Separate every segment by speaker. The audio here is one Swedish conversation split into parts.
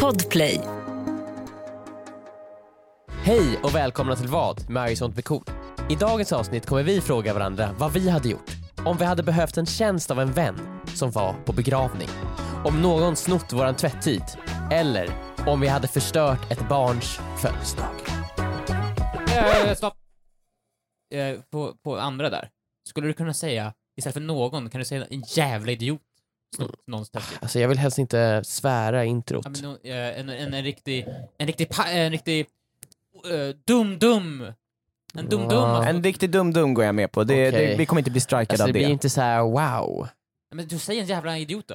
Speaker 1: Podplay.
Speaker 2: Hej och välkomna till vad med Arg sånt blir cool. I dagens avsnitt kommer vi fråga varandra vad vi hade gjort om vi hade behövt en tjänst av en vän som var på begravning, om någon snott våran tvätttid eller om vi hade förstört ett barns födelsedag.
Speaker 3: Eh, stopp. Eh, på, på andra där. Skulle du kunna säga, istället för någon, kan du säga en jävla idiot? Snott någons tvättbit.
Speaker 2: Alltså jag vill helst inte svära i introt.
Speaker 3: Ja, men nå- eh, En, en, en riktig, en riktig, pa- en riktig eh, dum-dum. En Alltså, dum-dum.
Speaker 2: Ja.
Speaker 3: har
Speaker 4: En
Speaker 3: snott-
Speaker 4: riktig dum-dum går jag med på. Det,
Speaker 2: Okej.
Speaker 4: det, vi kommer inte bli strikade
Speaker 2: Alltså
Speaker 4: av
Speaker 2: det
Speaker 4: det.
Speaker 2: blir inte så här wow.
Speaker 3: Men du säger en jävla idiot då?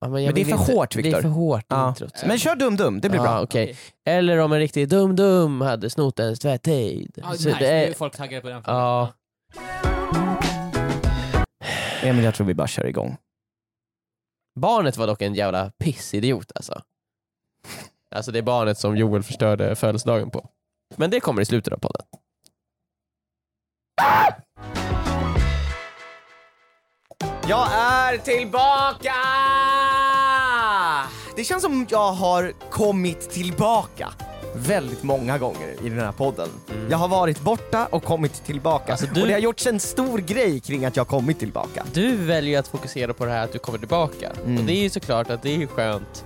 Speaker 2: Ja, men, jag
Speaker 4: Men det är
Speaker 2: vill
Speaker 4: för
Speaker 2: inte...
Speaker 4: hårt,
Speaker 2: Det är
Speaker 4: Viktor.
Speaker 2: för hårt i
Speaker 4: Ja.
Speaker 2: introt.
Speaker 4: Men kör dum-dum, det blir
Speaker 2: Ja,
Speaker 4: bra.
Speaker 2: okej. Eller om en riktig dum-dum hade snott ens tvättid.
Speaker 3: Ah,
Speaker 2: Så
Speaker 3: nice.
Speaker 2: det
Speaker 3: Nu
Speaker 2: är-
Speaker 3: är folk taggade på den. frågan.
Speaker 2: Ja.
Speaker 4: Emil, jag tror vi bara kör igång.
Speaker 2: Barnet var dock en jävla pissidiot alltså. Alltså det barnet som Joel förstörde födelsedagen på. Men det kommer i slutet av podden.
Speaker 4: Jag är tillbaka! Det känns som jag har kommit tillbaka väldigt många gånger i den här podden. Jag har varit borta och kommit tillbaka.
Speaker 2: Mm. Alltså, du-
Speaker 4: Och det har gjorts en stor grej kring att jag kommit tillbaka.
Speaker 2: Du väljer att fokusera på det här att du kommer tillbaka.
Speaker 4: Mm.
Speaker 2: Och det är ju såklart att det är skönt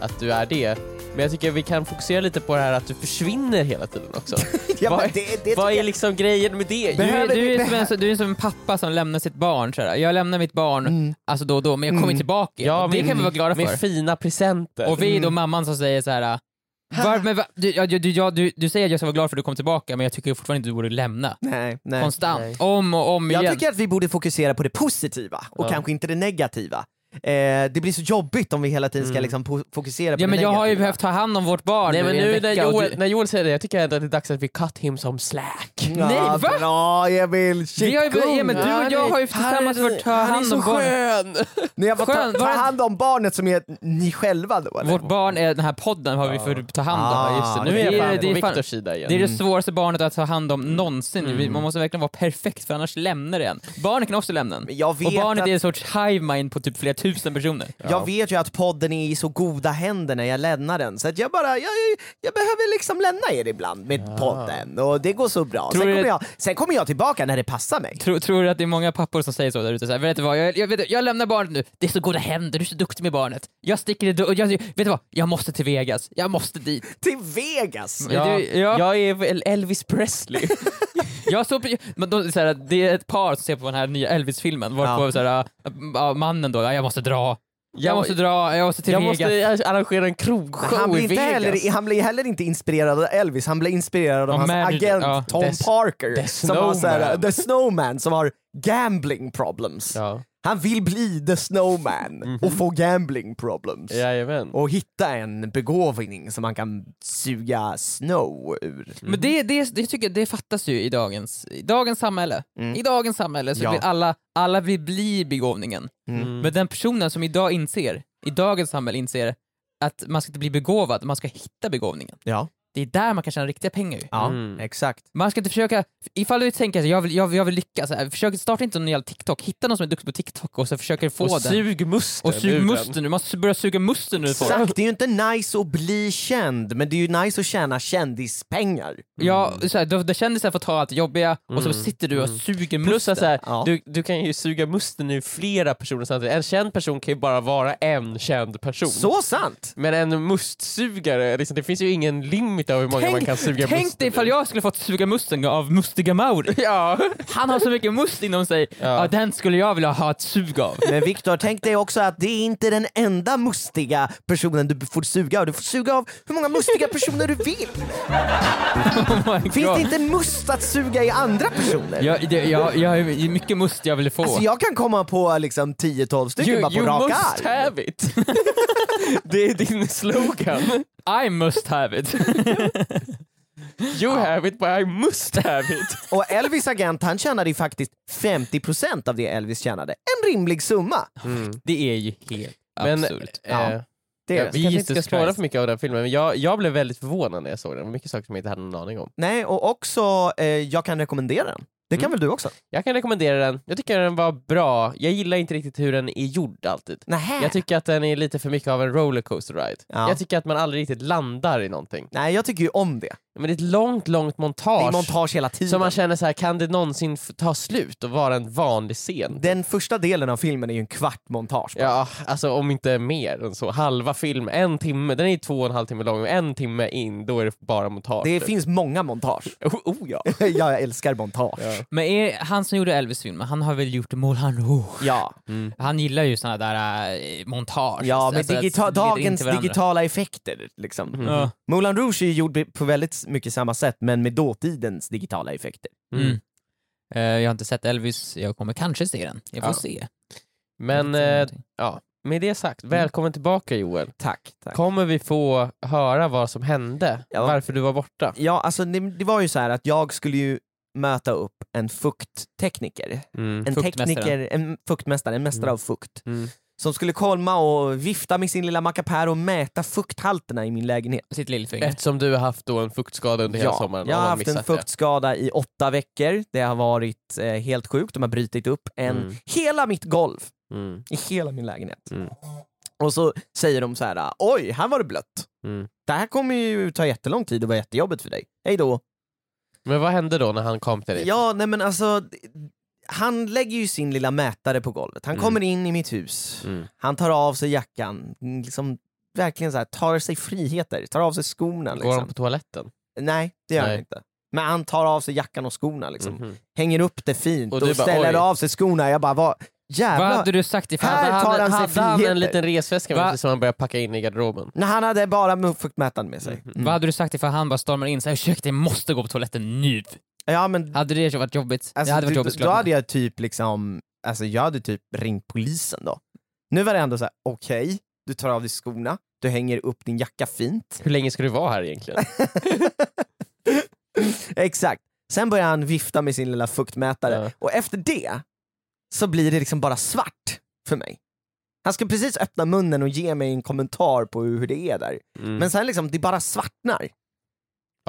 Speaker 2: att du är det. Men jag tycker vi kan fokusera lite på det här att du försvinner hela tiden också.
Speaker 4: Ja,
Speaker 2: Vad-
Speaker 4: men det, det
Speaker 2: Vad
Speaker 4: tycker
Speaker 2: är
Speaker 4: jag-
Speaker 2: liksom grejen med det?
Speaker 3: Du,
Speaker 2: Ju-
Speaker 3: är-
Speaker 4: Behöver
Speaker 3: du,
Speaker 4: vi-
Speaker 3: är som en, du är som en pappa som lämnar sitt barn. Så här. Jag lämnar mitt barn
Speaker 4: Mm.
Speaker 3: alltså då och då, men jag kommer
Speaker 4: Mm.
Speaker 3: tillbaka.
Speaker 2: Ja,
Speaker 3: och det
Speaker 2: men-
Speaker 3: kan vi vara glada för.
Speaker 2: Med fina presenter.
Speaker 3: Och vi är då mamman som säger så här. äh, Var, men, va, du, ja, du, du, ja, du, du säger att jag ska vara glad för att du kom tillbaka men jag tycker fortfarande inte du borde lämna.
Speaker 4: Nej, nej.
Speaker 3: Konstant,
Speaker 2: Nej.
Speaker 3: om och om igen.
Speaker 4: Jag tycker att vi borde fokusera på det positiva och
Speaker 2: Ja.
Speaker 4: kanske inte det negativa. Eh, det blir så jobbigt om vi hela tiden ska
Speaker 2: Mm.
Speaker 4: liksom po- fokusera på
Speaker 3: ja,
Speaker 4: det
Speaker 3: men jag har ju
Speaker 4: negativa.
Speaker 3: behövt ta hand om vårt barn
Speaker 2: Nej men
Speaker 3: i en
Speaker 2: nu när
Speaker 3: vecka och
Speaker 2: Joel,
Speaker 3: du,
Speaker 2: när Joel säger det, jag tycker ändå att det är dags att vi cut him some slack.
Speaker 4: Ja,
Speaker 3: Nej, va?
Speaker 4: Bra Emil, shit
Speaker 3: Vi har ju-
Speaker 4: kung.
Speaker 3: ja, men du och jag har ju tillsammans fått ta hand om barn.
Speaker 2: skön!
Speaker 4: När jag får
Speaker 3: Skön,
Speaker 4: ta, ta
Speaker 3: var det-
Speaker 4: hand om barnet som är ni själva då eller?
Speaker 3: Vårt barn är den här podden har vi för att ta hand om.
Speaker 4: Ah,
Speaker 2: Ja, nu
Speaker 3: det,
Speaker 2: är jag
Speaker 3: är,
Speaker 2: fan
Speaker 3: det,
Speaker 2: på
Speaker 3: är fan,
Speaker 2: Viktors sida igen.
Speaker 3: det är det svåraste barnet att ta hand om någonsin. Vi- Man måste verkligen vara perfekt för annars lämnar det en. Barnet kan också lämna en.
Speaker 4: Men Jag vet,
Speaker 3: Och barnet
Speaker 4: att,
Speaker 3: är en sorts hive mind på typ flera tusen personer.
Speaker 2: Ja.
Speaker 4: jag vet ju att podden är i så goda händer när jag lämnar den så att jag bara, jag, jag behöver liksom lämna er ibland med podden och det går så bra.
Speaker 3: Tror
Speaker 4: Sen
Speaker 3: du-
Speaker 4: kommer, jag, sen kommer jag tillbaka när det passar mig.
Speaker 3: Tror, tror du att det är många pappor som säger så där ute? Så här, vet du vad, jag, jag, vet, du, jag lämnar barnet nu, det är så goda händer, du är så duktig med barnet. Jag sticker i jag, Vet du vad, jag måste till Vegas, jag måste dit.
Speaker 4: Till Vegas!
Speaker 2: Ja,
Speaker 3: Du- ja.
Speaker 2: Jag är väl Elvis Presley.
Speaker 3: Jag såg, på- men de, så här, det är ett par som ser på den här nya Elvis-filmen, varpå
Speaker 4: Ja.
Speaker 3: så här, äh, ja, mannen då, ja, jag måste dra. Jag,
Speaker 2: Jag-
Speaker 3: måste dra, jag måste till
Speaker 2: jag
Speaker 3: Vegas.
Speaker 2: måste arrangera en krogshow
Speaker 4: Han blir,
Speaker 2: i
Speaker 4: inte
Speaker 2: Vegas.
Speaker 4: heller, han blir heller inte inspirerad av Elvis, han blir inspirerad av
Speaker 3: Av
Speaker 4: hans
Speaker 3: manager,
Speaker 4: agent
Speaker 3: ja.
Speaker 4: Tom
Speaker 2: The s-
Speaker 4: Parker.
Speaker 2: The
Speaker 4: som har så här,
Speaker 2: Snowman.
Speaker 4: the Snowman som har gambling problems.
Speaker 2: Ja, Mhm.
Speaker 4: Han vill bli the Snowman och få gambling problems.
Speaker 2: jajamän.
Speaker 4: Och hitta en begåvning som man kan suga snow ur.
Speaker 2: Mm.
Speaker 3: Men det, det, det, tycker jag, det fattas ju i dagens, i dagens samhälle.
Speaker 2: Mm.
Speaker 3: I dagens samhälle så
Speaker 4: Ja.
Speaker 3: vill alla, alla vill bli begåvningen.
Speaker 2: Mm.
Speaker 3: Men den personen som idag inser, i dagens samhälle inser att man ska inte bli begåvad, man ska hitta begåvningen.
Speaker 4: Ja,
Speaker 3: Det är där man kan tjäna riktiga pengar ju.
Speaker 4: ja
Speaker 2: Mm.
Speaker 4: exakt.
Speaker 3: Man ska inte försöka, ifall du tänker att jag vill, jag, vill- jag vill lyckas, så här, försök, starta inte någon jävla TikTok, hitta någon som är duktig på TikTok och så försöker få
Speaker 2: och
Speaker 3: den.
Speaker 2: sug musten
Speaker 3: och
Speaker 2: ur
Speaker 3: sug
Speaker 2: den.
Speaker 3: musten nu, man måste börja suga musten nu folk.
Speaker 4: Exakt, det är ju inte nice att bli känd, men det är ju nice att tjäna kändispengar.
Speaker 3: Ja, så här, då, då kändisar får ta allt jobbiga och så
Speaker 2: Mm.
Speaker 3: sitter du och
Speaker 2: Mm.
Speaker 3: suger musten.
Speaker 2: Plus att så här,
Speaker 4: Ja.
Speaker 2: du, du kan ju suga musten ur flera personer samtidigt. En känd person kan ju bara vara en känd person.
Speaker 4: Så sant!
Speaker 2: Men en mustsugare, liksom, det finns ju ingen limit av hur många man kan suga
Speaker 3: tänk
Speaker 2: musten
Speaker 3: dig ifall
Speaker 2: ur.
Speaker 3: jag skulle fått suga musten av Mustiga Mauri.
Speaker 2: Ja.
Speaker 3: Han har så mycket must inom sig, ja. den skulle jag vilja ha ett sug av.
Speaker 4: Men Viktor, tänk dig också att det är inte den enda mustiga personen du får suga av. Du får suga av hur många mustiga personer du vill.
Speaker 3: Oh my
Speaker 4: Finns
Speaker 3: God.
Speaker 4: det inte must att suga i andra personer?
Speaker 3: Jag, det, jag, jag har ju mycket must jag vill få.
Speaker 4: Alltså jag kan komma på liksom 10-12 stycken
Speaker 2: You,
Speaker 4: bara på
Speaker 2: you
Speaker 4: rak
Speaker 2: must
Speaker 4: arm.
Speaker 2: have it. det är din slogan.
Speaker 3: I must have it.
Speaker 2: You have it but I must have it.
Speaker 4: Och Elvis agent han tjänade ju faktiskt 50% av det Elvis tjänade. En rimlig summa.
Speaker 3: det är ju helt
Speaker 2: Men,
Speaker 3: absurt.
Speaker 2: eh,
Speaker 4: Ja, Det är
Speaker 2: jag,
Speaker 4: det.
Speaker 2: vi kanske inte ska
Speaker 3: Jesus
Speaker 2: spara
Speaker 3: Christ.
Speaker 2: för mycket av den filmen, men jag, jag blev väldigt förvånad när jag såg den. Det var mycket saker som jag inte hade någon aning om.
Speaker 4: Nej, och också, eh, jag kan rekommendera den. Det kan
Speaker 2: Mm.
Speaker 4: väl du också?
Speaker 2: Jag kan rekommendera den. Jag tycker den var bra. Jag gillar inte riktigt hur den är gjord alltid.
Speaker 4: Nähä.
Speaker 2: Jag tycker att den är lite för mycket av en rollercoaster ride.
Speaker 4: Ja.
Speaker 2: Jag tycker att man aldrig riktigt landar i någonting.
Speaker 4: Nej, jag tycker ju om det.
Speaker 2: Men det är ett långt, långt montage.
Speaker 4: Det är montage hela tiden.
Speaker 2: Så man känner så här, kan det någonsin f- ta slut och vara en vanlig scen?
Speaker 4: Den första delen av filmen är ju en kvart montage. bara.
Speaker 2: Ja, alltså om inte mer än så. Halva film, en timme, den är två och en halv timme lång och en timme in då är det bara montage.
Speaker 4: Det finns många montage.
Speaker 2: Oh, oh ja.
Speaker 4: ja, jag älskar montage. Ja.
Speaker 3: Men är, han som gjorde Elvis film, han har väl gjort Moulin Rouge? Mm. Han gillar ju såna där eh, montage.
Speaker 4: Ja, men
Speaker 3: Alltså, att det leder
Speaker 4: digita-
Speaker 3: in till
Speaker 4: dagens
Speaker 3: varandra. Mm.
Speaker 4: digitala effekter liksom.
Speaker 3: Ja.
Speaker 4: Moulin Rouge är ju gjord på väldigt mycket samma sätt men med dåtidens digitala effekter.
Speaker 3: Mm. Eh, jag har inte sett Elvis, jag kommer kanske se den. Jag får
Speaker 2: Ja.
Speaker 3: se.
Speaker 2: Men
Speaker 3: Jag får se
Speaker 2: eh,
Speaker 3: någonting.
Speaker 2: med det sagt, välkommen tillbaka Joel.
Speaker 4: Mm. Tack. tack.
Speaker 2: Kommer vi få höra vad som hände?
Speaker 4: Ja.
Speaker 2: Varför du var borta?
Speaker 4: Ja, alltså det, det var ju så här att jag skulle ju möta upp en fukttekniker. En
Speaker 3: Fuktmästare.
Speaker 4: tekniker, en fuktmästare, en mästare
Speaker 2: Mm.
Speaker 4: av fukt.
Speaker 2: Mm.
Speaker 4: Som skulle komma och vifta med sin lilla mackapär och mäta fukthalterna i min lägenhet.
Speaker 3: Sitt lillfinger.
Speaker 2: Eftersom du har haft då en fuktskada under hela sommaren.
Speaker 4: jag
Speaker 2: om
Speaker 4: har
Speaker 2: man
Speaker 4: haft en
Speaker 2: missat det.
Speaker 4: fuktskada i åtta veckor. Det har varit eh, helt sjukt. De har brutit upp en,
Speaker 2: Mm.
Speaker 4: hela mitt golv
Speaker 2: Mm.
Speaker 4: i hela min lägenhet.
Speaker 2: Mm.
Speaker 4: Och så säger de så här: oj, här var det blött.
Speaker 2: Mm.
Speaker 4: Det här kommer ju ta jättelång tid och vara jättejobbigt för dig. Hej då.
Speaker 2: Men vad hände då när han kom till dig?
Speaker 4: Ja, nej men alltså, d- han lägger ju sin lilla mätare på golvet. Han
Speaker 2: Mm.
Speaker 4: kommer in i mitt hus,
Speaker 2: Mm.
Speaker 4: han tar av sig jackan, mm, liksom verkligen så här, tar sig friheter, tar av sig skorna.
Speaker 2: Går han
Speaker 4: Liksom.
Speaker 2: på toaletten?
Speaker 4: Nej, det gör han
Speaker 2: Nej.
Speaker 4: inte. Men han tar av sig jackan och skorna, liksom.
Speaker 2: Mhm.
Speaker 4: hänger upp det fint
Speaker 2: Och
Speaker 4: och,
Speaker 2: du bara,
Speaker 4: ställer
Speaker 2: oj.
Speaker 4: av sig skorna. Jag bara, vad
Speaker 3: Vad
Speaker 4: jävlar.
Speaker 3: hade du sagt ifall
Speaker 4: Här
Speaker 2: Hade
Speaker 4: tar han sig
Speaker 2: hade han en
Speaker 4: friheter.
Speaker 2: liten resväska
Speaker 3: Va?
Speaker 2: med sig som han började packa in i garderoben?
Speaker 4: Nej, han hade bara fuktmätaren med sig. Mm.
Speaker 3: Vad hade du sagt ifall han bara stormar in såhär ursäkta jag måste gå på toaletten nu?
Speaker 4: Ja, men,
Speaker 3: Hade det varit jobbigt?
Speaker 4: alltså,
Speaker 3: det hade varit
Speaker 4: du-
Speaker 3: jobbigt
Speaker 4: då hade jag typ liksom, alltså jag hade typ ringt polisen då. Nu var det ändå så här: okej, du tar av dig skorna, du hänger upp din jacka fint.
Speaker 2: Hur länge ska du vara här egentligen?
Speaker 4: Exakt. Sen börjar han vifta med sin lilla fuktmätare
Speaker 2: Ja.
Speaker 4: och efter det så blir det liksom bara svart för mig. Han ska precis öppna munnen och ge mig en kommentar på hur det är där.
Speaker 2: Mm.
Speaker 4: Men sen liksom, det bara svartnar.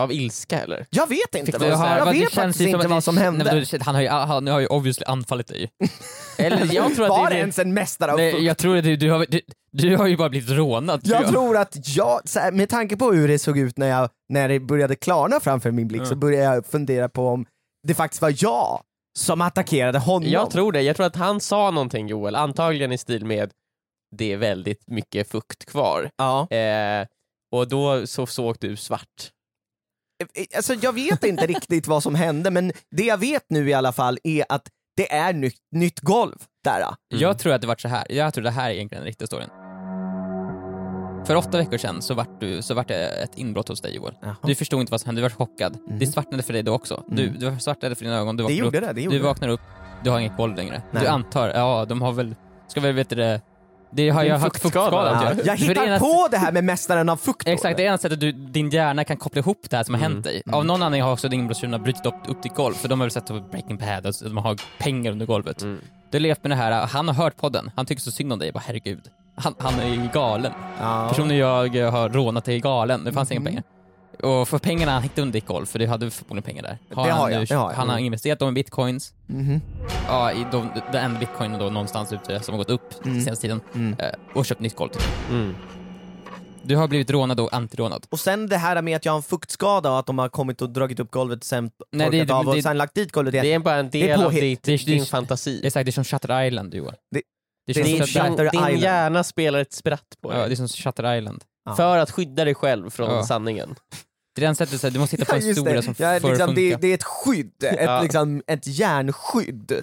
Speaker 2: Av ilska eller?
Speaker 4: Jag vet inte,
Speaker 3: Fick
Speaker 4: vad,
Speaker 3: du höra-
Speaker 4: jag
Speaker 3: vad- det
Speaker 4: vet
Speaker 3: känns
Speaker 4: faktiskt
Speaker 3: ju som
Speaker 4: inte
Speaker 3: att det-
Speaker 4: vad som hände.
Speaker 3: Nej, men du, shit, han, har ju, han har ju obviously anfallit dig.
Speaker 2: eller jag tror
Speaker 4: Var
Speaker 2: att
Speaker 4: det
Speaker 2: det är...
Speaker 4: ens en mästare av
Speaker 3: Nej,
Speaker 4: fukt?
Speaker 3: jag tror att du, du, har, du, du har ju bara blivit rånad. tror
Speaker 4: Jag
Speaker 3: jag.
Speaker 4: tror att jag, så här, med tanke på hur det såg ut när, jag, när det började klarna framför min blick så
Speaker 3: Mm.
Speaker 4: började jag fundera på om det faktiskt var jag som attackerade honom.
Speaker 2: Jag tror det. Jag tror att han sa någonting Joel, antagligen i stil med det är väldigt mycket fukt kvar.
Speaker 4: ja.
Speaker 2: Eh, och då så såg du svart.
Speaker 4: alltså, jag vet inte riktigt vad som hände men det jag vet nu i alla fall är att det är nytt, nytt golv där. ja.
Speaker 3: Jag tror att det var så här. Jag tror det här är egentligen den riktiga storyn. För åtta veckor sedan så vart, du, så vart det ett inbrott hos dig Joel. Du förstod inte vad som hände, du var chockad. Det svartnade för dig då också. Du,
Speaker 4: Mhm. Mm.
Speaker 3: du var svartnade för dina ögon, du
Speaker 4: Det
Speaker 3: vaknade upp.
Speaker 4: gjorde det, det gjorde
Speaker 3: Du vaknar upp, du har inget boll längre.
Speaker 4: Nej.
Speaker 3: Du antar, ja de har väl, ska vi veta det, det har
Speaker 2: Det är
Speaker 3: ju
Speaker 2: en
Speaker 3: haft
Speaker 2: fuktskada.
Speaker 3: fuktskada att
Speaker 4: det.
Speaker 3: göra.
Speaker 4: Ja. Jag
Speaker 3: För det ena-
Speaker 4: hittar på det här med mästaren av fukt. då. Mm.
Speaker 3: Exakt, det är enda sättet du, din hjärna kan koppla ihop det här som har hänt dig. Av någon anledning har också din inbrottstjuvarna brutit upp, upp ditt golv, för de har väl sett på Breaking Bad att de har pengar under golvet.
Speaker 4: Mm.
Speaker 2: Mm.
Speaker 3: Du har levt med det här, han har hört podden, han tycker så synd om dig, Jag bara herregud. Han, han är ju galen.
Speaker 4: Ja. Mm.
Speaker 3: Personen jag eh, har rånat dig är galen, det fanns inga pengar. Och för pengarna han hittade under ditt golv, för du hade förmodligen pengar där.
Speaker 4: Det har
Speaker 3: han,
Speaker 4: jag,
Speaker 3: nu-
Speaker 4: det har jag.
Speaker 3: han har
Speaker 4: Mm.
Speaker 3: investerat dem i bitcoins,
Speaker 4: Mhm.
Speaker 3: ja, i de, den enda bitcoinen då någonstans ute som har gått upp senaste tiden.
Speaker 4: Mm.
Speaker 3: Eh, Och köpt nytt golv.
Speaker 2: Mm.
Speaker 3: Du har blivit rånad och antirånad.
Speaker 4: Och sen det här med att jag har en fuktskada och att de har kommit och dragit upp golvet sen
Speaker 3: Nej,
Speaker 4: Nej,
Speaker 3: det-
Speaker 4: det,
Speaker 3: det-
Speaker 4: av och
Speaker 3: det-
Speaker 4: sen lagt dit golvet igen.
Speaker 2: Det
Speaker 4: Det,
Speaker 2: är bara en
Speaker 4: är
Speaker 2: del av
Speaker 4: påhitt.
Speaker 2: ditt,
Speaker 3: Det är-
Speaker 2: din
Speaker 3: det är-
Speaker 2: fantasi.
Speaker 3: Exakt, det är som Shutter Island Joel.
Speaker 4: Det-
Speaker 3: det är
Speaker 4: det är
Speaker 3: som
Speaker 2: Din,
Speaker 3: Shutter,
Speaker 4: Shutter
Speaker 2: din
Speaker 4: Island.
Speaker 2: hjärna spelar ett spratt på dig.
Speaker 3: ja, det är som Shutter Island.
Speaker 4: Ja.
Speaker 2: För att skydda dig själv från
Speaker 3: Ja.
Speaker 2: sanningen.
Speaker 3: Det är den sättet, så här, du måste hitta på en historia som
Speaker 4: Jag är
Speaker 3: får
Speaker 4: liksom, det,
Speaker 3: funka.
Speaker 4: det är ett skydd, ett,
Speaker 2: Ja. Mm.
Speaker 4: liksom, ett järnskydd.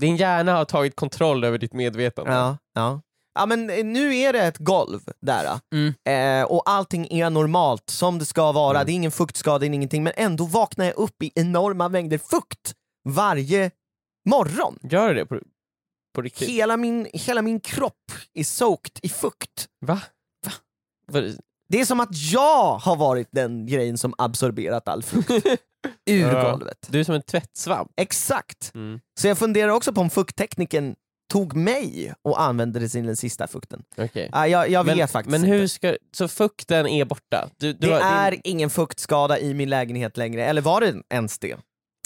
Speaker 2: Din hjärna har tagit kontroll över ditt medvetande.
Speaker 4: Ja, ja. ja men eh, nu är det ett golv där
Speaker 3: Mm.
Speaker 4: eh, och allting är normalt som det ska vara, det är ingen fuktskada, det är ingenting men ändå vaknar jag upp i enorma mängder fukt varje morgon.
Speaker 2: Gör du det på, på riktigt?
Speaker 4: Hela min, hela min kropp är soaked i fukt.
Speaker 2: Va? Va?
Speaker 4: Det är som att jag har varit den grejen som absorberat all fukt ur
Speaker 2: Ja. Mm.
Speaker 4: golvet.
Speaker 2: Du är som en tvättsvamp.
Speaker 4: Exakt! Så jag funderar också på om fukttekniken tog mig och använde det till den sista fukten.
Speaker 2: Okej.
Speaker 4: Ah, jag jag
Speaker 2: Men,
Speaker 4: vet faktiskt
Speaker 2: men hur
Speaker 4: inte.
Speaker 2: ska, så fukten är borta? Du, du
Speaker 4: Det
Speaker 2: har,
Speaker 4: är
Speaker 2: din,
Speaker 4: ingen fuktskada i min lägenhet längre, eller var det ens det?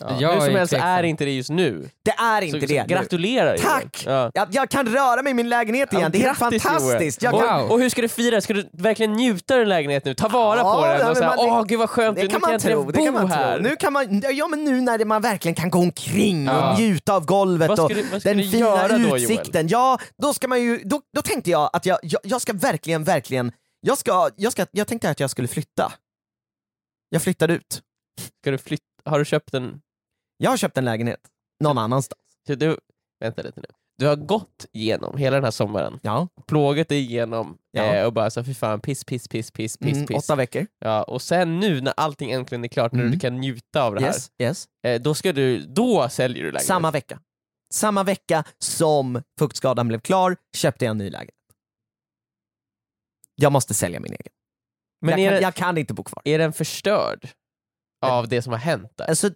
Speaker 3: Jag
Speaker 2: Hur som
Speaker 3: är
Speaker 2: helst så
Speaker 3: tveksam.
Speaker 2: är inte det just nu.
Speaker 4: Det är
Speaker 2: Så,
Speaker 4: inte
Speaker 2: så
Speaker 4: det. nu.
Speaker 2: gratulerar Joel.
Speaker 4: Tack!
Speaker 2: Ja.
Speaker 4: Jag, jag kan röra mig i min lägenhet igen, det är helt
Speaker 2: Grattis, Joel.
Speaker 4: fantastiskt! Jag
Speaker 2: och,
Speaker 4: kan,
Speaker 3: Wow.
Speaker 2: och hur ska du fira? Ska du verkligen njuta av din lägenhet nu? Ta vara
Speaker 4: Ja,
Speaker 2: på
Speaker 4: ja,
Speaker 2: den
Speaker 4: men
Speaker 2: och säga
Speaker 4: man-
Speaker 2: åh gud vad skönt,
Speaker 4: det
Speaker 2: nu
Speaker 4: kan man
Speaker 2: jag
Speaker 4: tro,
Speaker 2: äntligen
Speaker 4: det kan
Speaker 2: bo
Speaker 4: man
Speaker 2: här.
Speaker 4: tro. Nu, kan man, ja, men nu när man verkligen kan gå omkring
Speaker 3: Ja.
Speaker 4: och njuta av golvet
Speaker 2: Vad ska
Speaker 4: och
Speaker 2: du- vad ska
Speaker 4: den
Speaker 2: du göra
Speaker 4: fina
Speaker 2: då, Joel?
Speaker 4: utsikten, ja då ska man ju, då, då tänkte jag att jag, jag, jag ska verkligen, verkligen, jag ska, jag ska, jag tänkte att jag skulle flytta. Jag flyttade ut.
Speaker 2: Ska du flytta? Har du köpt en...
Speaker 4: Jag har köpt en lägenhet, någon annanstans.
Speaker 2: så Du... Vänta lite nu. Du har gått igenom hela den här sommaren,
Speaker 4: Ja,
Speaker 2: plågat dig igenom
Speaker 4: Ja.
Speaker 2: eh, och bara så fy fan piss, piss, piss, piss, piss,
Speaker 4: mm,
Speaker 2: piss.
Speaker 4: åtta veckor.
Speaker 2: Ja, och sen nu när allting äntligen är klart, när
Speaker 4: Mm.
Speaker 2: du kan njuta av det här,
Speaker 4: Yes, yes.
Speaker 2: eh, då ska du, då säljer du lägenheten.
Speaker 4: Samma vecka. Samma vecka som fuktskadan blev klar köpte jag en ny lägenhet. Jag måste sälja min egen.
Speaker 2: Men
Speaker 4: jag,
Speaker 2: är,
Speaker 4: kan,
Speaker 2: den-
Speaker 4: jag kan inte bo kvar.
Speaker 2: är den förstörd av det som har hänt där?
Speaker 4: Alltså,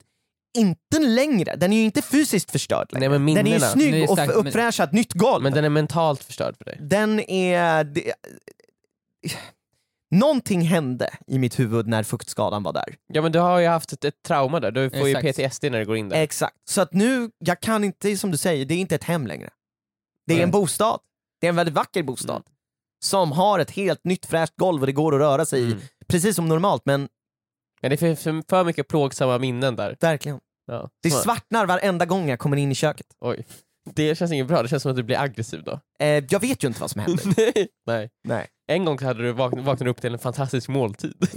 Speaker 4: inte längre. Den är ju inte fysiskt förstörd längre.
Speaker 2: Nej men
Speaker 4: den är ju
Speaker 2: minnena.
Speaker 4: snygg
Speaker 3: Nej,
Speaker 4: och
Speaker 3: exakt, men-
Speaker 4: uppfräschad, nytt golv.
Speaker 2: men den är mentalt förstörd för dig.
Speaker 4: Den är... Det... Någonting hände i mitt huvud när fuktskadan var där.
Speaker 2: Ja men du har ju haft ett, ett trauma där, du får
Speaker 3: Exakt.
Speaker 2: ju PTSD när du går in där.
Speaker 4: Exakt. Så att nu, jag kan inte, som du säger, det är inte ett hem längre. Det är
Speaker 2: Nej.
Speaker 4: en bostad. Det är en väldigt vacker bostad. Som har ett helt nytt fräscht golv och det går att röra sig i.
Speaker 2: Mm.
Speaker 4: Precis som normalt, men
Speaker 2: Men det är för, för, för mycket plågsamma minnen där.
Speaker 4: verkligen.
Speaker 2: Ja.
Speaker 4: Det
Speaker 2: Så-
Speaker 4: svartnar varenda gång jag kommer in i köket.
Speaker 2: Oj. Det känns inget bra, det känns som att du blir aggressiv då.
Speaker 4: Eh, jag vet ju inte vad som händer.
Speaker 2: Nej. Nej.
Speaker 4: Nej.
Speaker 2: En gång hade du vaknat, vaknade upp till en fantastisk måltid.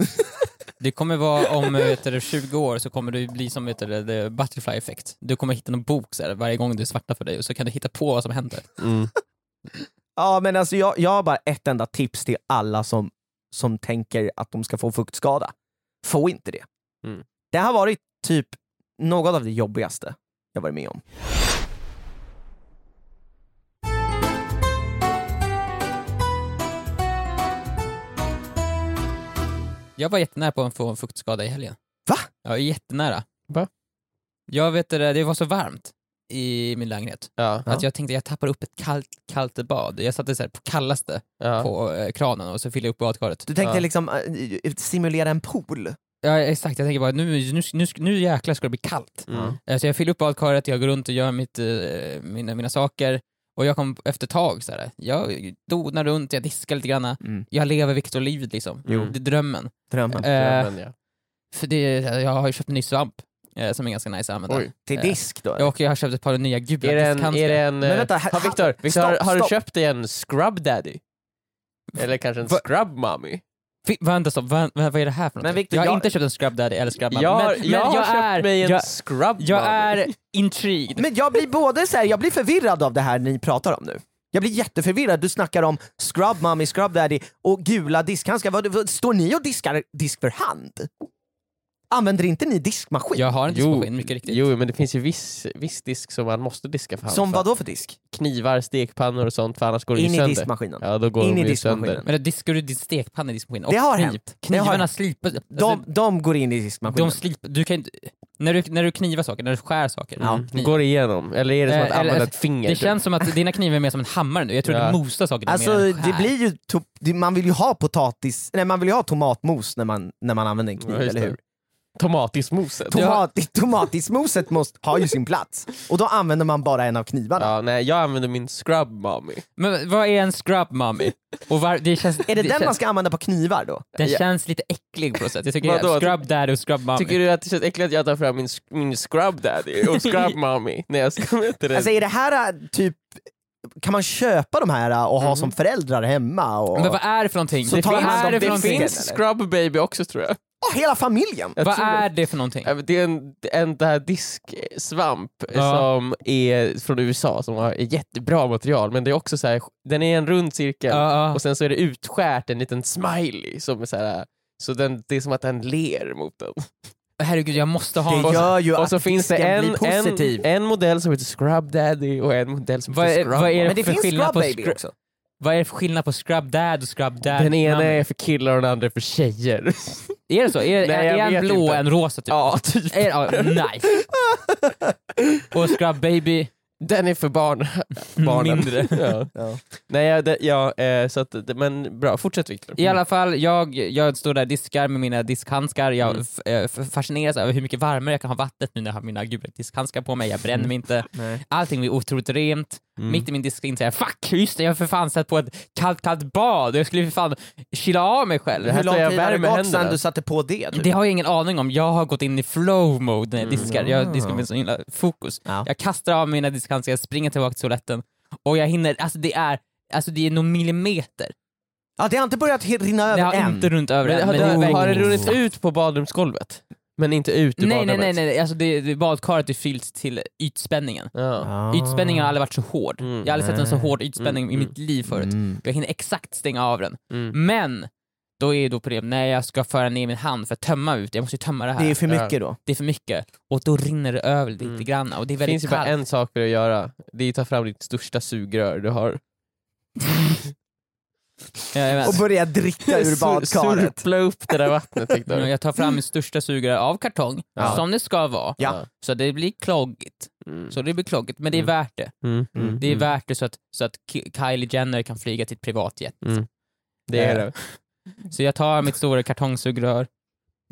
Speaker 3: Det kommer vara om eh, vet du, 20 år så kommer du bli som vet du, the butterfly effect. Du kommer hitta någon bok så här, varje gång du svartar för dig och så kan du hitta på vad som händer.
Speaker 4: Ja, men alltså jag, jag har bara ett enda tips till alla som, som tänker att de ska få fuktskada. Få inte det.
Speaker 2: Mm.
Speaker 4: Det har varit typ något av det jobbigaste jag varit med om.
Speaker 3: Jag var jättenära på att få en fuktskada i helgen.
Speaker 4: Va?
Speaker 3: Ja, jättenära.
Speaker 2: Va?
Speaker 3: Jag vet det, det var så varmt i min lägenhet
Speaker 2: Ja.
Speaker 3: att jag tänkte jag tappar upp ett kallt, kallt bad. Jag satte så här på kallaste
Speaker 2: Ja.
Speaker 3: på eh, kranen och så fyllde jag upp badkaret.
Speaker 4: Du tänkte
Speaker 2: Ja.
Speaker 4: liksom eh, simulera en pool?
Speaker 3: Ja, exakt, jag tänker bara nu, nu, nu, nu jäklar ska det bli kallt.
Speaker 2: Mm.
Speaker 3: Eh, Så jag fyller upp badkaret, jag går runt och gör mitt, eh, mina, mina saker och jag kom efter ett tag så här. jag donar runt, jag diskar lite grann.
Speaker 4: Mm.
Speaker 3: Jag lever Victor-livet liksom.
Speaker 2: Jo.
Speaker 3: Det är drömmen.
Speaker 4: Drömmen.
Speaker 3: Eh,
Speaker 2: Drömmen, ja.
Speaker 3: för det, jag har ju köpt en ny svamp eh, som är ganska nice att använda.
Speaker 2: Oj.
Speaker 4: Till
Speaker 3: eh,
Speaker 4: disk då?
Speaker 3: Och jag har köpt ett par nya gula
Speaker 2: Är det en... Är det
Speaker 3: diskhandskar.
Speaker 2: en
Speaker 4: Men
Speaker 2: eh,
Speaker 4: vänta, ha-
Speaker 2: har Victor,
Speaker 4: ha-
Speaker 2: Victor
Speaker 4: stopp,
Speaker 2: har du
Speaker 4: stopp.
Speaker 2: köpt dig en scrub daddy? Eller kanske en
Speaker 3: Va-
Speaker 2: scrub mommy?
Speaker 3: Fy- Vänta stopp, vad, vad vad är det här för
Speaker 4: Men
Speaker 3: någonting?
Speaker 4: Victor,
Speaker 3: jag har
Speaker 4: jag-
Speaker 3: inte köpt en scrub daddy eller scrub
Speaker 2: Jag,
Speaker 3: mommy. men,
Speaker 2: jag,
Speaker 3: men
Speaker 2: har köpt
Speaker 3: är,
Speaker 2: mig en
Speaker 3: jag,
Speaker 2: scrub
Speaker 3: jag
Speaker 2: mommy.
Speaker 3: är intrigued.
Speaker 4: Men jag blir både så här, jag blir förvirrad av det här ni pratar om nu. Jag blir jätteförvirrad, du snackar om scrub mommy, scrub daddy och gula diskhandskar. Vad, vad, står ni och diskar disk för hand? Använder inte ni diskmaskin?
Speaker 3: Jag har en
Speaker 2: Jo,
Speaker 3: diskmaskin, mycket riktigt.
Speaker 2: jo, men det finns ju viss, viss disk som man måste diska för hand.
Speaker 4: Som
Speaker 2: för
Speaker 4: vad då för disk?
Speaker 2: Knivar, stekpannor och sånt, för annars går det ju
Speaker 4: In i
Speaker 2: sönder.
Speaker 4: diskmaskinen.
Speaker 2: Ja, då går
Speaker 4: In
Speaker 2: de
Speaker 4: i
Speaker 2: ju
Speaker 4: diskmaskinen.
Speaker 2: sönder.
Speaker 3: Men då diskar du din stekpanna i diskmaskinen?
Speaker 4: Det
Speaker 3: Och
Speaker 4: har
Speaker 3: kniv.
Speaker 4: hänt. Det har
Speaker 3: Knivarna
Speaker 4: hänt.
Speaker 3: slipas. Alltså,
Speaker 4: De, de går in i diskmaskinen.
Speaker 3: De slip, du kan inte, när, du, när du knivar saker, när du skär saker. med kniv,
Speaker 2: Mm. Går igenom, eller är det som
Speaker 3: Eh,
Speaker 2: att
Speaker 3: eller-
Speaker 2: använda ett finger?
Speaker 3: det
Speaker 2: typ?
Speaker 3: känns som att dina knivar är mer som en hammare nu, jag tror
Speaker 2: Ja.
Speaker 3: du mosar saker
Speaker 4: Alltså
Speaker 3: mer än skär.
Speaker 4: det blir ju, to- det- man vill ju ha potatis, nej man vill ju ha tomatmos när man, när man använder en kniv,
Speaker 2: Ja, just
Speaker 4: eller
Speaker 2: det.
Speaker 4: hur?
Speaker 2: Tomatismoset.
Speaker 4: Tomat, tomatismoset måste, har ju sin plats, och då använder man bara en av knivarna.
Speaker 2: Ja, nej, jag använder min scrub mommy.
Speaker 3: Men vad är en scrub mommy? Och var, det känns,
Speaker 4: Är det, den
Speaker 3: känns,
Speaker 4: man ska använda på knivar då?
Speaker 3: Den
Speaker 2: Ja.
Speaker 3: känns lite äcklig på något sätt. Jag tycker
Speaker 2: Vadå?
Speaker 3: scrub daddy och scrub mommy.
Speaker 2: Tycker du att det känns äckligt att jag tar fram min, sk- min scrub daddy och scrub mommy när jag ska med till det?
Speaker 4: Alltså är det här äh, typ, kan man köpa de här äh, och
Speaker 2: Mm.
Speaker 4: ha som föräldrar hemma? Och...
Speaker 3: Men vad är det för någonting?
Speaker 4: Så tar
Speaker 3: vad
Speaker 4: man
Speaker 3: är
Speaker 4: dem-
Speaker 3: det för
Speaker 4: det
Speaker 2: det
Speaker 3: någonting?
Speaker 2: finns scrub baby också tror jag.
Speaker 4: Åh, hela familjen!
Speaker 2: jag
Speaker 3: Vad
Speaker 2: tror det.
Speaker 3: är det för någonting?
Speaker 2: Ja, men Det är en, en det här disksvamp
Speaker 3: Ja.
Speaker 2: som är från USA som har jättebra material men det är också så här, den är en rund cirkel
Speaker 3: Ja, ja.
Speaker 2: och sen så är det utskärt en liten smiley som är så här, så den, det är som att den ler mot den.
Speaker 3: Herregud, jag måste ha
Speaker 4: Det
Speaker 3: en.
Speaker 4: gör ju
Speaker 2: och så
Speaker 4: att
Speaker 2: finns det
Speaker 4: disken
Speaker 2: en,
Speaker 4: blir
Speaker 2: en,
Speaker 4: positiv.
Speaker 2: en modell som heter Scrub Daddy och en modell som
Speaker 3: Vad
Speaker 2: heter
Speaker 3: är,
Speaker 2: Scrub
Speaker 3: vad är det
Speaker 4: Men
Speaker 3: för
Speaker 4: det finns
Speaker 3: skillnad
Speaker 4: scrub
Speaker 3: på
Speaker 4: baby också.
Speaker 3: Vad är det för skillnad på scrub dad och scrub dad?
Speaker 2: Den ena
Speaker 3: mommy?
Speaker 2: är för killar och den andra är för tjejer.
Speaker 3: Är det så? Är,
Speaker 2: Nej,
Speaker 3: är
Speaker 2: jag
Speaker 3: en
Speaker 2: vet
Speaker 3: blå
Speaker 2: inte.
Speaker 3: och en rosa typ?
Speaker 2: ja, typ.
Speaker 3: Är, ja, nice. och Scrub Baby
Speaker 2: Den är för barn, barnen.
Speaker 3: Mm, Mindre.
Speaker 2: ja.
Speaker 4: Ja.
Speaker 2: Nej, ja, det, ja, eh, så att, det- men bra, fortsätt Viktor.
Speaker 3: I alla fall, jag, jag står där och diskar med mina diskhandskar. Jag
Speaker 2: Mm.
Speaker 3: f- eh, f- fascineras över hur mycket varmare jag kan ha vattnet nu när jag har mina gula diskhandskar på mig. Jag bränner mig inte.
Speaker 4: Nej.
Speaker 3: Allting blir otroligt rent.
Speaker 2: Mm.
Speaker 3: Mitt i min diskring säger jag “fuck, just det, jag har för fan satt på ett kallt, kallt bad. Jag skulle för fan kyla av mig själv”.
Speaker 2: Det här
Speaker 4: Hur lång
Speaker 2: säger jag
Speaker 4: tid har det
Speaker 2: värmer
Speaker 4: gått
Speaker 2: händerna.
Speaker 4: sedan du satte på det? Typ?
Speaker 3: Det har jag ingen aning om. Jag har gått in i flow-mode när jag
Speaker 2: Mm.
Speaker 3: diskar. Jag diskar med sån himla fokus.
Speaker 4: Ja.
Speaker 3: Jag kastar av mina diskhandskar, jag springer tillbaka till toaletten och jag hinner, alltså det är, alltså det är någon millimeter.
Speaker 4: Ja, det har inte börjat he- rinna
Speaker 3: Det
Speaker 4: över
Speaker 3: har
Speaker 4: än.
Speaker 3: inte runt över
Speaker 2: men,
Speaker 3: än,
Speaker 2: har,
Speaker 3: är
Speaker 2: det,
Speaker 3: verkligen-
Speaker 2: har det runnit ut på badrumsgolvet? Men inte ut ur
Speaker 3: Nej, nej,
Speaker 2: badrummet?
Speaker 3: nej, nej, alltså det, det badkaret är fyllt till ytspänningen.
Speaker 2: Ja.
Speaker 4: Ah.
Speaker 3: Ytspänningen har aldrig varit så hård.
Speaker 2: Mm.
Speaker 3: Jag har aldrig sett en så hård ytspänning
Speaker 2: Mm,
Speaker 3: i
Speaker 2: mm.
Speaker 3: mitt liv förut.
Speaker 4: Mm.
Speaker 3: Jag hinner exakt stänga av den.
Speaker 2: Mm.
Speaker 3: Men, då är ju då problemet när jag ska föra ner min hand för att tömma ut, jag måste ju tömma det här.
Speaker 4: Det är ju för mycket då.
Speaker 3: det är för mycket och då rinner det över lite
Speaker 2: Mm.
Speaker 3: grann och det är
Speaker 2: Det finns ju
Speaker 3: väldigt
Speaker 2: bara
Speaker 3: kallt.
Speaker 2: en sak för dig att göra, det är att ta fram ditt största sugrör du har.
Speaker 3: Jajamän.
Speaker 4: Och börja dricka ur badkaret.
Speaker 2: Surpla upp det där vattnet Viktor.
Speaker 3: Jag tar fram min största sugrare av kartong,
Speaker 2: Ja.
Speaker 3: som det ska vara,
Speaker 4: Ja.
Speaker 3: så det blir kloggigt.
Speaker 2: Mm.
Speaker 3: Så det blir kloggigt, men det är
Speaker 2: Mm.
Speaker 3: värt det.
Speaker 2: Mm.
Speaker 4: Mm.
Speaker 3: Det är värt det så att, så att Ki- Kylie Jenner kan flyga till ett privatjet.
Speaker 2: Mm. Det är det.
Speaker 3: Så jag tar mitt stora kartongsugrör.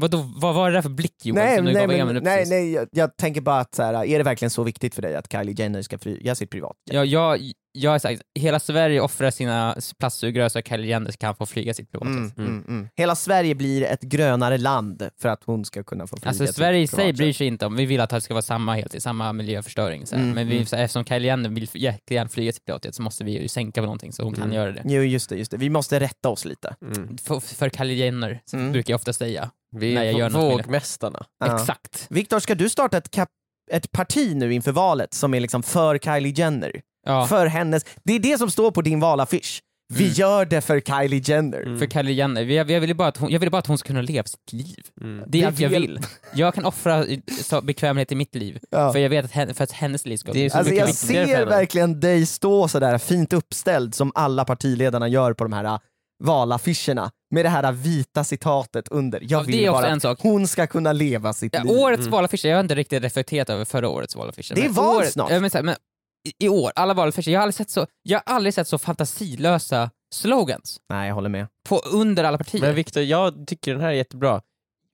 Speaker 3: Vadå, vad var det där för blick Johan
Speaker 4: Nej,
Speaker 3: som du
Speaker 4: nej,
Speaker 3: gav
Speaker 4: men,
Speaker 3: Emil
Speaker 4: nej,
Speaker 3: precis?
Speaker 4: nej jag, jag tänker bara att så här, är det verkligen så viktigt för dig att Kylie Jenner ska flyga sitt privat?
Speaker 3: Ja, jag, jag har sagt, hela Sverige offrar sina plastsugrör så att Kylie Jenner kan få flyga sitt privatjet.
Speaker 4: Mm, mm, mm. Hela Sverige blir ett grönare land för att hon ska kunna få flyga
Speaker 3: Alltså
Speaker 4: sitt
Speaker 3: Sverige i sig
Speaker 4: privatjet.
Speaker 3: bryr sig inte om, vi vill att det ska vara samma, helt, samma miljöförstöring. Så här.
Speaker 4: Mm,
Speaker 3: Men vi,
Speaker 4: mm.
Speaker 3: så här, eftersom Kylie Jenner vill jättegärna flyga till pilotet så måste vi ju sänka på någonting så hon kan
Speaker 2: Mm.
Speaker 3: göra det.
Speaker 4: Jo just det, just det, vi måste rätta oss lite.
Speaker 2: Mm.
Speaker 3: För, för Kylie Jenner så
Speaker 4: Mm.
Speaker 3: brukar jag ofta säga.
Speaker 2: Vi
Speaker 3: Nej, jag gör
Speaker 2: är
Speaker 3: något med det.
Speaker 2: vågmästarna.
Speaker 4: Ja.
Speaker 3: Exakt.
Speaker 4: Viktor, ska du starta ett, kap- ett parti nu inför valet som är liksom för Kylie Jenner?
Speaker 3: Ja, för,
Speaker 4: För hennes, det är det som står på din valaffisch. Vi
Speaker 3: Mm.
Speaker 4: gör det för Kylie Jenner.
Speaker 2: Mm,
Speaker 3: Kylie Jenner. Jag, jag, ville bara att hon, jag ville bara att hon ska kunna leva sitt liv.
Speaker 2: Mm.
Speaker 3: Det är
Speaker 4: Det
Speaker 3: allt jag
Speaker 4: vill-
Speaker 3: vill. Jag kan offra i- så bekvämlighet i mitt liv
Speaker 4: Ja.
Speaker 3: för jag vet att, hen- för att hennes liv ska
Speaker 2: Det är så
Speaker 4: Alltså
Speaker 2: mycket
Speaker 4: jag
Speaker 2: viktigare för
Speaker 4: ser
Speaker 2: henne.
Speaker 4: verkligen dig stå sådär fint uppställd som alla partiledarna gör på de här ah, valaffischerna med det här ah, vita citatet under. Jag
Speaker 3: Ja, det
Speaker 4: vill
Speaker 3: är också
Speaker 4: bara
Speaker 3: en
Speaker 4: att
Speaker 3: sak.
Speaker 4: hon ska kunna leva sitt
Speaker 3: Ja,
Speaker 4: liv.
Speaker 3: årets valaffischer, jag har inte riktigt reflekterat över förra årets valaffischer.
Speaker 4: Det är
Speaker 3: men
Speaker 4: val
Speaker 3: året-
Speaker 4: snart.
Speaker 3: ja, Men, så här, men, i- I år, alla valaffischer, jag har aldrig sett så, jag har aldrig sett så fantasilösa slogans
Speaker 4: Nej jag håller med.
Speaker 3: på under alla partier.
Speaker 2: Men Viktor, jag tycker den här är jättebra.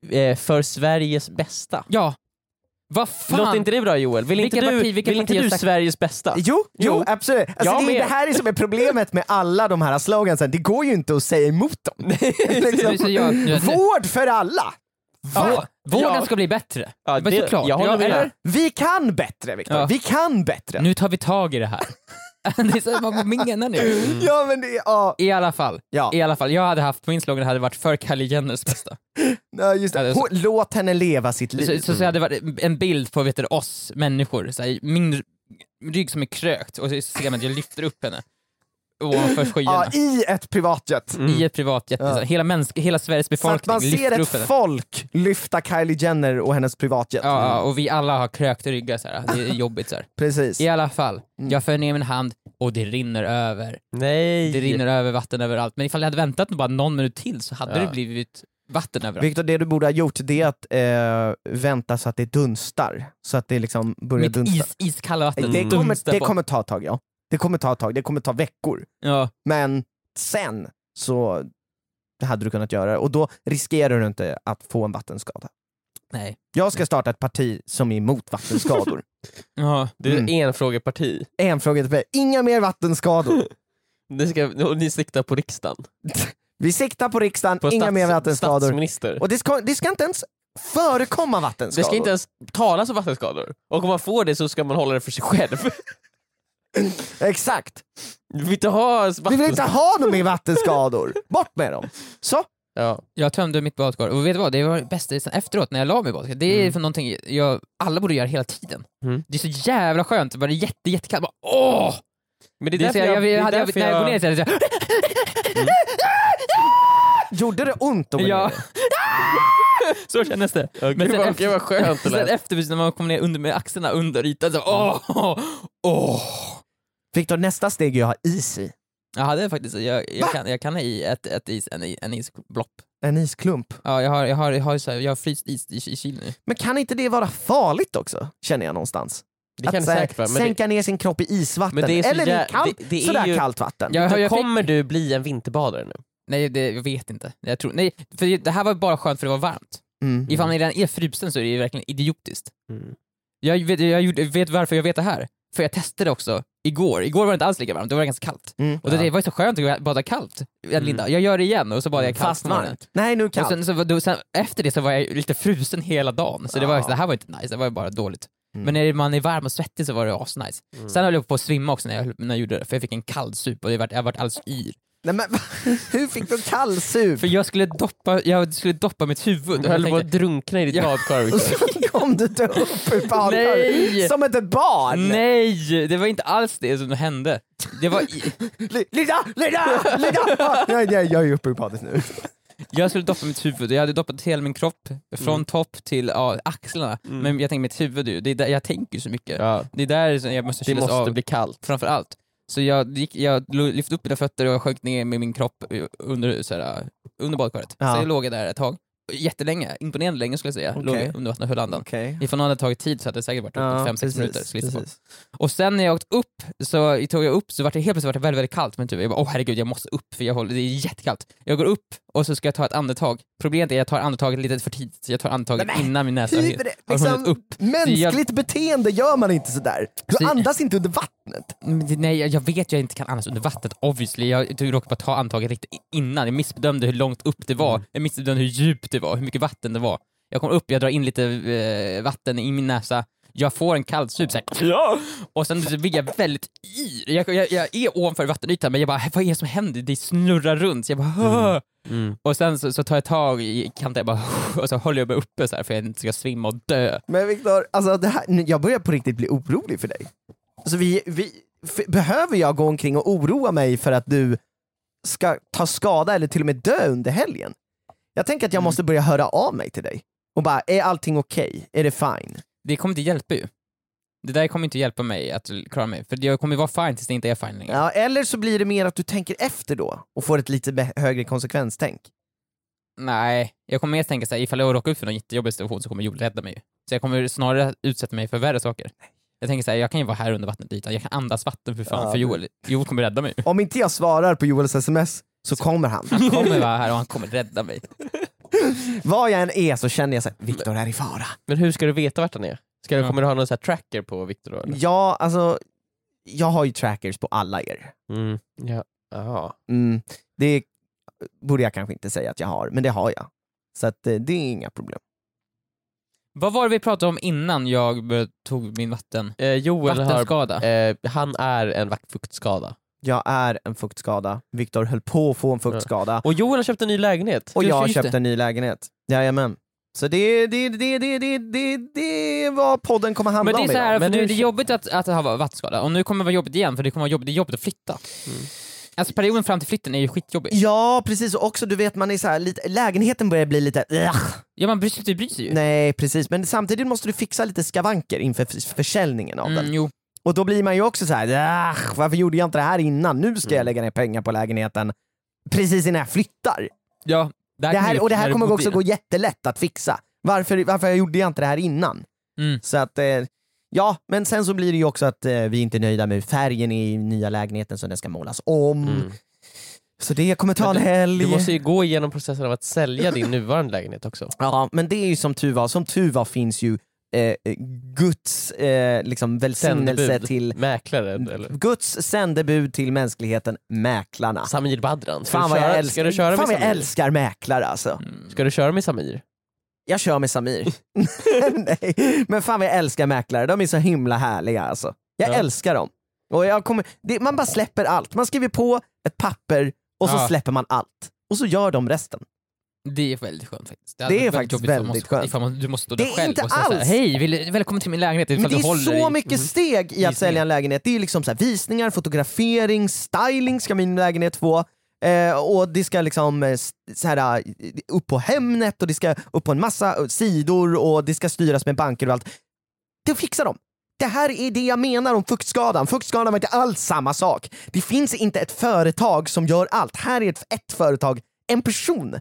Speaker 2: Eh, för Sveriges bästa.
Speaker 3: Ja. Vad fan?
Speaker 2: Låter inte det bra Joel? Vill inte
Speaker 3: Vilket
Speaker 2: du,
Speaker 3: parti- vilket
Speaker 2: vill inte
Speaker 3: parti har
Speaker 2: du
Speaker 3: sagt-
Speaker 2: Sveriges bästa?
Speaker 4: Jo, jo,
Speaker 2: Jo.
Speaker 4: absolut. Alltså,
Speaker 2: Jag
Speaker 4: det är
Speaker 2: med.
Speaker 4: det här är som är problemet med alla de här äh, slogansen, det går ju inte att säga emot dem. liksom,
Speaker 3: Så jag- jag-
Speaker 4: vård för alla!
Speaker 3: Ja, vården
Speaker 2: Ja.
Speaker 3: ska bli bättre.
Speaker 2: Ja,
Speaker 3: men
Speaker 2: det-
Speaker 3: såklart.
Speaker 2: jag håller
Speaker 3: Ja,
Speaker 2: med.
Speaker 3: eller?
Speaker 4: Vi kan bättre Viktor,
Speaker 3: Ja.
Speaker 4: vi kan bättre.
Speaker 3: Nu tar vi tag i det här. det är så, här, vad vad menar ni?
Speaker 4: Ja men det, ja,
Speaker 3: I alla fall,
Speaker 4: ja.
Speaker 3: i alla fall. Jag hade haft, min slogan hade varit för Kalle Jenners bästa.
Speaker 4: ja just
Speaker 3: Ja, det
Speaker 4: det.
Speaker 3: är så.
Speaker 4: Hon- Låt henne leva sitt liv.
Speaker 3: Så, så, så hade det varit en bild på vet du, oss människor, så här, min r- rygg som är krökt och så ser man att jag lyfter upp henne ovanför skyarna.
Speaker 4: Ja, i ett privatjet.
Speaker 3: I ett privatjet.
Speaker 4: Ja.
Speaker 3: Ja. Hela, mänsk- hela Sveriges
Speaker 4: Så att
Speaker 3: befolkning
Speaker 4: man ser
Speaker 3: Mm. lyfter
Speaker 4: ett
Speaker 3: upp henne.
Speaker 4: folk lyfta Kylie Jenner och hennes privatjet. Mm,
Speaker 3: Ja, ja, och vi alla har krökta ryggar, så här. det är jobbigt. Så här.
Speaker 4: Precis.
Speaker 3: I alla fall,
Speaker 4: Mm.
Speaker 3: jag för ner min hand och det rinner över.
Speaker 2: Nej!
Speaker 3: Det rinner över vatten överallt. Men ifall jag hade väntat bara någon minut till så hade
Speaker 2: Ja.
Speaker 3: det blivit vatten överallt.
Speaker 4: Viktor, det du borde ha gjort det är att eh, vänta så att det dunstar. Så att det liksom börjar
Speaker 3: Mitt
Speaker 4: dunsta.
Speaker 3: is, iskalla vatten
Speaker 4: det, kommer,
Speaker 3: dunstar
Speaker 4: det
Speaker 3: bort.
Speaker 4: kommer ta ett tag ja. Det kommer ta ett tag, det kommer ta veckor.
Speaker 3: Ja.
Speaker 4: Men sen så hade du kunnat göra det och då riskerar du inte att få en vattenskada.
Speaker 3: Nej.
Speaker 4: Jag ska starta ett parti som är emot vattenskador.
Speaker 3: Ja.
Speaker 2: Du är
Speaker 4: Mm.
Speaker 2: enfrågeparti.
Speaker 4: en fråga till mig, inga mer vattenskador.
Speaker 2: Ni, ska, och ni siktar på riksdagen.
Speaker 4: Vi siktar på riksdagen,
Speaker 2: På
Speaker 4: inga mer
Speaker 2: stats-
Speaker 4: vattenskador.
Speaker 2: Statsminister.
Speaker 4: Och det ska, det ska inte ens förekomma vattenskador.
Speaker 2: Det ska inte ens talas om vattenskador. Och om man får det så ska man hålla det för sig själv.
Speaker 4: Exakt!
Speaker 2: Vi vill inte ha vattenskador.
Speaker 4: Vi vill inte ha dem i vattenskador! Bort med dem! Så,
Speaker 2: Ja.
Speaker 3: Jag tömde mitt badkar och vet du vad, det var det bästa sen efteråt när jag la mig i badkaret. Det är
Speaker 2: Mm.
Speaker 3: för någonting jag, alla borde göra hela tiden.
Speaker 2: Mm.
Speaker 3: Det är så jävla skönt, det var jätte, jättekallt. Bara, åh!
Speaker 2: Men det
Speaker 3: Det
Speaker 2: är därför
Speaker 3: är så
Speaker 2: jag...
Speaker 3: här, jag,
Speaker 2: det är
Speaker 3: jag, hade- jag,
Speaker 2: därför
Speaker 3: när jag går ner så är det så här,
Speaker 4: gjorde det ont om
Speaker 3: Ja.
Speaker 4: ja.
Speaker 3: så kändes det.
Speaker 2: Ja,
Speaker 3: Men
Speaker 2: gud,
Speaker 3: sen
Speaker 2: vad,
Speaker 3: efter-
Speaker 2: gud vad skönt det
Speaker 3: Sen
Speaker 2: lät.
Speaker 3: efter när man kom ner under, med axlarna under ytan så åh, åh.
Speaker 4: Viktor, nästa steg är att ha is i.
Speaker 3: Jag hade faktiskt, jag,
Speaker 4: Va?
Speaker 3: jag, kan, jag kan ha i ett, ett is, en, i- en isblopp.
Speaker 4: En isklump.
Speaker 3: Ja, jag har, jag har, jag har, så här, jag har fryst is i, i kylen nu.
Speaker 4: Men kan inte det vara farligt också? Känner jag någonstans.
Speaker 2: Det
Speaker 4: att
Speaker 2: kan det
Speaker 4: så här,
Speaker 2: säkert vara, men det-
Speaker 4: sänka ner sin kropp i isvatten
Speaker 2: Men det är så
Speaker 4: eller i
Speaker 2: jä-
Speaker 4: kallt,
Speaker 2: det- det är
Speaker 4: sådär
Speaker 2: ju-
Speaker 4: kallt vatten.
Speaker 3: Jag,
Speaker 2: Då
Speaker 3: jag fick,
Speaker 2: kommer du bli en vinterbadare nu.
Speaker 3: nej, det, jag vet inte. Jag tror, nej, för det här var bara skönt för det var varmt.
Speaker 4: Mm.
Speaker 3: Ifall man redan är frusen så är det ju verkligen idiotiskt.
Speaker 2: Mm.
Speaker 3: Jag vet, jag gjorde- vet varför jag vet det här, för jag testade också igår. Igår var det inte alls lika varmt, det var ganska kallt.
Speaker 4: Mm.
Speaker 3: Och det, det var ju så skönt att bada kallt, eh, Linda. Jag gör det igen och så badade jag kallt.
Speaker 2: Fast
Speaker 3: på morgonen.
Speaker 2: varmt.
Speaker 4: Nej, nu
Speaker 3: Och
Speaker 4: kallt.
Speaker 3: sen, så, var- då, sen, efter det så var jag lite frusen hela dagen, så det, var,
Speaker 4: Ja.
Speaker 3: så det här var inte nice, det var ju bara dåligt.
Speaker 4: Mm.
Speaker 3: Men när man är varm och svettig så var det asnice. Sen höll jag på att svimma också när jag, höll- när jag gjorde det, för jag fick en kall sup och det vart- jag vart alldeles yr.
Speaker 4: Nej, men, hur fick du kallsup?
Speaker 3: För jag skulle doppa, jag skulle doppa mitt huvud.
Speaker 2: Du
Speaker 3: och jag
Speaker 2: höll på
Speaker 3: tänkte,
Speaker 2: att drunkna i ditt badkar. Victor.
Speaker 4: Kom du inte upp ur badkaret?
Speaker 3: Nej.
Speaker 4: Som ett barn?
Speaker 3: Nej, det var inte alls det som hände. Det var, i-
Speaker 4: Li- Linda! Linda! Linda! Ah, nej, nej, jag är uppe ur badet nu.
Speaker 3: jag skulle doppa mitt huvud, jag hade doppat hela min kropp, från
Speaker 4: Mm.
Speaker 3: topp till ja, axlarna. Men jag tänkte mitt huvud, ju, det är där, jag tänker ju så mycket.
Speaker 2: Ja,
Speaker 3: Det är där som jag måste
Speaker 2: det
Speaker 3: kylas av.
Speaker 2: måste bli kallt.
Speaker 3: framför allt. Så jag, gick, jag lo- lyfte upp mina fötter och jag sjönk ner med min kropp eh, under, så här, eh, under badkaret.
Speaker 4: Ja.
Speaker 3: Så jag låg där ett tag. Jättelänge, imponerande länge skulle jag säga.
Speaker 4: Okej.
Speaker 3: Låg under vattnet och höll andan.
Speaker 4: Okej.
Speaker 3: Ifall någon hade tagit tid så hade det säkert varit
Speaker 4: Ja,
Speaker 3: 5-6
Speaker 4: precis,
Speaker 3: minuter. skulle jag gissa på.
Speaker 4: precis.
Speaker 3: Och sen när jag åkt upp så tog jag upp så var det helt plötsligt var det väldigt, väldigt kallt. Men typ, jag bara, åh herregud jag måste upp för jag håller, det är jättekallt. Jag går upp och så ska jag ta ett andetag. Problemet är att jag tar andetaget lite för tidigt. Så jag tar andetaget
Speaker 4: Nej, men
Speaker 3: innan min
Speaker 2: Alltså,
Speaker 3: näsa
Speaker 4: Hur,
Speaker 3: har hunnit
Speaker 4: liksom,
Speaker 3: upp.
Speaker 4: mänskligt beteende gör man inte sådär. Du
Speaker 3: Så-
Speaker 4: andas inte under vattnet.
Speaker 3: Men Mm, det- Nej, jag- jag vet ju jag inte kan andas under vattnet obviously. Jag du råkade bara ta antaget riktigt i- innan. Jag missbedömde hur långt upp det var, jag missbedömde hur djupt det var, hur mycket vatten det var. Jag kommer upp, jag drar in lite eh, vatten i min näsa, jag får en kallsup såhär, ja! och sen så blir jag väldigt yr. Jag, jag, jag är ovanför vattenytan men jag bara, vad är det som händer? Det snurrar runt. Så jag bara, "Åh!"
Speaker 2: Mm.
Speaker 3: Och sen så, så tar jag tag i kanten jag bara, och så håller jag mig uppe så här för jag inte ska svimma och dö.
Speaker 4: Men Viktor, alltså det här, nu- jag börjar på riktigt bli orolig för dig. Alltså vi, vi, f- behöver jag gå omkring och oroa mig för att du ska ta skada eller till och med dö under helgen? Jag tänker att jag måste börja höra av mig till dig och bara, är allting okej? Är det fine?
Speaker 3: Det kommer inte hjälpa ju. Det där kommer inte hjälpa mig att klara mig, för jag kommer vara fine tills det inte är fine längre.
Speaker 4: Ja, eller så blir det mer att du tänker efter då och får ett lite bä- högre konsekvenstänk.
Speaker 3: Nej, jag kommer mer tänka såhär, ifall jag råkar ut för någon jättejobbig situation så kommer Joel rädda mig. Så jag kommer snarare utsätta mig för värre saker. Jag tänker såhär, jag kan ju vara här under vattenytan, jag kan andas vatten för fan,
Speaker 4: Ja,
Speaker 3: för
Speaker 4: men-
Speaker 3: Joel, Joel kommer rädda mig.
Speaker 4: Om inte jag svarar på Joels sms så kommer han.
Speaker 3: Han kommer vara här och han kommer rädda mig.
Speaker 4: Var jag än är så känner jag såhär, Viktor är i fara.
Speaker 2: Men hur ska du veta vart han är? Ska du,
Speaker 3: Ja.
Speaker 2: kommer du ha någon så här tracker på Victor då? Eller?
Speaker 4: Ja, alltså, jag har ju trackers på alla er.
Speaker 2: Mm. Ja. Aha.
Speaker 4: Mm, det borde jag kanske inte säga att jag har, men det har jag. Så att, eh, det är inga problem.
Speaker 3: Vad var det vi pratade om innan jag började- tog min vatten?
Speaker 2: Eh, Joel har,
Speaker 3: Vattenskada?
Speaker 2: eh, han är en vak- fuktskada.
Speaker 4: Jag är en fuktskada, Viktor höll på att få en fuktskada
Speaker 2: Och Joel har köpt en ny lägenhet.
Speaker 4: och
Speaker 3: Du,
Speaker 4: jag
Speaker 3: så
Speaker 4: har
Speaker 3: just
Speaker 4: köpt
Speaker 3: det.
Speaker 4: en ny lägenhet. Jajamän. Så det, det, det, det, det, det, det var podden kommer handla
Speaker 3: Men det är
Speaker 4: om
Speaker 3: så här,
Speaker 4: idag.
Speaker 3: för
Speaker 2: Men
Speaker 3: nu
Speaker 2: du-
Speaker 3: är det jobbigt att, att ha vattenskada, och nu kommer det vara jobbigt igen för det kommer vara jobbigt, det är jobbigt att flytta.
Speaker 4: Mm.
Speaker 3: Alltså perioden fram till flytten är ju skitjobbig.
Speaker 4: Ja precis, och också du vet man är så här, lite, lägenheten börjar bli lite "Ugh."
Speaker 3: Ja man bryr sig, det bryr sig ju.
Speaker 4: Nej precis, men samtidigt måste du fixa lite skavanker inför f- försäljningen av den.
Speaker 3: Mm, jo.
Speaker 4: Och då blir man ju också så här, "Ah, varför gjorde jag inte det här innan? Nu
Speaker 2: Mm.
Speaker 4: ska jag lägga ner pengar på lägenheten precis innan jag flyttar.
Speaker 3: Ja,
Speaker 4: Det här, och det här kommer också
Speaker 3: gå
Speaker 4: gå jättelätt att fixa. Varför, varför gjorde jag inte det här innan?
Speaker 3: Mm.
Speaker 4: Så att, eh, ja, men sen så blir det ju också att eh, vi inte är nöjda med färgen i nya lägenheten så den ska målas om.
Speaker 2: Mm.
Speaker 4: Så det kommer ta en
Speaker 2: Men
Speaker 4: helg.
Speaker 2: Du måste ju gå igenom processen av att sälja din nuvarande lägenhet också.
Speaker 4: Ja, men det är ju som tur var, som tur var finns ju eh, Guds eh, liksom välsignelse
Speaker 2: Sändebud.
Speaker 4: till
Speaker 2: Mäklare eller?
Speaker 4: Guds sändebud till mänskligheten, mäklarna.
Speaker 2: Samir Badran. Ska, du
Speaker 4: Fan vad
Speaker 2: köra,
Speaker 4: jag
Speaker 2: ska
Speaker 4: älskar,
Speaker 2: du köra
Speaker 4: fan
Speaker 2: med
Speaker 4: vad jag
Speaker 2: Samir?
Speaker 4: älskar mäklare alltså.
Speaker 3: Mm.
Speaker 2: Ska du köra med Samir?
Speaker 4: Jag kör med Samir. Nej, men fan vad jag älskar mäklare, de är så himla härliga alltså. Jag
Speaker 2: Ja.
Speaker 4: älskar dem. Och jag kommer, det, man bara släpper allt, man skriver på ett papper och så
Speaker 3: Ja.
Speaker 4: släpper man allt. Och så gör de resten.
Speaker 3: Det är väldigt skönt faktiskt.
Speaker 4: Det
Speaker 3: hade
Speaker 4: är
Speaker 3: varit
Speaker 4: faktiskt
Speaker 3: jobbigt ifall man-
Speaker 4: väldigt skönt.
Speaker 3: Ifall man, du måste stå där
Speaker 4: Det är
Speaker 3: själv
Speaker 4: inte
Speaker 3: och säga så här,
Speaker 4: alls-
Speaker 3: Hej, vill, välkommen till min lägenhet. Ifall
Speaker 4: Men det
Speaker 3: du
Speaker 4: är
Speaker 3: håller
Speaker 4: så
Speaker 3: i-
Speaker 4: mycket
Speaker 3: Mhm.
Speaker 4: steg i
Speaker 3: Visningar.
Speaker 4: att sälja en lägenhet. Det är ju liksom så här, visningar, fotografering, styling ska min lägenhet få. Eh, och det ska liksom eh, s- så här, eh, upp på Hemnet och det ska upp på en massa eh, sidor och det ska styras med banker och allt. Det fixar de. Det här är det jag menar om fuktskadan. Fuktskadan var inte alls samma sak. Det finns inte ett företag som gör allt. Här är ett, ett företag, en person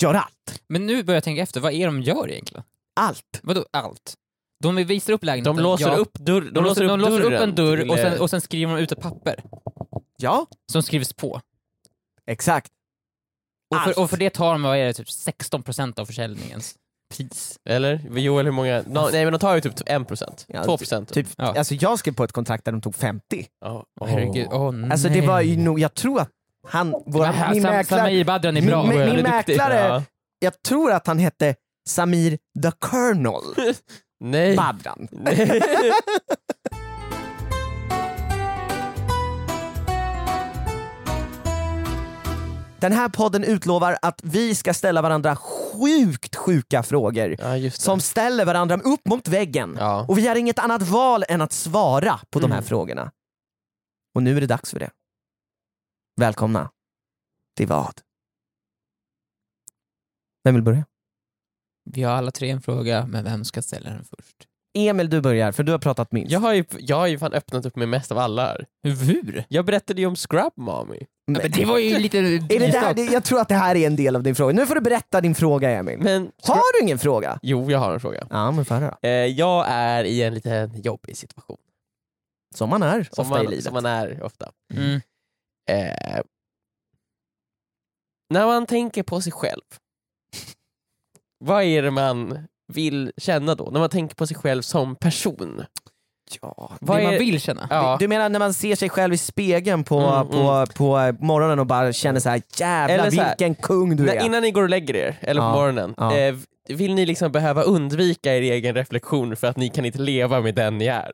Speaker 4: gör allt.
Speaker 3: Men nu börjar jag tänka efter, vad är det de gör egentligen?
Speaker 4: Allt.
Speaker 3: Vadå allt? De visar upp lägenheten.
Speaker 2: De låser
Speaker 3: ja.
Speaker 2: upp, dörr, Mm. de
Speaker 3: De låser, de låser upp
Speaker 2: dörren
Speaker 3: en dörr
Speaker 2: till,
Speaker 3: och
Speaker 2: eh,
Speaker 3: sen, och sen skriver de ut ett papper
Speaker 4: Ja,
Speaker 3: som skrivs på.
Speaker 4: exakt.
Speaker 3: Och
Speaker 4: Allt.
Speaker 3: för, och för det tar de, vad är det, typ 16% av försäljningens pris.
Speaker 2: Eller? Joel, hur många? Nå- nej men de tar ju typ 1%,
Speaker 4: Ja,
Speaker 2: 2%.
Speaker 4: Typ,
Speaker 3: Ja.
Speaker 4: alltså jag skrev på ett kontrakt där de tog 50.
Speaker 2: Ja.
Speaker 3: Herregud, åh nej.
Speaker 4: Alltså det var ju nog, jag tror att han, vår, min
Speaker 3: Sam,
Speaker 4: mäklare,
Speaker 3: Samir Badran är bra.
Speaker 4: Min- min-
Speaker 2: Joel är duktig.
Speaker 4: mäklare-
Speaker 2: Ja.
Speaker 4: jag tror att han hette Samir the Colonel
Speaker 2: Nej.
Speaker 4: Badran.
Speaker 2: Nej.
Speaker 4: Den här podden utlovar att vi ska ställa varandra sjukt sjuka frågor
Speaker 2: ja just det.
Speaker 4: som ställer varandra upp mot väggen.
Speaker 2: Ja.
Speaker 4: Och vi har inget annat val än att svara på de
Speaker 3: Mm.
Speaker 4: här frågorna. Och nu är det dags för det. Välkomna till vad? Vem vill börja?
Speaker 3: Vi har alla tre en fråga, men vem ska ställa den först?
Speaker 4: Emil du börjar, för du har pratat minst.
Speaker 2: Jag har, ju, jag har ju fan öppnat upp mig mest av alla här.
Speaker 3: Hur?
Speaker 2: Jag berättade ju om Scrub Mommy.
Speaker 4: Men-
Speaker 3: det var ju lite...
Speaker 4: Är det där, det- jag tror att det här är en del av din fråga. Nu får du berätta din fråga Emil.
Speaker 2: Men,
Speaker 4: Har du ingen fråga?
Speaker 2: jo jag har en fråga.
Speaker 4: Ja men förra.
Speaker 2: Eh, jag är i en lite jobbig situation.
Speaker 4: Som man är
Speaker 2: Som,
Speaker 4: ofta
Speaker 2: man,
Speaker 4: i livet.
Speaker 2: som man är ofta.
Speaker 3: Mm.
Speaker 2: Eh, när man tänker på sig själv, vad är det man vill känna då? När man tänker på sig själv som person.
Speaker 4: ja.
Speaker 2: Vad
Speaker 3: det
Speaker 2: är-
Speaker 3: man vill känna.
Speaker 2: Ja.
Speaker 4: Du menar när man ser sig själv i spegeln på,
Speaker 2: Mm,
Speaker 4: på, på morgonen och bara känner så här: jävlar
Speaker 2: Eller så här,
Speaker 4: vilken kung du
Speaker 2: När,
Speaker 4: är.
Speaker 2: innan ni går och lägger er, eller på
Speaker 4: Ja,
Speaker 2: morgonen,
Speaker 4: ja.
Speaker 2: eh, vill ni liksom behöva undvika er egen reflektion för att ni kan inte leva med den ni är?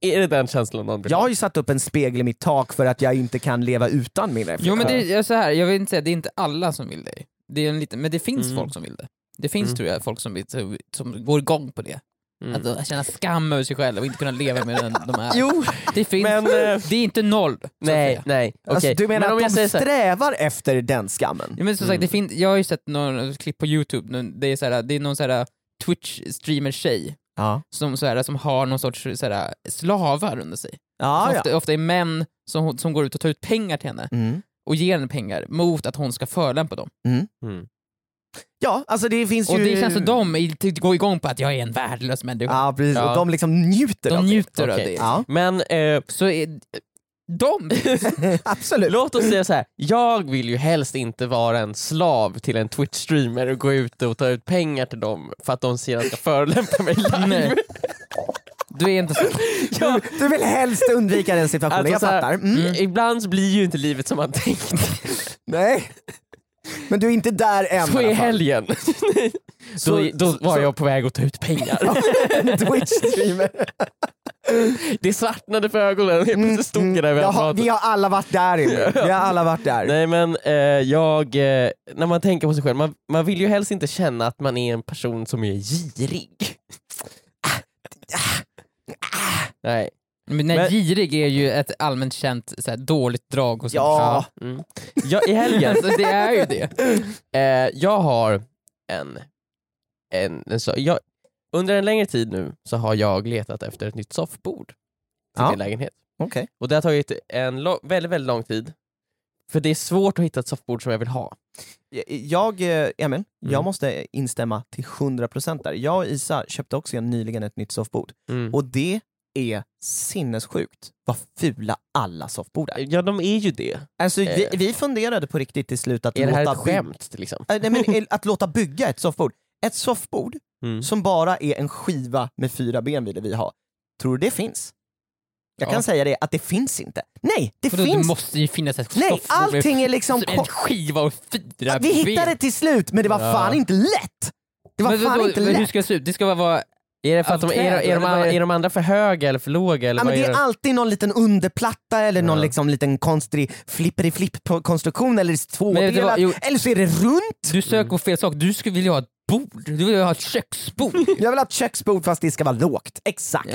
Speaker 2: Är det den känslan någon vill
Speaker 4: Jag
Speaker 2: ha?
Speaker 4: har ju satt upp en spegel i mitt tak för att jag inte kan leva utan min reflektion.
Speaker 3: Jo men det är så här, jag vill inte säga det är inte alla som vill det. det är en liten, men det finns
Speaker 2: Mm.
Speaker 3: folk som vill det. Det finns
Speaker 2: Mm.
Speaker 3: tror jag folk som, vill- som går igång på det.
Speaker 2: Mm.
Speaker 3: Att, känna skam över sig själv och inte kunna leva med den de är.
Speaker 2: Jo,
Speaker 3: Det finns,
Speaker 2: men... Eh,
Speaker 3: det är inte noll. så att
Speaker 2: nej,
Speaker 3: säga.
Speaker 2: nej.
Speaker 4: alltså,
Speaker 2: okej.
Speaker 4: du menar
Speaker 2: men om
Speaker 4: att
Speaker 2: jag
Speaker 4: de
Speaker 2: säger så här,
Speaker 4: strävar efter den skammen?
Speaker 3: Ja, men som sagt, det fin- jag har ju sett några klipp på youtube, nu- det är, så här, det är någon så här eh, twitch-streamer-tjej
Speaker 4: Ja.
Speaker 3: som, så här, som har någon sorts så här, slavar under sig.
Speaker 4: Ja,
Speaker 3: som
Speaker 4: Ah, ja.
Speaker 3: ofta, ofta är män som, som går ut och tar ut pengar till henne
Speaker 4: Mm.
Speaker 3: och ger henne pengar mot att hon ska förolämpa dem.
Speaker 2: Mm.
Speaker 4: ja, alltså det finns
Speaker 3: Och
Speaker 4: ju... Ah,
Speaker 3: det känns som de är- går igång på att jag är en värdelös människa.
Speaker 4: Ja precis,
Speaker 2: Ja.
Speaker 4: och de liksom njuter av
Speaker 3: de
Speaker 4: det.
Speaker 3: njuter av
Speaker 2: Okej.
Speaker 3: det.
Speaker 4: Ja,
Speaker 2: men eh,
Speaker 3: Så är, de...
Speaker 4: absolut.
Speaker 2: Låt oss säga så här. jag vill ju helst inte vara en slav till en Twitch-streamer och gå ut och ta ut pengar till dem för att de ser att jag ska förolämpa mig live.
Speaker 3: Nej. Du är inte så...
Speaker 2: Ja,
Speaker 4: Du vill helst undvika den situationen,
Speaker 2: Alltså
Speaker 4: jag
Speaker 2: så här-
Speaker 4: fattar. Mm.
Speaker 2: mm. Ibland så blir ju inte livet som man tänkt.
Speaker 4: Nej. Men du är inte där än
Speaker 2: Så
Speaker 4: i
Speaker 2: i
Speaker 4: alla fall.
Speaker 2: helgen,
Speaker 4: Så-
Speaker 2: då, då var
Speaker 4: så-
Speaker 2: jag på väg att ta ut pengar.
Speaker 4: En Twitch-streamer.
Speaker 2: Det svartnade för ögonen, helt plötsligt stod jag där vid
Speaker 4: Jag har-
Speaker 2: apparaten.
Speaker 4: Mm. Vi har alla varit där inne. Vi har alla varit där.
Speaker 2: Nej men eh, jag, eh, när man tänker på sig själv, man, man vill ju helst inte känna att man är en person som är girig. Nej.
Speaker 3: Men, nej,
Speaker 2: Men-
Speaker 3: girig är ju ett allmänt känt så här, dåligt drag hos en
Speaker 4: Ja,
Speaker 2: Mm. Jag, I helgen,
Speaker 3: person. Alltså, det är ju det.
Speaker 2: eh, jag har en, en, en så, jag, under en längre tid nu så har jag letat efter ett nytt soffbord till
Speaker 4: Ja.
Speaker 2: min lägenhet.
Speaker 4: okej.
Speaker 2: Och det har tagit en lång, väldigt, väldigt lång tid. För det är svårt att hitta ett soffbord som jag vill ha.
Speaker 4: Jag, eh, Emil, jag
Speaker 2: Mm.
Speaker 4: måste instämma till 100% där. Jag och Isa köpte också igen nyligen ett nytt soffbord.
Speaker 2: Och,
Speaker 3: Mm.
Speaker 4: Och det är sinnessjukt vad fula alla soffbord är.
Speaker 2: ja de är ju det.
Speaker 4: Alltså, vi,
Speaker 2: Eh.
Speaker 4: vi funderade på riktigt till slut att
Speaker 2: Är det här
Speaker 4: låta
Speaker 2: ett
Speaker 4: bygg-
Speaker 2: skämt? Liksom?
Speaker 4: Eh, Nej, men, eh, att låta bygga ett soffbord. Ett soffbord
Speaker 2: Mm.
Speaker 4: som bara är en skiva med fyra ben ville vi ha. Tror du det finns? Jag
Speaker 3: Ja.
Speaker 4: kan säga det, att det finns inte. Nej, det
Speaker 3: Vadå, det
Speaker 4: finns!
Speaker 3: måste ju finnas ett
Speaker 4: Nej,
Speaker 3: stoff-
Speaker 4: allting är liksom...
Speaker 3: en
Speaker 4: ko-
Speaker 3: skiva och fyra
Speaker 4: Vi
Speaker 3: ben.
Speaker 4: hittade det till slut, men det var
Speaker 2: Ja.
Speaker 4: fan inte lätt! Det var
Speaker 3: Men
Speaker 4: fan
Speaker 3: vadå,
Speaker 4: inte
Speaker 3: men Hur
Speaker 4: lätt!
Speaker 3: ska det se ut? Det ska bara vara...
Speaker 2: Är, det för
Speaker 3: Av
Speaker 2: att de, är,
Speaker 3: träd,
Speaker 2: de- är, de,
Speaker 3: eller vad är det?
Speaker 2: är de andra för höga eller för låga? Eller
Speaker 4: Ja,
Speaker 2: vad
Speaker 4: men det
Speaker 2: är
Speaker 4: är
Speaker 2: det?
Speaker 4: alltid någon liten underplatta eller någon
Speaker 2: Ja.
Speaker 4: liksom liten konstig flipper-flipp-konstruktion eller
Speaker 3: det var-
Speaker 4: tvådelat,
Speaker 3: jo.
Speaker 4: eller så är det runt.
Speaker 3: Du söker på fel sak. Du skulle vilja ha ett bord. Du vill ha ett köksbord.
Speaker 4: Jag vill ha ett köksbord fast det ska vara lågt. Exakt.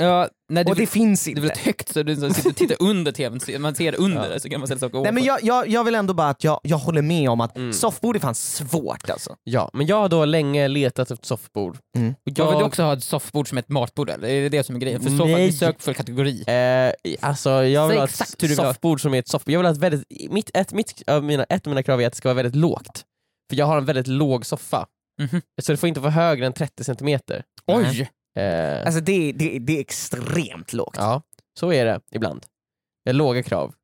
Speaker 3: ja, nej, du,
Speaker 4: Och det
Speaker 3: vill,
Speaker 4: finns
Speaker 3: du
Speaker 4: inte.
Speaker 3: vill ha ett högt så du så sitter och tittar under tvn. så Man ser under det så kan man ställa saker
Speaker 4: Nej, men jag, jag, jag vill ändå bara att jag, jag håller med om att
Speaker 2: Mm.
Speaker 4: soffbord är fan svårt alltså.
Speaker 2: Ja, men jag har då länge letat efter ett soffbord.
Speaker 4: Mm.
Speaker 2: Och
Speaker 3: Jag vill
Speaker 2: jag,
Speaker 3: du också ha ett soffbord som ett matbord eller? Är det det som är grejen? För soffan,
Speaker 2: Nej.
Speaker 3: vi söker för kategori.
Speaker 2: eh, alltså, jag vill
Speaker 3: Säg
Speaker 2: ha ett
Speaker 3: exakt hur du vill ha.
Speaker 2: soffbord som är ett soffbord. Jag vill ha ett väldigt, mitt, ett, mitt, av mina, ett av mina krav är att det ska vara väldigt lågt. För jag har en väldigt låg soffa.
Speaker 3: Mhm.
Speaker 2: Så det får inte vara högre än 30 centimeter.
Speaker 3: Oj!
Speaker 2: Eh,
Speaker 4: Alltså det, det, det är extremt lågt.
Speaker 2: ja, så är det ibland. Det är låga krav,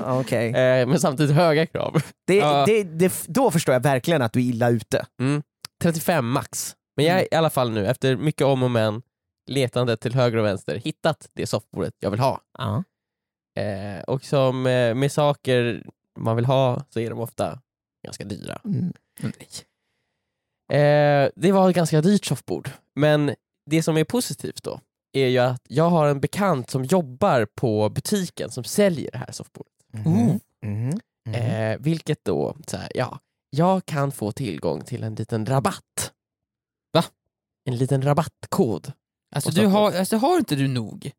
Speaker 4: Okej.
Speaker 2: eh, men samtidigt höga krav.
Speaker 4: Det,
Speaker 3: Ja.
Speaker 4: det, det, då förstår jag verkligen att du är illa ute.
Speaker 2: 35 Mm. max. Men jag har i alla fall nu, efter mycket om och men, letande till höger och vänster, hittat det soffbordet jag vill ha. Eh, och som eh, med saker man vill ha så är de ofta ganska dyra.
Speaker 4: Mm.
Speaker 2: Eh, det var ett ganska dyrt soffbord, men det som är positivt då är ju att jag har en bekant som jobbar på butiken som säljer det här soffbordet.
Speaker 4: Mm. Mm. Mm.
Speaker 2: Eh, vilket då, så här, ja, jag kan få tillgång till en liten rabatt.
Speaker 3: Va?
Speaker 2: En liten rabattkod.
Speaker 3: Alltså,
Speaker 2: Och
Speaker 3: du
Speaker 2: Stockholm.
Speaker 3: har, alltså har inte du nog?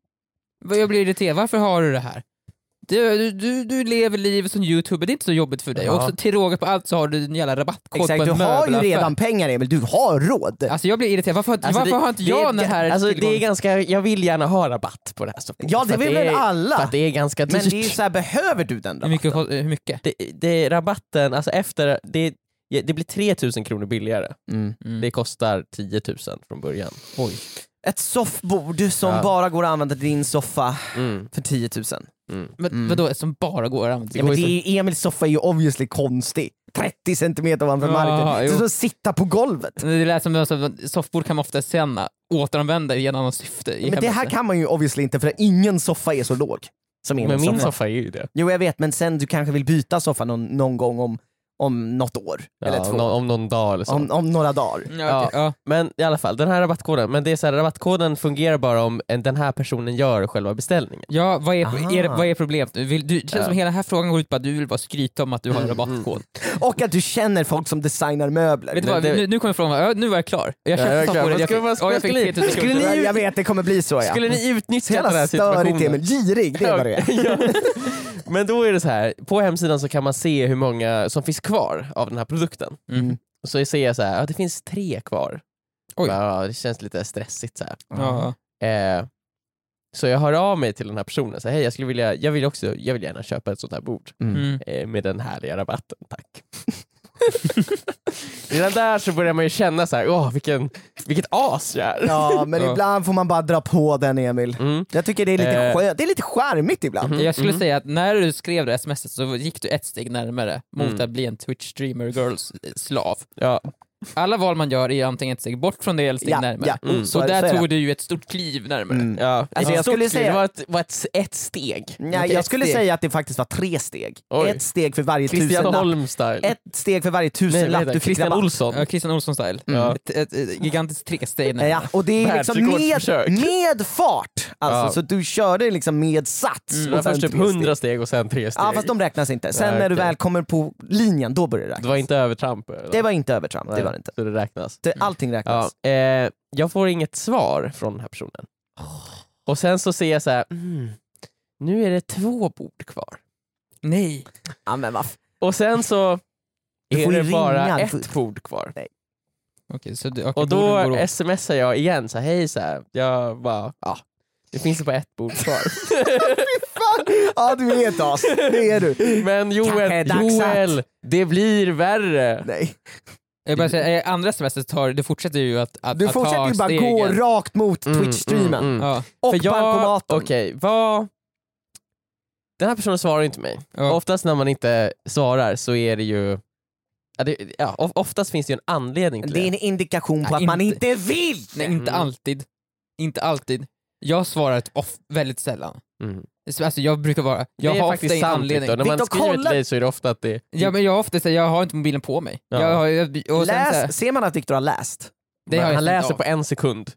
Speaker 3: Vad- Jag blir irriterad, varför har du det här? Du, du, du, du lever livet som youtuber, det är inte så jobbigt för dig.
Speaker 2: Ja.
Speaker 3: Och så till råga på allt så har du en jävla rabattkod
Speaker 4: Exakt,
Speaker 3: på
Speaker 4: du
Speaker 3: en
Speaker 4: har ju
Speaker 3: möbelaffär.
Speaker 4: redan pengar Emil, du har råd.
Speaker 3: Alltså jag blir irriterad, varför, har inte-
Speaker 2: Alltså,
Speaker 3: varför
Speaker 2: det-
Speaker 3: har inte
Speaker 2: det är
Speaker 3: jag den
Speaker 2: ga-
Speaker 3: här
Speaker 2: alltså, det är
Speaker 3: tillgången?
Speaker 2: ganska, Jag vill gärna ha rabatt på det här soffbordet.
Speaker 4: Ja
Speaker 2: för
Speaker 4: det
Speaker 2: att
Speaker 4: vill väl
Speaker 2: är- För
Speaker 4: alla?
Speaker 2: att det är ganska dyrt.
Speaker 4: Men det är ju så här, behöver du den
Speaker 3: hur,
Speaker 4: rabatten?
Speaker 3: mycket, kost- hur mycket?
Speaker 2: det, det, rabatten, alltså efter, det, det blir 3000 kronor billigare.
Speaker 4: Mm.
Speaker 2: Det kostar 10 000 från början. Oj.
Speaker 4: Ett soffbord som
Speaker 2: Ja.
Speaker 4: bara går att använda till din soffa
Speaker 2: Mm.
Speaker 4: för 10 000.
Speaker 3: Men,
Speaker 4: Mm.
Speaker 3: Vadå, som bara går att använda?
Speaker 4: Ja, men det är, Emils soffa är ju obviously konstig. 30 centimeter ovanför
Speaker 3: Ja,
Speaker 4: marken.
Speaker 3: jo.
Speaker 4: Så att sitta på golvet.
Speaker 3: Det lät som att soffbord kan man ofta senare återanvända i en annan syfte. i
Speaker 4: Men det
Speaker 3: hemmet.
Speaker 4: här kan man ju obviously inte för ingen soffa är så låg. Som Emils
Speaker 2: Men min
Speaker 4: soffa.
Speaker 2: soffa är ju det.
Speaker 4: Jo jag vet men sen du kanske vill byta soffa någon, någon gång om, om något år. eller
Speaker 2: Ja,
Speaker 4: två.
Speaker 2: nå- om någon dag eller så.
Speaker 4: om, om några dagar.
Speaker 3: Ja, okej. ja.
Speaker 2: Men i alla fall, den här rabattkoden. Men det är så här, rabattkoden fungerar bara om en- den här personen gör själva beställningen.
Speaker 3: ja vad,
Speaker 4: Aha.
Speaker 3: är, är, det- vad är problemet? nu? Vill, du, det känns
Speaker 2: Ja.
Speaker 3: som hela den här frågan går ut på att du vill bara skryta om att du har en rabattkod.
Speaker 4: Och att du känner folk som designar möbler.
Speaker 3: Vet du vad,
Speaker 2: det-
Speaker 3: nu, nu kommer frågan, ja, nu var jag klar. Jag
Speaker 2: jag är
Speaker 3: köpte
Speaker 2: klar.
Speaker 3: soffbordet,
Speaker 2: Vad
Speaker 3: jag
Speaker 2: ska-
Speaker 3: fick,
Speaker 2: vad ska-
Speaker 3: ja, jag fick
Speaker 2: skulle ni-
Speaker 3: 3000
Speaker 2: skulle
Speaker 3: kronor.
Speaker 2: ni-
Speaker 4: jag vet, det kommer bli så ja. Mm.
Speaker 2: Skulle ni
Speaker 4: Så
Speaker 2: utnyttja den
Speaker 4: jävla
Speaker 2: här
Speaker 4: störigt Emil,
Speaker 2: situationen?
Speaker 4: girig det är vad du är.
Speaker 2: Ja. Men då är det så här, på hemsidan så kan man se hur många som finns kvar av den här produkten.
Speaker 3: Mm.
Speaker 2: Och så ser jag så här, ja, det finns tre kvar.
Speaker 3: Oj.
Speaker 2: Ja, det känns lite stressigt så här.
Speaker 3: Ja.
Speaker 2: Eh, så jag hör av mig till den här personen, så här, hej jag skulle vilja, jag vill också, jag vill gärna köpa ett sånt här bord
Speaker 3: Mm.
Speaker 2: eh, med den härliga rabatten, tack. Redan där så börjar man ju känna så här, åh vilken, vilket as jag är.
Speaker 4: Ja men
Speaker 3: Ja.
Speaker 4: ibland får man bara dra på den Emil.
Speaker 2: Mm.
Speaker 4: Jag tycker det är lite,
Speaker 2: Eh.
Speaker 4: skö- det är lite charmigt ibland.
Speaker 2: Mhm.
Speaker 3: Jag skulle säga att när du skrev det smset så gick du ett steg närmare mot att bli en Twitch-streamer girls slav.
Speaker 2: Ja.
Speaker 3: Alla val man gör är antingen ett steg bort från det eller ett steg
Speaker 4: Ja,
Speaker 3: närmare.
Speaker 4: ja. Mm.
Speaker 3: Så
Speaker 4: Så är det, så är
Speaker 3: där
Speaker 4: det.
Speaker 3: tog du ju ett stort kliv närmare.
Speaker 4: Mm.
Speaker 2: Ja.
Speaker 4: Alltså, jag
Speaker 2: Ett stort
Speaker 4: skulle
Speaker 2: steg.
Speaker 4: säga-
Speaker 2: Det var ett, var ett, ett steg.
Speaker 4: Nej,
Speaker 2: Okej,
Speaker 4: jag
Speaker 2: ett
Speaker 4: skulle
Speaker 2: steg.
Speaker 4: säga att det faktiskt var tre steg.
Speaker 2: Oj.
Speaker 4: Ett steg för varje
Speaker 2: Christian
Speaker 4: tusenlapp.
Speaker 2: Holm-style.
Speaker 4: Ett steg för varje
Speaker 2: Nej,
Speaker 4: tusenlapp
Speaker 2: vad heter
Speaker 4: du
Speaker 2: han?
Speaker 4: fick
Speaker 2: Christian
Speaker 4: rabatt.
Speaker 2: Olsson.
Speaker 3: Ja, Christian Olsson-style.
Speaker 4: Mm.
Speaker 3: Ett, ett, ett gigantiskt tresteg närmare.
Speaker 4: Ja, och det är liksom med,
Speaker 2: Världsrekordförsök.
Speaker 4: med fart. Alltså,
Speaker 2: Ja.
Speaker 4: Så du körde liksom med sats.
Speaker 2: Det
Speaker 4: och
Speaker 2: var
Speaker 4: sen
Speaker 2: först typ
Speaker 4: tre steg.
Speaker 2: 100 steg och sen tre steg.
Speaker 4: Ja fast de räknas inte. Sen
Speaker 2: Nej,
Speaker 4: när du
Speaker 2: okej.
Speaker 4: väl kommer på linjen, då börjar det
Speaker 2: Det
Speaker 4: räknas.
Speaker 2: var inte övertramp. eller?
Speaker 4: Det var inte övertramp, det
Speaker 2: Nej, Mm.
Speaker 4: var det inte.
Speaker 2: Så det räknas.
Speaker 4: Det- Allting räknas.
Speaker 2: Ja, eh, jag får inget svar från den här personen. Och sen så ser jag så här, mm, nu är det två bord kvar.
Speaker 3: Nej.
Speaker 4: Ja, men vad f-
Speaker 2: Och sen så
Speaker 4: Du
Speaker 2: är
Speaker 4: får ju
Speaker 2: det bara
Speaker 4: ringa, du
Speaker 2: ett
Speaker 4: får-
Speaker 2: bord kvar.
Speaker 3: Okej, så du, okej,
Speaker 2: Och
Speaker 3: borden
Speaker 2: då
Speaker 3: går åt.
Speaker 2: smsar jag igen så här, hej så här. jag bara, ja, det finns bara ett bord kvar.
Speaker 4: ja du är ett as, det är du.
Speaker 2: Men
Speaker 4: Kanske är
Speaker 2: Joel,
Speaker 4: det dags att- Mm,
Speaker 2: Joel, det blir värre.
Speaker 4: Nej.
Speaker 3: Jag bara säger, eh, andra semestern tar, du fortsätter ju att, att
Speaker 4: Du
Speaker 3: att
Speaker 4: fortsätter
Speaker 3: ta
Speaker 4: ju bara
Speaker 3: stegen.
Speaker 4: gå rakt mot
Speaker 2: Mm,
Speaker 4: Twitch-streamen.
Speaker 2: mm, mm.
Speaker 3: Ja,
Speaker 4: Och
Speaker 2: För jag-
Speaker 4: bankomaten.
Speaker 2: Okej, vad... Den här personen svarar inte mig.
Speaker 3: ja.
Speaker 2: Oftast när man inte svarar så är det ju... Ja, det, ja, of- oftast finns det ju en anledning till
Speaker 4: Det är en indikation på
Speaker 3: Ja,
Speaker 4: att man
Speaker 3: inte-
Speaker 4: inte vill!
Speaker 3: Nej, inte
Speaker 2: Mm.
Speaker 3: alltid. Inte alltid. Jag svarar typ off, väldigt sällan.
Speaker 2: Mm.
Speaker 3: Alltså jag brukar vara, jag
Speaker 2: det är
Speaker 3: har
Speaker 2: faktiskt
Speaker 3: ofta ingen
Speaker 2: sant,
Speaker 3: anledning.
Speaker 2: Viktor. När man
Speaker 4: Viktor,
Speaker 2: skriver
Speaker 4: kolla-
Speaker 2: till dig så är det ofta att det...
Speaker 3: Ja, men jag har ofta säger jag har inte mobilen på mig.
Speaker 2: Ja.
Speaker 3: Jag har, jag, och sen, så här,
Speaker 4: Läs, ser man att Viktor har läst?
Speaker 3: det har jag
Speaker 2: han
Speaker 3: stängt
Speaker 2: läser
Speaker 3: av.
Speaker 2: på en sekund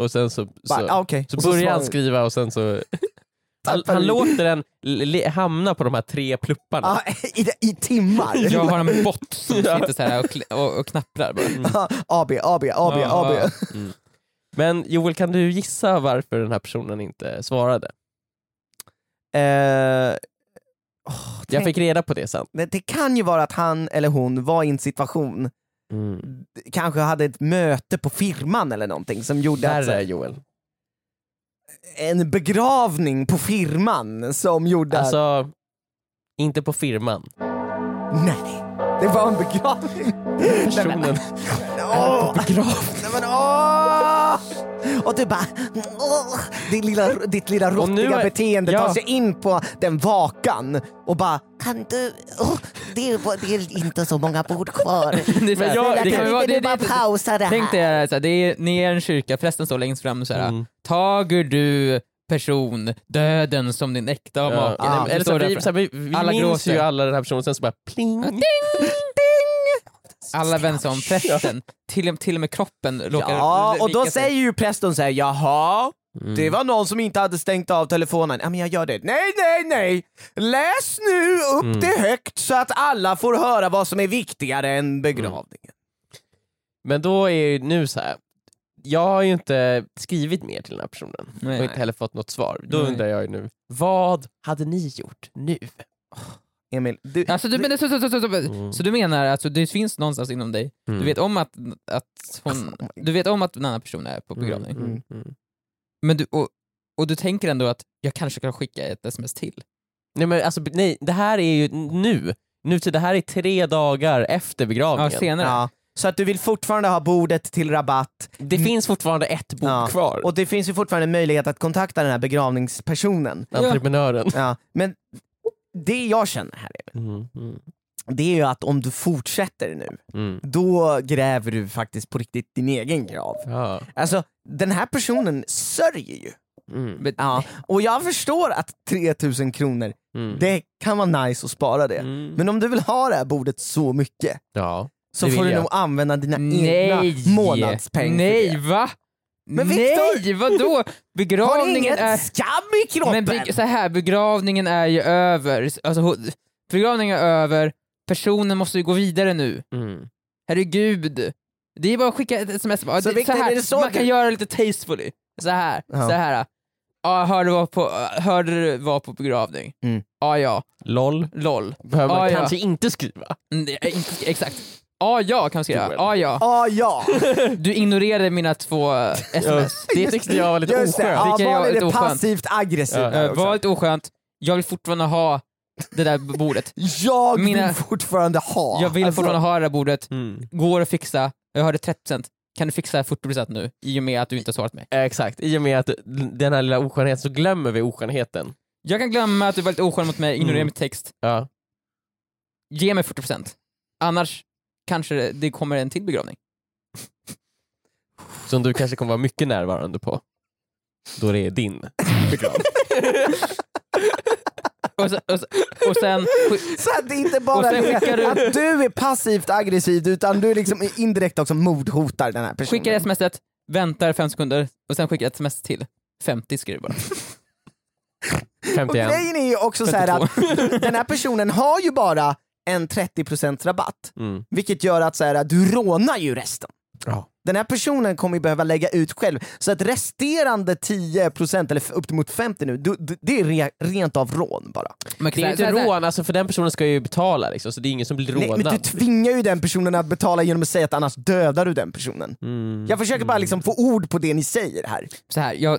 Speaker 2: och sen så,
Speaker 4: Bara,
Speaker 2: så,
Speaker 4: ah, okej.
Speaker 2: så
Speaker 4: Och så
Speaker 2: börjar han
Speaker 4: svarar-
Speaker 2: skriva och sen så... Han,
Speaker 4: Tappar
Speaker 2: han
Speaker 4: du-
Speaker 2: låter den li, hamna på de här tre plupparna.
Speaker 3: Ah.
Speaker 4: Ja, i, I timmar.
Speaker 3: Jag har en bot som
Speaker 2: Ja.
Speaker 3: sitter så här och, kli- och, och knapprar bara.
Speaker 4: AB, AB, AB, AB.
Speaker 2: Mm. Men Joel, kan du gissa varför den här personen inte svarade?
Speaker 4: Eh, åh,
Speaker 2: Jag
Speaker 4: tänk-
Speaker 2: fick reda på det sen.
Speaker 4: det, det kan ju vara att han eller hon var i en situation, d- kanske hade ett möte på firman eller någonting som gjorde att, så
Speaker 2: Värre
Speaker 4: här,
Speaker 2: Joel.
Speaker 4: en begravning på firman som gjorde att,
Speaker 2: Alltså, inte på firman.
Speaker 4: nej, det var en begravning.
Speaker 2: Personen
Speaker 4: Åh!
Speaker 2: begravd.
Speaker 4: Nej men åh! och du bara... "Åh, Din lilla, ditt lilla
Speaker 2: Och nu
Speaker 4: rottiga
Speaker 2: är-
Speaker 4: beteende
Speaker 2: ja.
Speaker 4: tar sig in på den vakan och bara... Kan du... åh, det, är, det är inte så många bord kvar.
Speaker 3: Det är så här,
Speaker 2: jag-
Speaker 3: det
Speaker 2: det
Speaker 3: kan
Speaker 2: kan
Speaker 3: ju vara- det- det-
Speaker 4: pausa det
Speaker 3: Tänk dig såhär, det är, ni är en kyrka, prästen står längst fram såhär,
Speaker 2: Mm.
Speaker 3: tager du person döden som din äkta
Speaker 2: Ja.
Speaker 3: make?
Speaker 4: Ah.
Speaker 3: Eller
Speaker 2: Eller så
Speaker 3: står
Speaker 2: här,
Speaker 3: det
Speaker 2: vi,
Speaker 3: där
Speaker 2: så
Speaker 3: fram.
Speaker 2: här, vi, vi
Speaker 3: Alla
Speaker 2: minns
Speaker 3: gråter.
Speaker 2: ju alla den här personen, sen så bara pling.
Speaker 3: Alla vänds om, prästen, till, till och med kroppen råkar
Speaker 4: Ja, och då
Speaker 3: vika sig.
Speaker 4: säger ju prästen så här, jaha,
Speaker 2: Mm.
Speaker 3: Mm.
Speaker 4: det var någon som inte hade stängt av telefonen. Ja, men jag gör det. Nej, nej, nej! Läs nu upp
Speaker 3: Mm.
Speaker 4: det högt så att alla får höra vad som är viktigare än begravningen.
Speaker 2: Men då är ju nu så här. jag har ju inte skrivit mer till den här personen
Speaker 3: Nej.
Speaker 2: och inte heller fått något svar. Då
Speaker 3: Nej.
Speaker 2: undrar jag ju nu, vad hade ni gjort nu?
Speaker 4: Emil, du,
Speaker 3: Alltså, du, men, så, så, så, så, så,
Speaker 2: Mm.
Speaker 3: så du menar att alltså, det finns någonstans inom dig, du vet om att, att hon, du vet om att en annan person är på begravning,
Speaker 2: Mm, mm, mm.
Speaker 3: men du, och, och du tänker ändå att jag kanske kan skicka ett sms till?
Speaker 2: Nej men alltså nej, det här är ju nu. nu till det här är tre dagar efter
Speaker 3: Ja,
Speaker 2: begravningen.
Speaker 3: senare.
Speaker 4: ja, så att du vill fortfarande ha bordet till rabatt
Speaker 2: det finns fortfarande ett bok
Speaker 4: Ja.
Speaker 2: kvar.
Speaker 4: och det finns ju fortfarande möjlighet att kontakta den här begravningspersonen.
Speaker 2: Entreprenören.
Speaker 4: Ja, men det jag känner här, Emil,
Speaker 2: Mm, mm,
Speaker 4: det är ju att om du fortsätter nu,
Speaker 2: mm.
Speaker 4: då gräver du faktiskt på riktigt din egen grav.
Speaker 2: Ja.
Speaker 4: Alltså, den här personen sörjer ju.
Speaker 2: Mm,
Speaker 3: Men-
Speaker 4: Ja, och jag förstår att 3000 kronor,
Speaker 2: mm,
Speaker 4: det kan vara nice att spara det.
Speaker 2: mm.
Speaker 4: Men om du vill ha det här bordet så mycket
Speaker 2: Ja.
Speaker 4: så
Speaker 2: Det
Speaker 4: får
Speaker 2: vill
Speaker 4: du
Speaker 2: jag.
Speaker 4: nog använda dina
Speaker 3: Nej!
Speaker 4: egna månadspeng
Speaker 3: Nej,
Speaker 4: för det.
Speaker 3: va?
Speaker 4: Men
Speaker 3: Nej,
Speaker 4: Viktor-
Speaker 3: vadå?
Speaker 4: Har du
Speaker 3: Begravningen
Speaker 4: ingen
Speaker 3: är...
Speaker 4: skam i kroppen?
Speaker 3: Men beg- så här, begravningen är ju över. Alltså, hon- begravningen är över, personen måste ju gå vidare nu.
Speaker 2: Mm.
Speaker 3: Herregud. Det är bara att skicka ett sms. bara,
Speaker 4: Så
Speaker 3: det, så
Speaker 4: Viktor,
Speaker 3: här,
Speaker 4: är det så
Speaker 3: man
Speaker 4: du-
Speaker 3: kan göra det lite tastefully. Så här.
Speaker 4: Ja.
Speaker 3: Så här. Ja, hörde du var på, hörde du var på begravning?
Speaker 4: Mm.
Speaker 3: Ja, ja.
Speaker 2: LOL
Speaker 3: LOL.
Speaker 2: behöver man
Speaker 3: Ah, ja.
Speaker 2: kanske inte skriva.
Speaker 3: Mm, det är inte- Exakt. Ja, ja kan man skriva.
Speaker 2: Joel.
Speaker 3: Ja, ja.
Speaker 4: Ah, ja,
Speaker 3: Du ignorerade mina två eh, sms.
Speaker 2: Det tyckte jag var lite
Speaker 4: just det.
Speaker 2: oskönt.
Speaker 4: Ja,
Speaker 3: Det kan jag
Speaker 4: var
Speaker 3: vara
Speaker 4: lite
Speaker 3: lite oskönt.
Speaker 4: passivt aggressiv
Speaker 2: Ja.
Speaker 4: där
Speaker 3: Eh, var
Speaker 4: också.
Speaker 3: lite oskönt, jag vill fortfarande ha det där bordet.
Speaker 4: Jag
Speaker 3: mina-
Speaker 4: vill fortfarande ha.
Speaker 3: Jag vill
Speaker 4: Alltså,
Speaker 3: fortfarande ha det där bordet,
Speaker 2: Mm.
Speaker 3: går att fixa, jag hörde 30%, kan du fixa 40% nu i och med att du inte har svarat mig?
Speaker 2: Eh, Exakt, i och med att den här lilla oskönheten så glömmer vi oskönheten.
Speaker 3: Jag kan glömma att du var lite oskön mot mig, ignorera
Speaker 2: Mm.
Speaker 3: min text,
Speaker 2: Ja.
Speaker 3: ge mig 40% annars kanske det kommer en till begravning.
Speaker 2: Som du kanske kommer vara mycket närvarande på. Då det är din begravning.
Speaker 3: Och, så, och, så, och sen,
Speaker 4: Så att det är inte
Speaker 3: Och
Speaker 4: bara
Speaker 3: sen
Speaker 4: det
Speaker 3: skickar du-
Speaker 4: att du är passivt aggressiv utan du är liksom indirekt också mordhotar den här personen.
Speaker 3: skickar smset, väntar 5 sekunder och sen skickar jag ett sms till. 50 skriver du bara.
Speaker 2: 51.
Speaker 4: Grejen är ju också så här att den här personen har ju bara en 30% rabatt,
Speaker 2: Mm.
Speaker 4: vilket gör att så här, att du rånar ju resten.
Speaker 2: Ja.
Speaker 4: Den här personen kommer ju behöva lägga ut själv, så att resterande 10% eller upp mot 50 nu, du- du- det är re, rent av rån bara.
Speaker 3: Man
Speaker 2: Det
Speaker 3: kan
Speaker 2: är
Speaker 3: säga-
Speaker 2: ju
Speaker 3: så
Speaker 2: inte
Speaker 3: här- så här-
Speaker 2: rån, alltså, för den personen ska ju betala liksom, så det är ingen som blir
Speaker 4: Nej, men du
Speaker 2: rånad.
Speaker 4: tvingar ju den personen att betala genom att säga att annars dödar du den personen.
Speaker 2: Mm.
Speaker 4: Jag försöker bara liksom få ord på det ni säger här.
Speaker 3: så här, jag,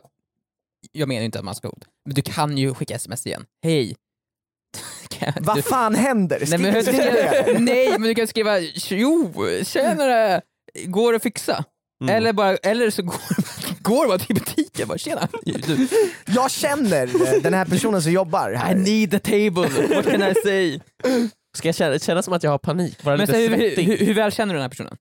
Speaker 3: jag menar ju inte att man ska hot, men du kan ju skicka sms igen. Hej! Kan jag- du-
Speaker 4: Vad fan händer?
Speaker 3: Nej
Speaker 4: Skriv,
Speaker 3: men,
Speaker 4: skriv det.
Speaker 3: nej men du kan skriva jo, tjenare, går det att fixa?
Speaker 2: Mm.
Speaker 3: Eller, bara, eller så går, går det bara till butiken bara tjena. Du,
Speaker 4: Jag känner eh, den här personen som jobbar
Speaker 3: I
Speaker 4: här.
Speaker 3: need a table, what can I say?
Speaker 2: Ska jag känna, känna som att jag har panik? Vara
Speaker 3: Men
Speaker 2: lite
Speaker 3: så, hur,
Speaker 2: svettig?
Speaker 3: hur, hur väl känner du den här personen?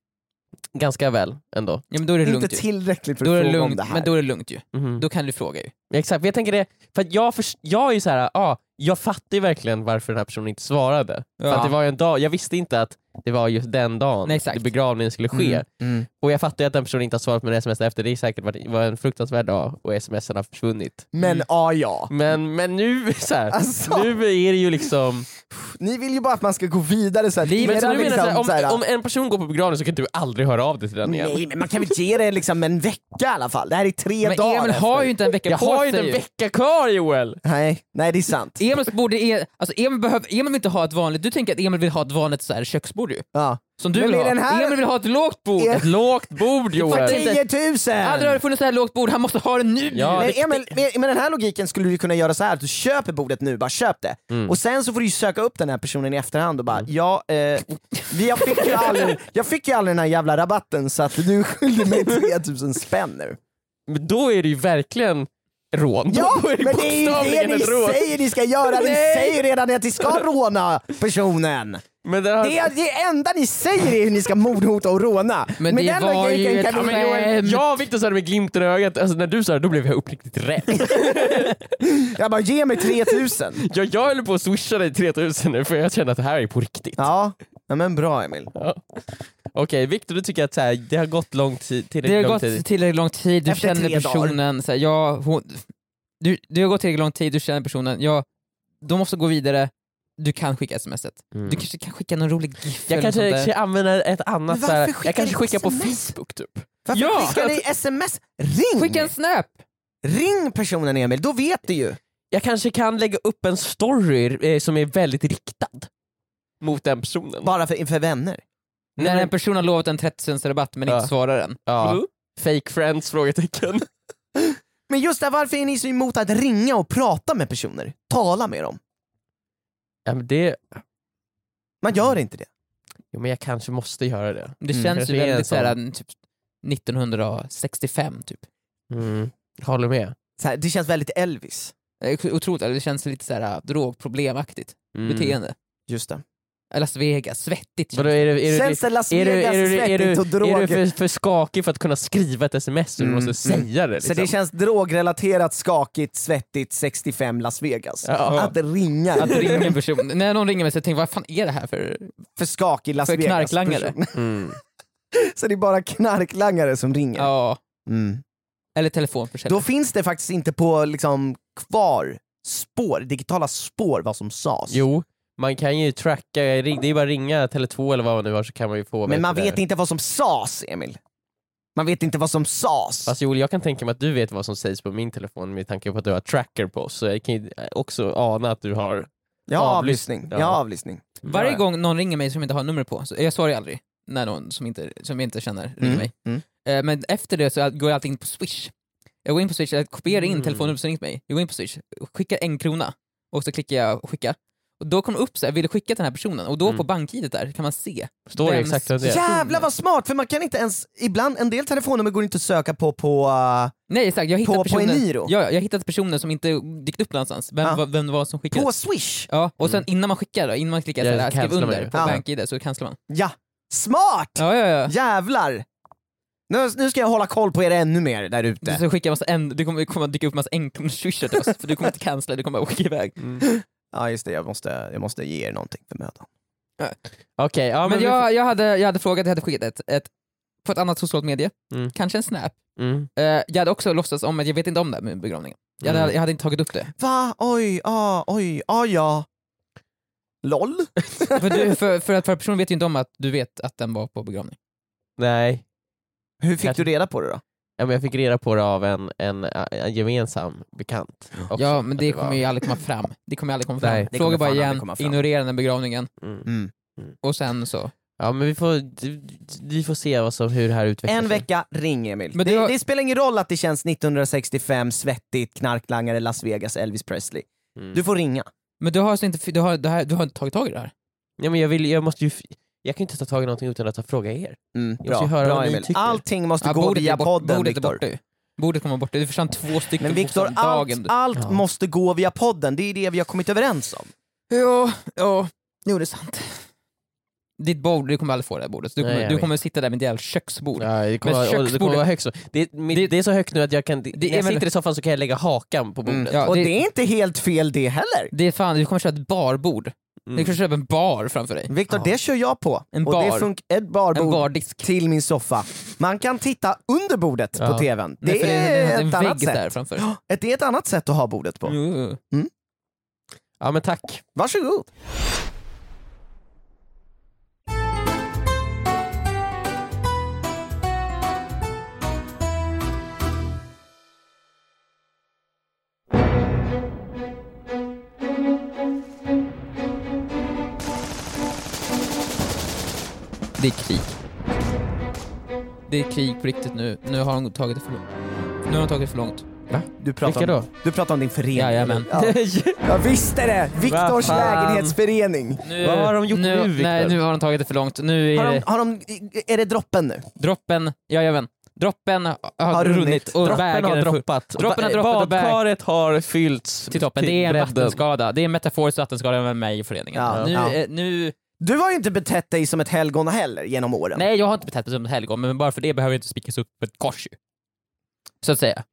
Speaker 2: Ganska väl ändå.
Speaker 3: Ja men då är det
Speaker 4: Inte
Speaker 3: lugnt ju.
Speaker 4: tillräckligt för
Speaker 3: Då är
Speaker 4: att
Speaker 3: det
Speaker 4: fråga om
Speaker 3: lugnt,
Speaker 4: det här.
Speaker 3: men då är det lugnt ju.
Speaker 2: Mhm.
Speaker 3: Då kan du fråga ju.
Speaker 2: Exakt, men jag tänker det, för att jag, förs- jag är ju så här, ah, jag fattar ju verkligen varför den här personen inte svarade.
Speaker 3: Ja.
Speaker 2: För att det var ju en dag, jag visste inte att det var just den dagen
Speaker 3: Nej, exakt.
Speaker 2: det begravningen skulle ske.
Speaker 3: Mm,
Speaker 4: mm.
Speaker 2: Och jag fattar ju att den personen inte har svarat på mina sms efter, det är säkert varit, var en fruktansvärd dag och smsen har försvunnit.
Speaker 4: Men
Speaker 3: Mm.
Speaker 4: ja, ja.
Speaker 2: Men, men nu, så här,
Speaker 4: Alltså.
Speaker 2: nu är det ju liksom...
Speaker 4: Ni vill ju bara att man ska gå vidare såhär.
Speaker 2: Men så
Speaker 4: Mera
Speaker 2: du menar
Speaker 4: liksom,
Speaker 2: så
Speaker 4: så här,
Speaker 2: här, om, om en person går på begravning så kan du aldrig höra av dig till den igen?
Speaker 4: Nej men man kan väl ge det liksom en vecka i alla fall. Det här är tre
Speaker 3: Men
Speaker 4: dagar
Speaker 3: Emil har
Speaker 4: efter.
Speaker 3: ju inte en vecka
Speaker 2: Jag
Speaker 3: på
Speaker 2: har ju inte
Speaker 3: sig
Speaker 2: en
Speaker 3: ju.
Speaker 2: vecka kvar Joel!
Speaker 4: Nej, nej det är sant.
Speaker 3: Emil borde, e- alltså Emil, behöver, Emil vill inte ha ett vanligt, du tänker att Emil vill ha ett vanligt så här köksbord ju.
Speaker 4: Ja.
Speaker 3: Som du
Speaker 4: Men
Speaker 3: vill
Speaker 4: är
Speaker 3: ha.
Speaker 4: den här-
Speaker 3: Emil vill ha ett lågt bord.
Speaker 4: Är-
Speaker 2: Ett lågt bord Joel!
Speaker 3: faktiskt-
Speaker 4: 10 000!
Speaker 3: Aldrig har det funnits så här lågt bord, han måste ha det nu!
Speaker 2: Ja.
Speaker 4: Men Emil, med, med den här logiken skulle du kunna göra så här att du köper bordet nu, bara köp det.
Speaker 3: Mm.
Speaker 4: Och sen så får du ju söka upp den här personen i efterhand och bara ja, eh, vi- jag, fick ju aldrig, jag fick ju aldrig den här jävla rabatten så att du skyller mig 3000 spänn nu.
Speaker 2: Men då är det ju verkligen rån.
Speaker 4: Ja,
Speaker 2: då är
Speaker 4: men det är ju det
Speaker 2: bokstavligen
Speaker 4: ni
Speaker 2: ett rån.
Speaker 4: säger ni ska göra! Ni
Speaker 2: Nej.
Speaker 4: säger ju redan att ni ska råna personen!
Speaker 2: Men där har...
Speaker 4: Det, är, det enda ni säger är hur ni ska mordhota och råna.
Speaker 3: Men
Speaker 4: Med
Speaker 3: det
Speaker 4: den
Speaker 3: var ju
Speaker 4: logiken
Speaker 3: ett-
Speaker 4: kan
Speaker 2: Ja,
Speaker 4: vi-
Speaker 2: men Joel, jag och Viktor sa det med glimten i ögat, alltså, när du sa det då blev jag uppriktigt rädd.
Speaker 4: Jag bara, ge mig 3000.
Speaker 2: jag, jag höll på att swisha dig 3000 nu för jag känner att det här är på riktigt.
Speaker 4: Ja, ja, men bra Emil.
Speaker 2: Okej, Viktor du tycker att så här, det har gått lång tid,
Speaker 3: Det har
Speaker 2: tillräckligt lång
Speaker 3: gått
Speaker 2: tid.
Speaker 3: tillräckligt lång tid, du
Speaker 4: Efter
Speaker 3: känner
Speaker 4: tre dagar.
Speaker 3: personen, så här, ja, hon, du, det har gått tillräckligt lång tid, du känner personen, ja, de måste gå vidare, du kan skicka smset.
Speaker 2: Mm.
Speaker 3: Du kanske kan skicka någon rolig GIF
Speaker 2: Jag
Speaker 3: eller något
Speaker 2: kanske,
Speaker 3: sånt där.
Speaker 2: kanske använder ett annat,
Speaker 4: Men
Speaker 2: så här,
Speaker 4: varför skickar
Speaker 2: jag kanske
Speaker 4: du
Speaker 2: skickar på
Speaker 4: SMS?
Speaker 2: Facebook typ.
Speaker 4: Varför
Speaker 3: Ja.
Speaker 4: skickar ni sms? Ring!
Speaker 3: Skicka en snap!
Speaker 4: Ring personen Emil, då vet du ju.
Speaker 2: Jag kanske kan lägga upp en story eh, som är väldigt riktad mot den personen.
Speaker 4: Bara för, inför vänner.
Speaker 2: Nej,
Speaker 3: När
Speaker 2: men-
Speaker 3: en person har lovat en 30 rabatt men
Speaker 2: Mm. Ja.
Speaker 3: inte svarar den.
Speaker 2: ja. Mm. Fake friends? frågetecken.
Speaker 4: Men just där, varför är ni så emot att ringa och prata med personer? Tala med dem.
Speaker 2: Ja, men det,
Speaker 4: Man gör inte det.
Speaker 2: jo, men jag kanske måste göra det.
Speaker 3: Det
Speaker 4: Mm.
Speaker 3: känns
Speaker 2: Kanske
Speaker 3: ju
Speaker 2: är en
Speaker 3: väldigt såhär, typ 1965 typ.
Speaker 2: Mm. Håller med.
Speaker 4: Så här, det känns väldigt Elvis.
Speaker 3: Eh, Otroligt, eller det känns lite såhär äh, drogproblemaktigt
Speaker 2: Mm.
Speaker 3: beteende. Äh,
Speaker 4: Just det. Las
Speaker 3: Las Vegas, svettigt.
Speaker 2: Vadå, är du, är du,
Speaker 4: Känns det Las
Speaker 2: är du, är
Speaker 4: Vegas
Speaker 2: du, är du,
Speaker 4: svettigt och
Speaker 2: är du
Speaker 4: droger?
Speaker 2: för, för skakig för att kunna skriva ett sms så du
Speaker 4: Mm,
Speaker 2: måste
Speaker 4: mm.
Speaker 2: säga det?
Speaker 4: Så
Speaker 2: Liksom.
Speaker 4: det känns drogrelaterat, skakigt, svettigt, 65 Las Vegas.
Speaker 2: Ja.
Speaker 4: Att ringa
Speaker 3: Att ringa en person, när någon ringer mig så tänker jag, vad fan är det här för,
Speaker 4: för skakig Las
Speaker 3: för
Speaker 4: Vegas.
Speaker 3: knarklangare?
Speaker 2: Mm.
Speaker 4: Så det är bara knarklangare som ringer.
Speaker 3: Ja.
Speaker 4: Mm.
Speaker 3: Eller telefonförsäljare.
Speaker 4: Då finns det faktiskt inte på liksom, kvar spår, digitala spår vad som sades.
Speaker 2: Jo, man kan ju tracka, ring- det är bara att ringa Tele2 eller vad man nu har så kan man ju få
Speaker 4: Men man
Speaker 2: det
Speaker 4: vet
Speaker 2: där.
Speaker 4: inte vad som sades Emil. Man vet inte vad som sades.
Speaker 2: Fast Joel, jag kan tänka mig att du vet vad som sägs på min telefon med tanke på att du har tracker på oss, så jag kan ju också ana att du har...
Speaker 4: jag har avlyssning.
Speaker 2: avlyssning, ja.
Speaker 4: Jag har avlyssning.
Speaker 3: Varje
Speaker 4: Ja, ja.
Speaker 3: gång någon ringer mig som jag inte har nummer på, så jag svarar ju aldrig när någon som, inte, som jag inte känner ringer
Speaker 4: Mm,
Speaker 3: mig.
Speaker 4: mm.
Speaker 3: Eh, Men efter det så går jag alltid in på swish. Jag går in på swish, jag kopierar in
Speaker 2: Mm.
Speaker 3: telefonnumret som ringt mig, jag går in på swish, skickar en krona och så klickar jag skicka. Och då kommer det upp så här, vill du skicka till den här personen? Och då
Speaker 2: Mm.
Speaker 3: på bank-id där kan man se.
Speaker 2: Står det
Speaker 3: Vems-
Speaker 2: exakt vad det är?
Speaker 3: Ja.
Speaker 4: Jävlar vad smart, för man kan inte ens, ibland, en del telefonnummer går inte att söka på på... eh,
Speaker 3: Nej exakt, jag har hittat
Speaker 4: På- på
Speaker 3: personer,
Speaker 4: Eniro?
Speaker 3: Ja, ja, jag har hittat personer som inte dykt upp någonstans, vem,
Speaker 4: Ah.
Speaker 3: va- vem det var som skickade.
Speaker 4: på swish.
Speaker 3: Ja, och sen innan man skickar, då, innan man klickar
Speaker 2: Mm. Ja,
Speaker 3: så
Speaker 2: så
Speaker 3: här, skriv
Speaker 2: cancelar man
Speaker 3: under
Speaker 2: ju.
Speaker 3: på
Speaker 4: Ja.
Speaker 3: bank-id så cancelar man.
Speaker 4: Ja, smart!
Speaker 3: Ja, ja, ja.
Speaker 4: Jävlar! Nu, nu ska jag hålla koll på er ännu mer där
Speaker 3: Du
Speaker 4: ute.
Speaker 3: ska skicka massa en, det kommer, kommer dyka upp massa enkronor till oss, för du kommer inte cancella, du kommer bara åka iväg.
Speaker 2: Mm.
Speaker 4: Ja just det, jag måste, jag måste ge er någonting för mödan.
Speaker 2: Okej, ja men...
Speaker 3: men
Speaker 2: vi
Speaker 3: jag, jag, hade, jag hade frågat, jag hade skickat ett, ett på ett annat socialt medie,
Speaker 2: Mm.
Speaker 3: kanske en snap.
Speaker 2: får- Mm.
Speaker 3: Eh, jag hade också låtsats om att jag vet inte om det här med begravningen. Jag hade,
Speaker 2: Mm.
Speaker 3: jag hade inte tagit upp det.
Speaker 4: Va? Oj, ah, oj, ah, ja. LOL?
Speaker 3: För, du, för, för att för personen vet ju inte om att du vet att den var på begravning.
Speaker 2: Nej.
Speaker 4: Hur fick
Speaker 2: Kanske-
Speaker 4: du reda på det då?
Speaker 2: Ja, men jag fick reda på det av en, en, en gemensam bekant. också,
Speaker 3: ja, men
Speaker 2: att
Speaker 3: det
Speaker 2: var-
Speaker 3: kommer ju aldrig komma fram. Det kommer ju aldrig komma fram.
Speaker 2: Nej, det
Speaker 4: kommer
Speaker 3: Fråga bara
Speaker 4: fan aldrig
Speaker 3: igen,
Speaker 4: komma fram.
Speaker 3: ignorera den här begravningen,
Speaker 2: Mm.
Speaker 4: Mm.
Speaker 3: och sen så.
Speaker 2: Ja men vi får, vi får se vad som, hur det här utvecklas.
Speaker 4: En vecka, ring Emil.
Speaker 3: Men det
Speaker 4: det,
Speaker 3: var-
Speaker 4: det spelar ingen roll att det känns 1965, svettigt, knarklangare, Las Vegas, Elvis Presley.
Speaker 2: Mm.
Speaker 4: Du får ringa.
Speaker 3: Men du har alltså inte, du har, du har, du har inte tagit tag i det här?
Speaker 2: Ja, men jag, vill, jag måste ju... f- Jag kan inte ta tag i någonting utan att fråga er.
Speaker 4: Mm,
Speaker 2: Jag måste ju höra vad ni tycker.
Speaker 4: Allting måste
Speaker 3: Ja,
Speaker 4: gå
Speaker 3: bordet
Speaker 4: via
Speaker 3: är bort-
Speaker 4: podden
Speaker 3: bordet är
Speaker 4: Viktor.
Speaker 3: borta ju. Bordet kommer bort, det försvann två stycken
Speaker 4: Men Viktor,
Speaker 3: bokstavligen
Speaker 4: allt, allt
Speaker 2: Ja.
Speaker 4: måste gå via podden, det är det vi har kommit överens om.
Speaker 3: Ja, ja. Jo, det är sant. Ditt bord, du kommer aldrig få det här bordet. Du
Speaker 2: Nej,
Speaker 3: kommer,
Speaker 2: jag
Speaker 3: du
Speaker 2: vet.
Speaker 3: kommer sitta där med ett jävla köksbord.
Speaker 2: Ja, det kommer,
Speaker 3: Men
Speaker 2: vara- och det kommer
Speaker 3: köksbordet-
Speaker 2: vara högt så. Det, mitt-
Speaker 3: Det-
Speaker 2: det är så högt nu att jag kan... när jag
Speaker 3: men-
Speaker 2: sitter i soffan så kan jag lägga hakan på bordet.
Speaker 4: Mm.
Speaker 3: Ja,
Speaker 4: och det...
Speaker 3: det-
Speaker 4: är inte helt fel det heller.
Speaker 3: Det är fan, du kommer köra ett barbord. Du kommer köra en bar framför dig.
Speaker 4: Viktor,
Speaker 2: Mm. Ja.
Speaker 4: det kör jag på.
Speaker 3: En
Speaker 4: och det
Speaker 3: bar.
Speaker 4: funkar ett
Speaker 3: En
Speaker 4: barbord
Speaker 3: bardisk.
Speaker 4: till min soffa. Man kan titta under bordet
Speaker 2: Ja.
Speaker 4: på tvn. Det
Speaker 3: Nej, för
Speaker 4: är
Speaker 3: en
Speaker 4: ett annat
Speaker 3: vägg
Speaker 4: sätt.
Speaker 3: där Mm. framför.
Speaker 4: Ett, det är ett annat sätt att ha bordet på.
Speaker 3: Jo, jo, jo.
Speaker 2: Ja men tack.
Speaker 4: Varsågod.
Speaker 3: Det är krig. Det är krig på riktigt nu. Nu har de tagit det för långt. Nu har de tagit det för långt.
Speaker 4: Du pratar,
Speaker 2: Vilka då?
Speaker 4: om, du pratar om din förening.
Speaker 3: Jajamän.
Speaker 4: Ja. Jag visste det!
Speaker 2: Va
Speaker 4: Viktors
Speaker 2: fan.
Speaker 4: lägenhetsförening.
Speaker 3: Nu,
Speaker 2: Vad har de gjort nu,
Speaker 3: nu
Speaker 2: Viktor?
Speaker 3: Nej, nu har de tagit det för långt. Nu är det...
Speaker 4: Har de, har de, är det droppen nu?
Speaker 3: Droppen, jajamän. Droppen har, har
Speaker 4: runnit.
Speaker 3: runnit, och
Speaker 4: Droppen
Speaker 2: Droppen har
Speaker 3: bägaren är full.
Speaker 2: droppat.
Speaker 3: Droppen har droppat och bäg-
Speaker 2: Badkaret har fyllts
Speaker 3: till toppen. Det är en
Speaker 2: bredden.
Speaker 3: vattenskada. Det är en metaforisk vattenskada med mig i föreningen.
Speaker 4: Ja,
Speaker 3: nu,
Speaker 4: ja.
Speaker 3: eh, nu,
Speaker 4: Du har ju inte betett dig som ett helgon heller genom åren.
Speaker 3: nej, jag har inte betett mig som ett helgon, men bara för det behöver jag inte spikas upp på ett kors ju. Så att säga.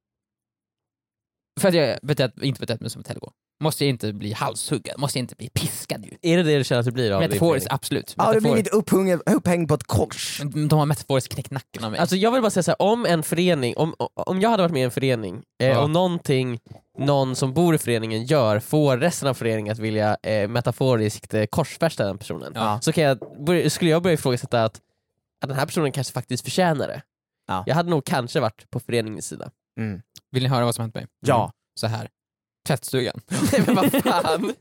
Speaker 3: För att jag betett, inte betett mig som ett helgon. Måste jag inte bli halshuggen? Måste jag inte bli piskad ju?
Speaker 2: Är det det du känner att det blir av din
Speaker 3: Metaforiskt,
Speaker 2: förening?
Speaker 3: absolut.
Speaker 4: Har du
Speaker 3: Metafor-
Speaker 4: blivit upphängd, upphängd på ett kors?
Speaker 3: Men De har metaforiskt knäckt nacken av mig.
Speaker 2: Alltså jag vill bara säga så här, om en förening, om, om jag hade varit med i en förening eh,
Speaker 3: Ja.
Speaker 2: och någonting någon som bor i föreningen gör får resten av föreningen att vilja eh, metaforiskt eh, korsfästa den personen,
Speaker 3: Ja.
Speaker 2: så kan jag, börja- skulle jag börja ifrågasätta att, att den här personen kanske faktiskt förtjänar det.
Speaker 4: Ja.
Speaker 2: Jag hade nog kanske varit på föreningens sida.
Speaker 4: Mm.
Speaker 3: Vill ni höra vad som hänt mig? Mm.
Speaker 4: Ja.
Speaker 3: Så här. Tvättstugan.
Speaker 2: Nej, men vad fan.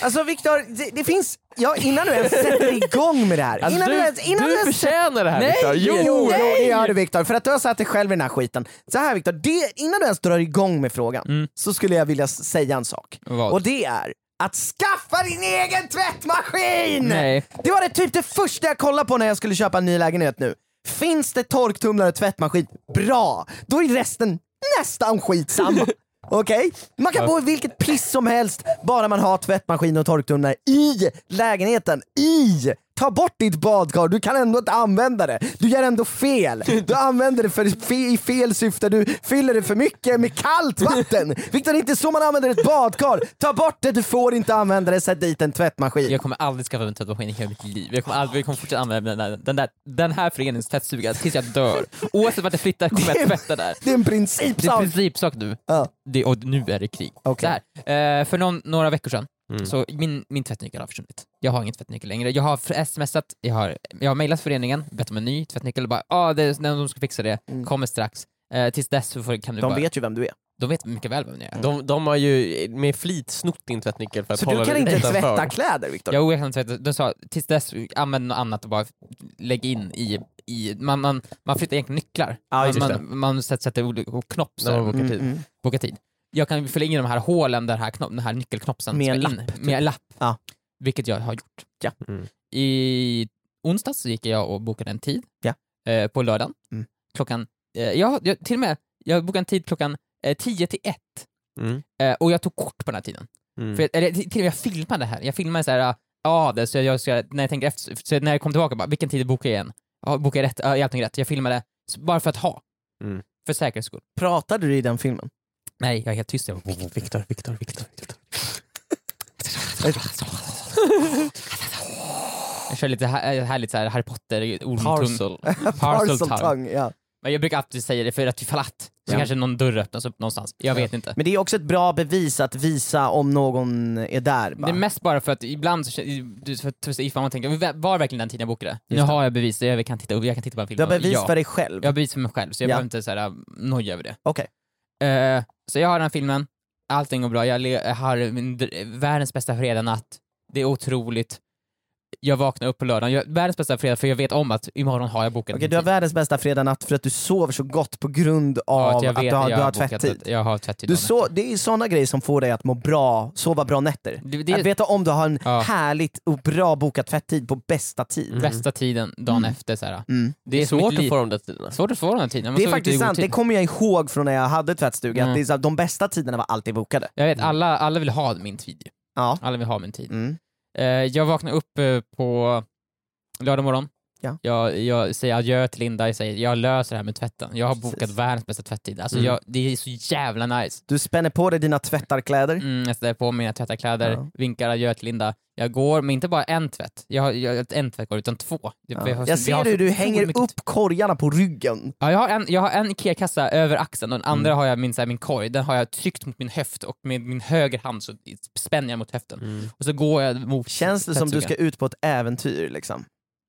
Speaker 4: Alltså Viktor, det, det finns... Ja, innan du ens sätter igång med det här.
Speaker 2: Alltså,
Speaker 4: innan
Speaker 2: du
Speaker 4: du, ens, innan
Speaker 2: du
Speaker 4: du ens
Speaker 2: förtjänar det här
Speaker 4: Nej!
Speaker 2: Viktor.
Speaker 4: Jo,
Speaker 2: Jo!
Speaker 4: jo, det gör du Viktor, för att du har satt dig själv i den här skiten. Så här Viktor, det- innan du ens drar igång med frågan
Speaker 3: Mm.
Speaker 4: så skulle jag vilja s- säga en sak.
Speaker 3: Vad?
Speaker 4: Och det är att skaffa din egen tvättmaskin!
Speaker 3: Nej.
Speaker 4: Det var det typ det första jag kollade på när jag skulle köpa en ny lägenhet nu. Finns det torktumlare och tvättmaskin, bra! Då är resten nästan skitsamma. Okej? Man kan bo i vilket piss som helst bara man har tvättmaskin och torktumlare i lägenheten. I! Ta bort ditt badkar, du kan ändå inte använda det. Du gör ändå fel. Du använder det för fe i fel syfte, du fyller det för mycket med kallt vatten. Viktor, det är inte så man använder ett badkar. Ta bort det, du får inte använda det, sätt dit en tvättmaskin.
Speaker 3: Jag kommer aldrig skaffa mig en tvättmaskin i hela mitt liv. Jag kommer, aldrig, jag kommer fortsätta använda den, där, den, där, den här föreningens tvättstuga tills jag dör. Oavsett vart jag flyttar kommer jag tvätta där.
Speaker 4: Det är en
Speaker 3: Det är
Speaker 4: principsak.
Speaker 3: en principsak nu.
Speaker 4: Ja.
Speaker 3: Det, och nu är det krig.
Speaker 4: Okej.
Speaker 3: Så här, eh, för någon, några veckor sedan, så min, min tvättnyckel har försvunnit. Jag har ingen tvättnyckel längre. Jag har fr- smsat, jag har, jag har mejlat föreningen, bett om en ny tvättnyckel och bara ah, det är när de ska fixa det, kommer strax. Eh, tills dess så får, kan du
Speaker 4: Mm. De
Speaker 3: bara...
Speaker 4: vet ju vem du är.
Speaker 3: de vet mycket väl vem jag är.
Speaker 2: De, de har ju med flit snott din tvättnyckel för att
Speaker 4: Så
Speaker 2: hålla
Speaker 4: du kan
Speaker 2: dig
Speaker 4: inte
Speaker 2: utanför.
Speaker 4: tvätta kläder Viktor?
Speaker 3: Jag kan tvätta. De sa tills dess använd något annat och bara lägg in i, i man, man, man flyttar egentligen nycklar.
Speaker 2: Ja,
Speaker 3: man,
Speaker 2: just det.
Speaker 3: man, man sätter, sätter olika och knopp så
Speaker 2: När de
Speaker 3: här,
Speaker 2: bokar
Speaker 4: Mm,
Speaker 2: tid.
Speaker 4: typ.
Speaker 3: boka tid. Jag kan fylla in i de här hålen där den här, knopp, den här nyckelknoppen
Speaker 4: Med en typ.
Speaker 3: ska in. Med en lapp.
Speaker 4: Ja.
Speaker 3: Vilket jag har gjort.
Speaker 4: Ja.
Speaker 2: Mm.
Speaker 3: I onsdags så gick jag och bokade en tid
Speaker 4: Ja.
Speaker 3: eh, på lördagen.
Speaker 4: Mm.
Speaker 3: Klockan, eh, jag, jag, till och med, jag bokade en tid klockan eh, 10 till 1
Speaker 2: Mm.
Speaker 3: eh, och jag tog kort på den här tiden.
Speaker 2: Mm.
Speaker 3: För jag, eller, till till och med jag filmade det här. Jag filmade så här, ja det, så jag, så jag, när jag tänkte efter, så när jag kom tillbaka bara, vilken tid bokade jag igen? Ja, bokade jag rätt? Ja, är allting rätt? Jag filmade, så, bara för att ha.
Speaker 2: Mm.
Speaker 3: För säkerhets skull.
Speaker 4: Pratade du i den filmen?
Speaker 3: Nej, jag är helt tyst. Jag bara,
Speaker 2: Viktor, Viktor, Viktor.
Speaker 3: Jag kör lite här, eh, härligt så här Harry Potter, ormtung.
Speaker 2: Parcel.
Speaker 3: Parcel
Speaker 4: Parcel
Speaker 3: tongue.
Speaker 4: tongue, ja.
Speaker 3: Men jag brukar alltid säga det för att ifall att, så
Speaker 2: Ja.
Speaker 3: kanske någon dörr öppnas upp någonstans. Jag vet inte.
Speaker 4: Men det är också ett bra bevis att visa om någon är där.
Speaker 3: Det är
Speaker 4: Bara.
Speaker 3: mest bara för att ibland så känner- du- för att- ifall man tänker, var verkligen den tiden jag bokade? Nu har jag bevis, jag kan titta upp, jag kan titta på en film.
Speaker 4: Du har bevis
Speaker 3: ja.
Speaker 4: för dig själv.
Speaker 3: Jag har bevis för mig själv, så jag
Speaker 4: Ja.
Speaker 3: behöver inte så här, äh, noja över det.
Speaker 4: Okej.
Speaker 3: Eh, så jag har den här filmen, allting går bra, jag, le- jag har min, dr- världens bästa fredagnatt, det är otroligt. Jag vaknar upp på lördagen, jag, världens bästa fredag för jag vet om att imorgon har jag bokat
Speaker 4: Okej,
Speaker 3: min
Speaker 4: du har
Speaker 3: tid.
Speaker 4: världens bästa fredagnatt för att du sover så gott på grund
Speaker 3: Ja,
Speaker 4: av
Speaker 3: jag
Speaker 4: att du
Speaker 3: vet
Speaker 4: har,
Speaker 3: jag
Speaker 4: du har
Speaker 3: bokat
Speaker 4: tvätttid.
Speaker 3: att Jag har tvättid.
Speaker 4: Du
Speaker 3: dagen
Speaker 4: så, det är sådana grejer som får dig att må bra, sova bra nätter.
Speaker 3: efter. det, det
Speaker 4: Att
Speaker 3: är
Speaker 4: veta om du har en
Speaker 3: Ja.
Speaker 4: härligt och bra bokat tvätttid på bästa tid.
Speaker 3: bästa tiden dagen efter. Så här.
Speaker 4: Mm.
Speaker 3: Det är
Speaker 2: Svårt
Speaker 3: mitt liv.
Speaker 2: att få de där tiderna.
Speaker 3: svårt att få den här tiden. Man
Speaker 4: Det är
Speaker 3: såg
Speaker 4: faktiskt
Speaker 3: i god
Speaker 4: sant, det
Speaker 3: tid.
Speaker 4: kommer jag ihåg från när jag hade tvättstuga, att
Speaker 3: Mm.
Speaker 4: det är så här, de bästa tiderna var alltid bokade.
Speaker 3: Jag vet, alla, alla vill ha min tid. ju.
Speaker 4: Ja.
Speaker 3: Alla vill ha min tid.
Speaker 4: Mm.
Speaker 3: Eh, jag vaknar upp eh, på lördag morgon.
Speaker 4: Ja.
Speaker 3: Jag, jag säger adjö till Linda, jag säger jag löser det här med tvätten. Jag har bokat
Speaker 4: Precis.
Speaker 3: världens bästa tvätttid. Alltså,
Speaker 2: Mm.
Speaker 3: jag, det är så jävla nice.
Speaker 4: Du spänner på dig dina tvättarkläder.
Speaker 3: Mm, jag ställer på mina tvättarkläder,
Speaker 4: Ja.
Speaker 3: vinkar adjö till Linda. Jag går, men inte bara en tvätt. Jag har, jag har inte en tvätt kvar, utan två. Det-
Speaker 4: Ja.
Speaker 3: vi har-
Speaker 4: Jag
Speaker 3: vi har
Speaker 4: ser
Speaker 3: så
Speaker 4: hur du
Speaker 3: otroligt
Speaker 4: hänger
Speaker 3: mycket
Speaker 4: upp korgarna på ryggen.
Speaker 3: Ja, jag, har en, jag har en Ikea-kassa över axeln och den
Speaker 4: Mm.
Speaker 3: andra har jag min, så här, min korg, den har jag tryckt mot min höft och med min höger hand så spänner jag mot höften.
Speaker 2: Mm.
Speaker 3: Och så går jag mot
Speaker 4: Mm. Känns det som du ska
Speaker 3: tvättstugan.
Speaker 4: ut på ett äventyr liksom?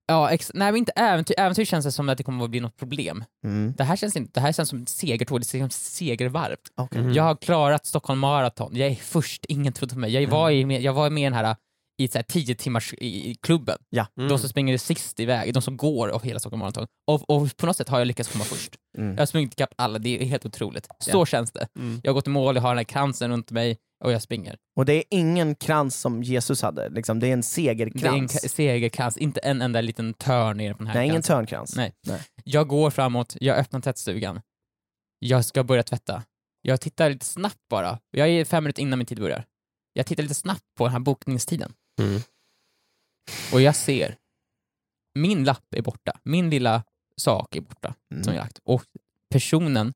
Speaker 3: Ja, ex- nej men inte äventyr, äventyr känns det som att det kommer att bli något problem.
Speaker 4: Mm.
Speaker 3: Det här känns, inte, det här känns som ett segertåg, det känns som ett segervarv.
Speaker 4: Okej.
Speaker 2: Mm.
Speaker 4: Mm.
Speaker 3: Jag har klarat Stockholm maraton, jag är först, ingen trodde på mig. Jag var, i, jag var med i den här i så här 10 timmars i, i klubben.
Speaker 4: Ja.
Speaker 2: Mm.
Speaker 3: De som springer sist iväg, de som går av hela Stockholm Marathon. Och, och på något sätt har jag lyckats komma först.
Speaker 4: Mm.
Speaker 3: Jag har sprungit ikapp alla, det är helt otroligt. Så
Speaker 4: Ja.
Speaker 3: känns det.
Speaker 2: Mm.
Speaker 3: Jag har gått i mål, jag har den här kransen runt mig och jag springer.
Speaker 4: Och det är ingen krans som Jesus hade, liksom. det är en
Speaker 3: Det är en
Speaker 4: segerkrans.
Speaker 3: k- segerkrans, inte en enda liten törn ner på den här
Speaker 4: Nej, ingen
Speaker 3: kransen.
Speaker 4: törnkrans.
Speaker 3: Nej. Jag går framåt, jag öppnar tvättstugan. Jag ska börja tvätta. Jag tittar lite snabbt bara. Jag är fem minuter innan min tid börjar. Jag tittar lite snabbt på den här bokningstiden.
Speaker 2: Mm.
Speaker 3: Och jag ser, min lapp är borta. Min lilla sak är borta.
Speaker 4: Mm.
Speaker 3: som jag lagt. Och personen,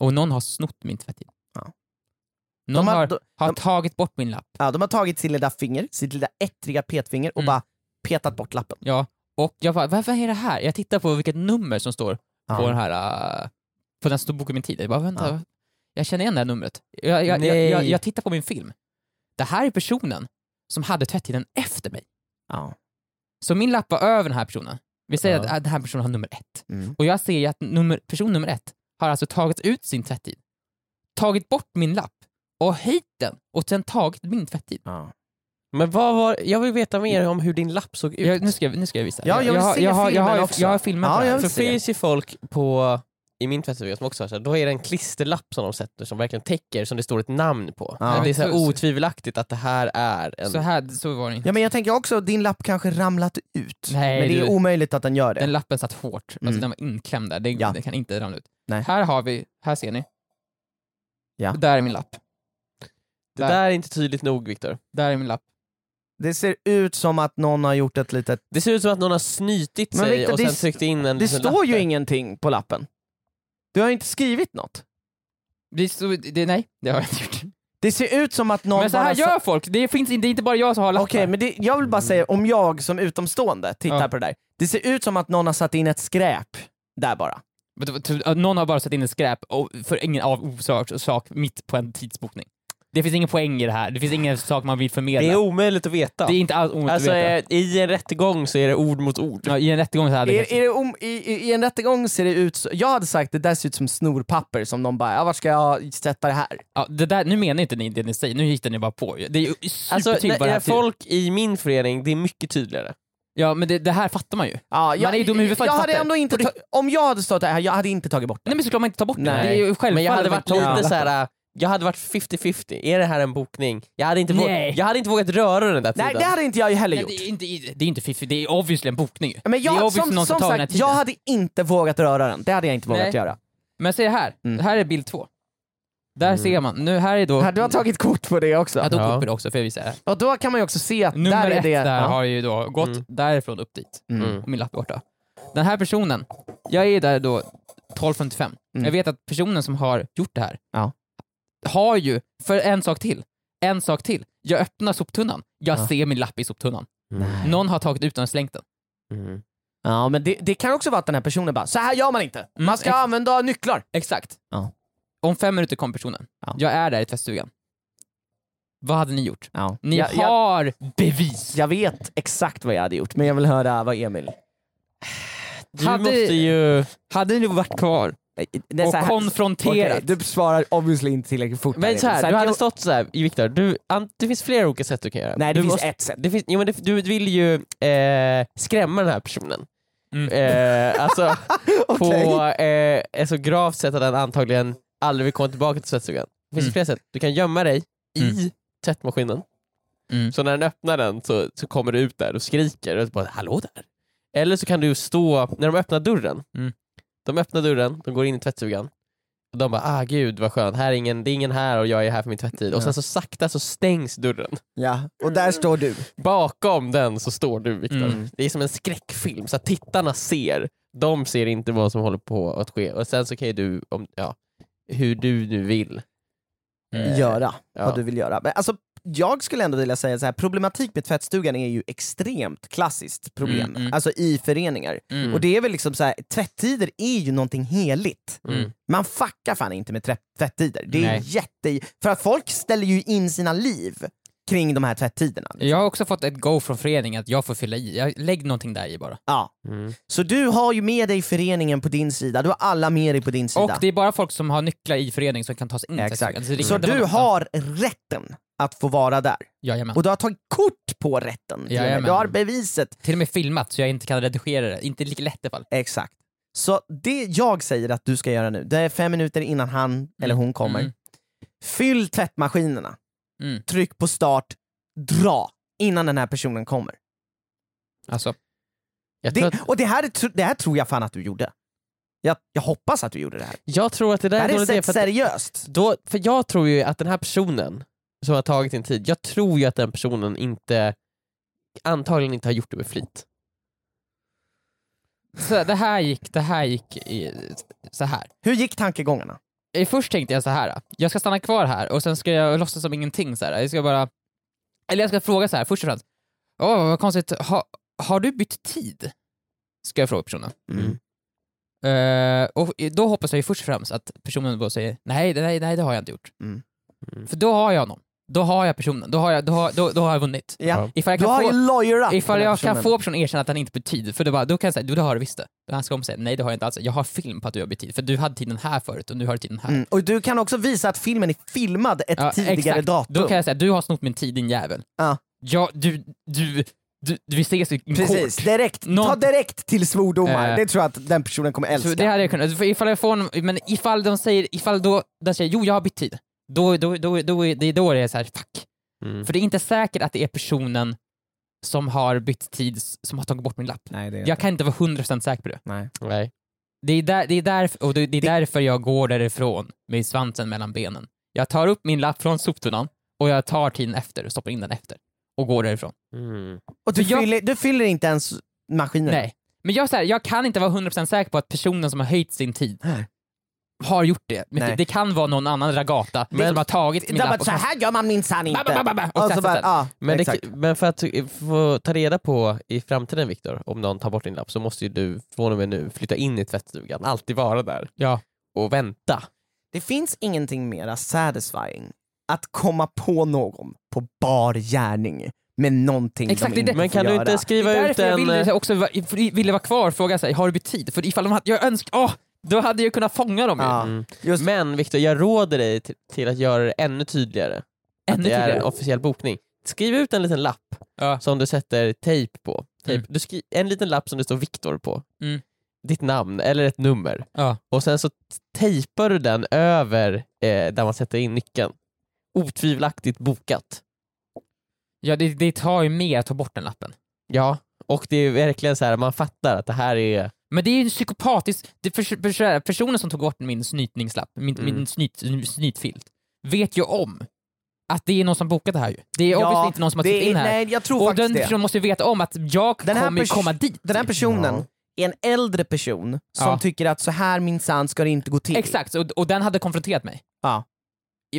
Speaker 3: och någon har snott min tvättid.
Speaker 4: Ja.
Speaker 3: Någon
Speaker 4: De har-
Speaker 3: har,
Speaker 4: de-
Speaker 3: har
Speaker 4: de-
Speaker 3: tagit bort min lapp.
Speaker 4: Ja, de har tagit sitt lilla finger, sitt lilla ettriga petfinger och
Speaker 3: Mm.
Speaker 4: bara petat bort lappen.
Speaker 3: Ja. Och jag bara, varför är det här? Jag tittar på vilket nummer som står på
Speaker 4: Ja.
Speaker 3: den här, uh, på den som står boken min tid. Jag bara, vänta.
Speaker 4: Ja.
Speaker 3: Jag känner igen det här numret. Jag, jag, jag,
Speaker 4: Nej.
Speaker 3: jag, jag tittar på min film. Det här är personen som hade tvättiden efter mig.
Speaker 4: Ja.
Speaker 3: Så min lapp var över den här personen. Vi säger
Speaker 4: Ja.
Speaker 3: att ah, den här personen har nummer ett.
Speaker 4: Mm.
Speaker 3: Och jag ser ju att nummer, person nummer ett har alltså tagit ut sin tvättid, tagit bort min lapp och höjt den och sen tagit min tvättid.
Speaker 4: Ja.
Speaker 2: Men vad var, jag vill veta mer om hur din lapp såg ut.
Speaker 3: Jag, nu, ska jag, nu ska jag visa.
Speaker 4: Ja, jag vill
Speaker 3: har-
Speaker 4: se
Speaker 3: jag, har- jag,
Speaker 4: filmen
Speaker 3: har-
Speaker 4: också.
Speaker 3: jag har filmat
Speaker 4: Ja,
Speaker 3: det här.
Speaker 4: jag vill
Speaker 2: För
Speaker 4: se.
Speaker 2: finns ju folk på, i min tvättstuga som också har så här, då är det en klisterlapp som de sätter som verkligen täcker, som det står ett namn på.
Speaker 4: Ja.
Speaker 2: Det är så här
Speaker 3: Så- så-
Speaker 2: otvivelaktigt att det här är en...
Speaker 3: Så här så var det inte.
Speaker 4: ja, men jag tänker också din lapp kanske ramlat ut.
Speaker 3: Nej,
Speaker 4: men det är
Speaker 3: du-
Speaker 4: omöjligt att den gör det.
Speaker 3: Den lappen satt hårt, alltså
Speaker 4: Mm.
Speaker 3: den var inklämd där. Det,
Speaker 4: Ja.
Speaker 3: det kan inte ramla ut.
Speaker 4: Nej.
Speaker 3: Här har vi, här ser ni.
Speaker 4: Ja.
Speaker 3: Där är min lapp.
Speaker 2: det där är inte tydligt nog Viktor.
Speaker 3: Där är min lapp.
Speaker 4: Det ser ut som att någon har gjort ett litet...
Speaker 2: Det ser ut som att någon har snytit
Speaker 4: Men
Speaker 2: sig
Speaker 4: Viktor,
Speaker 2: och
Speaker 4: det
Speaker 2: sen
Speaker 4: s-
Speaker 2: tryckt in en
Speaker 4: Det
Speaker 2: liten
Speaker 4: står
Speaker 2: lapp
Speaker 4: ju
Speaker 2: där.
Speaker 4: ingenting på lappen. Du har ju inte skrivit något.
Speaker 3: Det, så, det, nej, det har jag inte gjort.
Speaker 4: Det ser ut som att någon
Speaker 3: Men så här
Speaker 4: bara... sa-
Speaker 3: gör folk, det, finns, inte- det är inte bara jag som har lappar.
Speaker 4: Okej, men det, jag vill bara säga, om jag som utomstående tittar
Speaker 3: Ja.
Speaker 4: på det där, det ser ut som att någon har satt in ett skräp där bara.
Speaker 3: Men det var- typ, att Någon har bara satt in ett skräp och för ingen av orsak sak mitt på en tidsbokning. Det finns ingen poäng i det här, det finns ingen sak man vill
Speaker 2: Det är
Speaker 3: förmedla.
Speaker 2: omöjligt att veta.
Speaker 3: Det är inte alls omöjligt
Speaker 2: alltså,
Speaker 3: att veta.
Speaker 2: eh, I en rättegång så är det ord mot ord.
Speaker 3: Ja, I en rättegång så hade
Speaker 4: Är,
Speaker 3: det
Speaker 4: är det om, i, i- I en rättegång ser det ut så, jag hade sagt det där ser ut som snorpapper som de bara, ja, var ska jag sätta det här?
Speaker 3: ja, det där, Nu menar inte ni det ni säger, nu hittar ni bara på. Det är ju supertydligt
Speaker 2: Alltså,
Speaker 3: vad det
Speaker 2: när,
Speaker 3: här
Speaker 2: när
Speaker 3: betyder.
Speaker 2: folk i min förening, det är mycket tydligare.
Speaker 3: Ja men det, det här fattar man ju.
Speaker 4: Ja, jag,
Speaker 3: Man är ju dum i huvudet för att
Speaker 4: jag
Speaker 3: fatta
Speaker 4: hade
Speaker 3: det.
Speaker 4: ändå inte, ta, om jag hade stått där, jag hade inte tagit bort det.
Speaker 3: Nej men såklart man inte tar bort det.
Speaker 4: Nej.
Speaker 3: Det är ju
Speaker 2: Men
Speaker 3: självfallet
Speaker 2: jag hade
Speaker 3: man
Speaker 2: varit
Speaker 3: inte tar bort
Speaker 2: lite
Speaker 3: det.
Speaker 2: så här. eh, jag hade varit 50-50, är det här en bokning? Jag hade inte,
Speaker 3: Nej.
Speaker 2: vågat, jag hade inte vågat röra den där tiden.
Speaker 4: Nej, det hade inte jag heller
Speaker 3: Nej,
Speaker 4: gjort.
Speaker 3: det, är inte, det är inte fiffi, det är obviously en bokning ju.
Speaker 4: Men
Speaker 3: det är
Speaker 4: jag,
Speaker 3: obviously
Speaker 4: som,
Speaker 3: någon
Speaker 4: som
Speaker 3: tar den här
Speaker 4: sagt,
Speaker 3: tiden.
Speaker 4: jag hade inte vågat röra den. Det hade jag inte vågat
Speaker 3: Nej.
Speaker 4: göra.
Speaker 3: Men se här,
Speaker 4: Mm.
Speaker 3: här är bild två. Där ser man, nu här är då...
Speaker 4: Hade jag tagit kort på det också?
Speaker 3: Jag tog
Speaker 2: Ja.
Speaker 3: kort på det också för jag visar det här.
Speaker 4: Och då kan man ju också se att
Speaker 3: Nummer
Speaker 4: där är
Speaker 3: ett
Speaker 4: det...
Speaker 3: där
Speaker 4: ja.
Speaker 3: har ju då gått
Speaker 2: Mm.
Speaker 3: därifrån upp dit.
Speaker 4: Mm.
Speaker 3: Och min lapp är borta. Den här personen, jag är där då 12.55.
Speaker 4: Mm.
Speaker 3: Jag vet att personen som har gjort det här
Speaker 4: Ja.
Speaker 3: har ju, för en sak till, en sak till. Jag öppnar soptunnan, jag
Speaker 4: Ja.
Speaker 3: ser min lapp i soptunnan.
Speaker 2: Nej.
Speaker 3: Någon har tagit ut den och slängt den.
Speaker 2: Mm.
Speaker 4: Ja, men det, det kan också vara att den här personen bara, så här gör man inte. Man ska
Speaker 3: Mm, ex-
Speaker 4: använda nycklar.
Speaker 3: Exakt.
Speaker 4: Ja.
Speaker 3: Om fem minuter kom personen.
Speaker 4: Ja.
Speaker 3: Jag är där i tvättstugan. Vad hade ni gjort?
Speaker 4: Ja.
Speaker 3: Ni
Speaker 4: jag, jag,
Speaker 3: har bevis!
Speaker 4: jag vet exakt vad jag hade gjort, men jag vill höra vad Emil...
Speaker 2: Du
Speaker 3: Hade-
Speaker 2: måste ju...
Speaker 3: Hade ni varit kvar
Speaker 4: Det är
Speaker 3: och
Speaker 4: så här-
Speaker 3: konfronterat?
Speaker 4: Okej, du svarar obviously inte tillräckligt fort. här,
Speaker 2: Men så
Speaker 4: Emil.
Speaker 2: här, du hade
Speaker 4: jag-
Speaker 2: stått så här, Viktor, du, an- det finns flera olika sätt du kan göra.
Speaker 4: Nej, det
Speaker 2: du
Speaker 4: finns
Speaker 2: måste-
Speaker 4: ett sätt.
Speaker 2: Det finns, jo, men det, du vill ju eh, skrämma den här personen.
Speaker 3: Mm.
Speaker 2: Eh, alltså på
Speaker 4: Okej.
Speaker 2: eh, ett så gravt sätt att den antagligen aldrig vill komma tillbaka till tvättstugan. Det finns
Speaker 3: Mm.
Speaker 2: flera sätt. Du kan gömma dig i tvättmaskinen.
Speaker 3: Mm.
Speaker 2: Så när den öppnar den så, så kommer du ut där och skriker och bara “Hallå där!” Eller så kan du stå, när de öppnar dörren,
Speaker 3: Mm.
Speaker 2: de öppnar dörren, de går in i tvättstugan, och de bara “Ah gud vad skönt, här är ingen, det är ingen här och jag är här för min tvättid” och sen så sakta så stängs dörren.
Speaker 4: Ja, och där står du.
Speaker 2: Bakom den så står du Viktor.
Speaker 3: Mm.
Speaker 2: Det är som en skräckfilm, så att tittarna ser, de ser inte vad som håller på att ske och sen så kan ju du, om, ja, hur du nu vill.
Speaker 3: Mm.
Speaker 4: göra
Speaker 2: ja.
Speaker 4: vad du vill göra. Men alltså, jag skulle ändå vilja säga så här, problematik med tvättstugan är ju extremt klassiskt problem,
Speaker 3: Mm, mm.
Speaker 4: alltså i föreningar.
Speaker 3: Mm.
Speaker 4: Och det är väl liksom så här, tvättider är ju någonting heligt.
Speaker 2: Mm.
Speaker 4: Man fuckar fan inte med trä- tvättider. Det är
Speaker 3: Nej.
Speaker 4: jätte... För att folk ställer ju in sina liv kring de här tvättiderna.
Speaker 3: Jag har också fått ett go från föreningen att jag får fylla i. Jag, lägg någonting där i bara.
Speaker 4: Ja.
Speaker 2: Mm.
Speaker 4: Så du har ju med dig föreningen på din sida, du har alla med dig på din sida.
Speaker 3: Och det är bara folk som har nycklar i föreningen som kan ta sig in. i
Speaker 4: Exakt.
Speaker 3: tvättstugan. det är
Speaker 4: Så
Speaker 3: inte bara
Speaker 4: du
Speaker 3: någon-
Speaker 4: har rätten att få vara där.
Speaker 3: Jajamän.
Speaker 4: Och du har tagit kort på rätten. till och med.
Speaker 3: Jajamän.
Speaker 4: Du har beviset.
Speaker 3: Till och med filmat så jag inte kan redigera det. Inte lika lätt i alla fall.
Speaker 4: Exakt. Så det jag säger att du ska göra nu, det är fem minuter innan han eller hon kommer.
Speaker 3: Mm.
Speaker 4: Fyll tvättmaskinerna,
Speaker 3: Mm.
Speaker 4: tryck på start, dra innan den här personen kommer.
Speaker 3: Alltså,
Speaker 2: Jag tror,
Speaker 4: Det,
Speaker 2: att,
Speaker 4: och det här, tr- det här tror jag fan att du gjorde. Jag, jag hoppas att du gjorde det här.
Speaker 2: jag tror att det där
Speaker 4: Det här
Speaker 2: är en
Speaker 4: är
Speaker 2: dålig idé.
Speaker 4: sett
Speaker 2: För, att,
Speaker 4: seriöst.
Speaker 2: då, för jag tror ju att den här personen som har tagit sin tid, jag tror ju att den personen inte antagligen inte har gjort det med flit.
Speaker 3: så det här gick, det här gick i, så här.
Speaker 4: Hur gick tankegångarna?
Speaker 3: Eh, Först tänkte jag så här. jag ska stanna kvar här och sen ska jag låtsas som ingenting. Så här. Jag ska bara... Eller jag ska fråga så här först och främst. Åh, vad konstigt. Ha, har du bytt tid? Ska jag fråga personen.
Speaker 4: Mm.
Speaker 3: Eh, och då hoppas jag ju först och främst att personen då säger nej, nej, nej, det har jag inte gjort.
Speaker 4: Mm.
Speaker 2: Mm.
Speaker 3: För då har jag honom. Då har jag personen. Då har jag, då har, då, då har jag vunnit.
Speaker 4: Ja.
Speaker 3: Ifall jag
Speaker 4: Du
Speaker 3: kan
Speaker 4: har
Speaker 3: få...
Speaker 4: ju lawyerat
Speaker 3: Ifall
Speaker 4: den här
Speaker 3: jag kan
Speaker 4: personen.
Speaker 3: få personen att erkänna att han inte bytt tid, för då, bara, då kan jag säga, du det har du visst det. Då hans kompis säger, nej det har jag inte alls. Jag har film på att du har bytt tid, för du hade tiden här förut och nu har du tiden här.
Speaker 4: Mm. Och du kan också visa att filmen är filmad ett
Speaker 3: Ja,
Speaker 4: tidigare
Speaker 3: exakt.
Speaker 4: datum.
Speaker 3: Då kan jag säga, du har snott min tid din jävel.
Speaker 4: Ja.
Speaker 3: Ja, du, du, du, du, vi ses i en
Speaker 4: Precis,
Speaker 3: kort.
Speaker 4: direkt.
Speaker 3: Någon-
Speaker 4: Ta direkt till svordomar.
Speaker 3: Eh.
Speaker 4: Det tror jag att den personen kommer
Speaker 3: Så
Speaker 4: älska.
Speaker 3: det hade jag kunnat, för ifall jag får en, men ifall de säger, ifall då, de säger, jo jag har bytt tid. Då, då, då, då, det är då det är så här, fuck.
Speaker 2: Mm.
Speaker 3: För det är inte säkert att det är personen som har bytt tid, s- som har tagit bort min lapp.
Speaker 4: Nej, det
Speaker 3: Jag kan inte vara 100% säker på det.
Speaker 4: Nej.
Speaker 2: Nej.
Speaker 3: Det är, där, det, är därför, och det, det är därför jag går därifrån med svansen mellan benen. Jag tar upp min lapp från soptunnan och jag tar tiden efter och stoppar in den efter och går därifrån.
Speaker 2: Mm.
Speaker 4: Och du,
Speaker 3: För jag-
Speaker 4: fyller, du fyller inte ens maskinen?
Speaker 3: Nej. Men jag, så här, jag kan inte vara 100% säker på att personen som har höjt sin tid
Speaker 4: Nej.
Speaker 3: har gjort det. Men
Speaker 4: Nej.
Speaker 3: det, det kan vara någon annan ragata
Speaker 4: Men-
Speaker 3: som har tagit min
Speaker 4: Det
Speaker 3: lapp
Speaker 4: var
Speaker 3: och
Speaker 4: så här gör man minsann inte.
Speaker 3: Ba, ba, ba, ba, och
Speaker 4: Och
Speaker 3: sen-
Speaker 4: så bara,
Speaker 3: sen-
Speaker 4: ja,
Speaker 2: Men,
Speaker 4: exakt.
Speaker 2: det, men för att eh, få ta reda på i framtiden Viktor, om någon tar bort din lapp så måste ju du från och med nu flytta in i tvättstugan, alltid vara där
Speaker 3: Ja.
Speaker 2: och vänta.
Speaker 4: Det finns ingenting mera satisfying att komma på någon på bar gärning med någonting
Speaker 3: Exakt,
Speaker 4: de
Speaker 3: det är
Speaker 4: inte
Speaker 3: det.
Speaker 4: får
Speaker 2: Men kan du
Speaker 4: göra.
Speaker 2: inte
Speaker 3: Det
Speaker 2: skriva
Speaker 3: är
Speaker 2: ut
Speaker 3: därför jag
Speaker 2: en... eh,
Speaker 3: ville, så här, också, va- ville vara kvar och fråga så här, har du bytt tid? För ifall de hade, jag önskar, åh, då hade jag kunnat fånga dem ju.
Speaker 4: Ja,
Speaker 2: Mm.
Speaker 4: just,
Speaker 2: Men Viktor, jag råder dig till, till att göra det ännu tydligare.
Speaker 3: Ännu
Speaker 2: det är
Speaker 3: tydligare.
Speaker 2: en officiell bokning. Skriv ut en liten lapp
Speaker 3: Ja.
Speaker 2: som du sätter tejp på. Tejp.
Speaker 3: Mm.
Speaker 2: Du skri- en liten lapp som det står Viktor på.
Speaker 3: Mm.
Speaker 2: Ditt namn eller ett nummer.
Speaker 3: Ja.
Speaker 2: Och sen så tejpar du den över eh, där man sätter in nyckeln. Otvivelaktigt bokat.
Speaker 3: Ja, det, det tar ju mer att ta bort den lappen.
Speaker 2: Ja, och det är verkligen så här man fattar att det här är...
Speaker 3: Men det är ju en psykopatisk... Det pers, pers, personen som tog bort min snytningslapp, min,
Speaker 2: Mm.
Speaker 3: min snyt, snytfilt, vet ju om att det är någon som bokat det här ju. Det är
Speaker 4: ja,
Speaker 3: obviously inte någon som har
Speaker 4: det
Speaker 3: tittat in
Speaker 4: är-
Speaker 3: här.
Speaker 4: Nej, jag tror
Speaker 3: Och
Speaker 4: faktiskt
Speaker 3: den
Speaker 4: det.
Speaker 3: personen måste ju veta om att jag
Speaker 4: Den här
Speaker 3: kommer
Speaker 4: pers-
Speaker 3: komma dit.
Speaker 4: Den här personen
Speaker 2: Ja.
Speaker 4: är en äldre person som
Speaker 3: Ja.
Speaker 4: tycker att så här minsann ska det inte gå till.
Speaker 3: Exakt, och, och den hade konfronterat mig.
Speaker 4: Ja.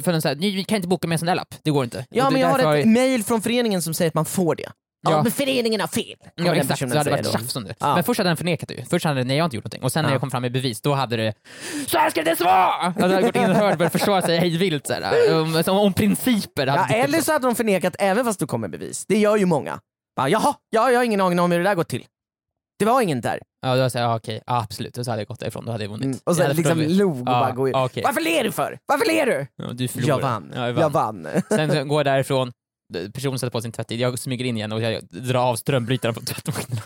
Speaker 3: För den sa ni vi kan inte boka med en sån där lapp, det går inte.
Speaker 4: Ja
Speaker 3: Och det-
Speaker 4: men jag har
Speaker 3: därför
Speaker 4: ett mejl från föreningen som säger att man får det. Ja,
Speaker 3: Ja.
Speaker 4: men föreningen har fel! kommer
Speaker 3: Ja
Speaker 4: den
Speaker 3: exakt,
Speaker 4: personen
Speaker 3: så hade det
Speaker 4: säga
Speaker 3: varit
Speaker 4: då.
Speaker 3: tjafs om det.
Speaker 4: Ja.
Speaker 3: Men först hade den förnekat det ju. Först hade den, nej jag har inte gjort någonting. Och sen när
Speaker 4: Ja.
Speaker 3: jag kom fram med bevis, då hade det Så här ska det inte vara! Alltså, hade gått in och hört, börjat försvara sig hejvilt såhär. Om, som om principer. Hade
Speaker 4: Ja,
Speaker 3: dykt upp.
Speaker 4: eller så hade de förnekat även fast du kom med bevis. Det gör ju många. Bara, Jaha, ja, jag har ingen aning om hur det där gått till. Det var ingen där.
Speaker 3: Ja, då sa jag ja, okej, ja, absolut. Och så hade jag gått därifrån, då hade jag vunnit.
Speaker 4: Mm. Och
Speaker 3: Jag
Speaker 4: sen
Speaker 3: hade
Speaker 4: liksom
Speaker 3: förlorat.
Speaker 4: log och bara går ut.
Speaker 3: ja, okej.
Speaker 4: Varför ler du för? Varför ler du?
Speaker 3: Ja, Du förlorade.
Speaker 4: Jag vann.
Speaker 3: Ja, jag vann.
Speaker 4: Jag vann.
Speaker 3: Sen så går jag därifrån, personen sätter på sin tvättid, jag smyger in igen och jag drar av strömbrytaren på tvättmaskinen.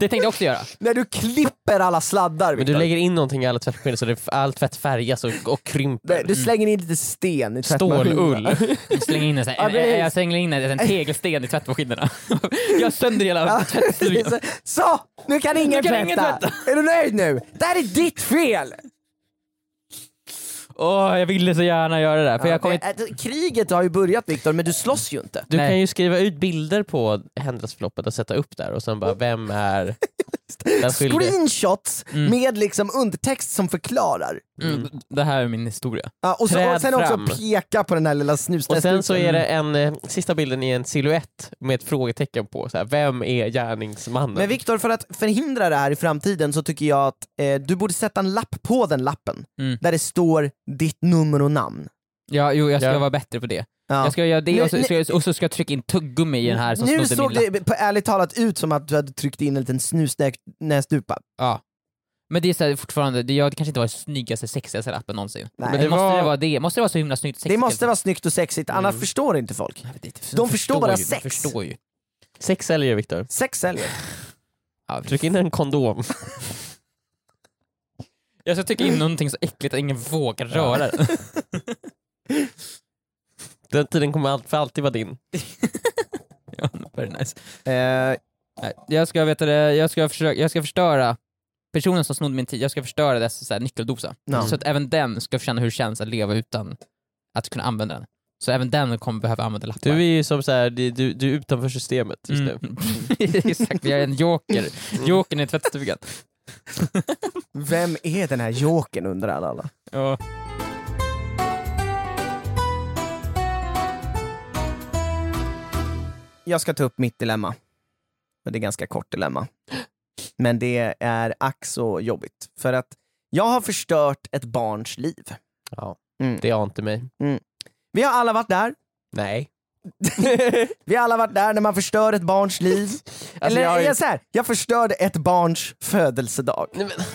Speaker 3: Det tänkte jag också göra.
Speaker 4: När du klipper alla sladdar.
Speaker 2: Men du
Speaker 4: Viktor.
Speaker 2: lägger in någonting i alla tvättmaskiner så det, all tvätt färgas och, och
Speaker 4: Nej,
Speaker 2: krymper.
Speaker 3: Mm.
Speaker 4: du slänger in lite sten i tvättmaskinen.
Speaker 2: Stålull.
Speaker 3: Jag slänger in en, sån här-
Speaker 4: Ja,
Speaker 3: en,
Speaker 4: precis.
Speaker 3: jag slänger in en, en tegelsten i tvättmaskinerna. Jag sönder hela tvättstugan.
Speaker 4: Så- Så, nu kan ingen
Speaker 3: Nu kan
Speaker 4: tvätta.
Speaker 3: ingen
Speaker 4: Är du nöjd nu? Det här är ditt fel!
Speaker 3: Åh, jag ville så gärna göra det där. För jag kom inte...
Speaker 4: Ja, det- äh, kriget har ju börjat Viktor, men du slåss ju inte.
Speaker 2: Du
Speaker 3: Nej.
Speaker 2: kan ju skriva ut bilder på händelseförloppet och sätta upp där och sen bara, vem är den skyldige?
Speaker 4: Screenshots med liksom undertext som förklarar.
Speaker 3: mm, det här är min historia.
Speaker 4: Ja, och, så, och
Speaker 2: Träd
Speaker 4: sen också
Speaker 2: fram.
Speaker 4: peka på den här lilla
Speaker 2: Och sen så
Speaker 4: snusdäsken.
Speaker 2: är det en, eh, sista bilden i en siluett med ett frågetecken på, så här, vem är gärningsmannen?
Speaker 4: Men Viktor, för att förhindra det här i framtiden så tycker jag att eh, du borde sätta en lapp på den lappen
Speaker 3: Mm.
Speaker 4: där det står ditt nummer och namn.
Speaker 3: Ja, jo, jag ska
Speaker 2: Ja.
Speaker 3: vara bättre på det.
Speaker 4: Ja.
Speaker 3: Jag ska göra det
Speaker 4: Nu-
Speaker 3: och så ska, jag, och så ska jag trycka in tuggummi i den här som
Speaker 4: nu
Speaker 3: snodde min
Speaker 4: såg
Speaker 3: lapp.
Speaker 4: det på, ärligt talat ut som att du hade tryckt in en liten snusnäsdupa.
Speaker 3: Ja. Men det är så här, fortfarande, det, jag, det kanske inte var den snyggaste, sexigaste rappen någonsin.
Speaker 4: Nej.
Speaker 3: Men det måste, det vara det. måste det vara så himla snyggt
Speaker 4: Det måste vara snyggt och sexigt,
Speaker 3: Mm.
Speaker 4: annars förstår inte folk.
Speaker 3: De
Speaker 4: förstår bara
Speaker 3: ju,
Speaker 4: sex.
Speaker 3: De förstår ju.
Speaker 2: Sex säljer Viktor.
Speaker 4: Sex säljer.
Speaker 3: Ja,
Speaker 2: Tryck in en kondom.
Speaker 3: Jag ska trycka in någonting så äckligt att ingen vågar röra det.
Speaker 2: Den tiden kommer all- för alltid vara din.
Speaker 3: Ja, very nice.
Speaker 4: Eh,
Speaker 3: Nej, Jag ska, vet du, det, jag, ska försöka, jag ska förstöra personen som snodde min tid, jag ska förstöra dess så här, nyckeldosa.
Speaker 4: Ja.
Speaker 3: Så att även den ska få känna hur det känns att leva utan att kunna använda den. Så även den kommer behöva använda lappar.
Speaker 2: Du är ju som så här, du, du, du är utanför systemet just nu.
Speaker 3: Mm. Exakt, jag är en joker. Jokern i tvättstugan.
Speaker 4: vem är den här jokern undrar alla.
Speaker 3: Ja.
Speaker 4: Jag ska ta upp mitt dilemma. Och det är ett ganska kort dilemma. Men det är ack så jobbigt. För att jag har förstört ett barns liv.
Speaker 2: Ja.
Speaker 4: Mm.
Speaker 2: Det ante mig.
Speaker 4: Vi har alla varit där.
Speaker 2: Nej.
Speaker 4: Vi har alla varit där när man förstör ett barns liv. Eller
Speaker 2: Alltså, jag har
Speaker 4: jag,
Speaker 2: ju-
Speaker 4: så här, jag förstörde ett barns födelsedag.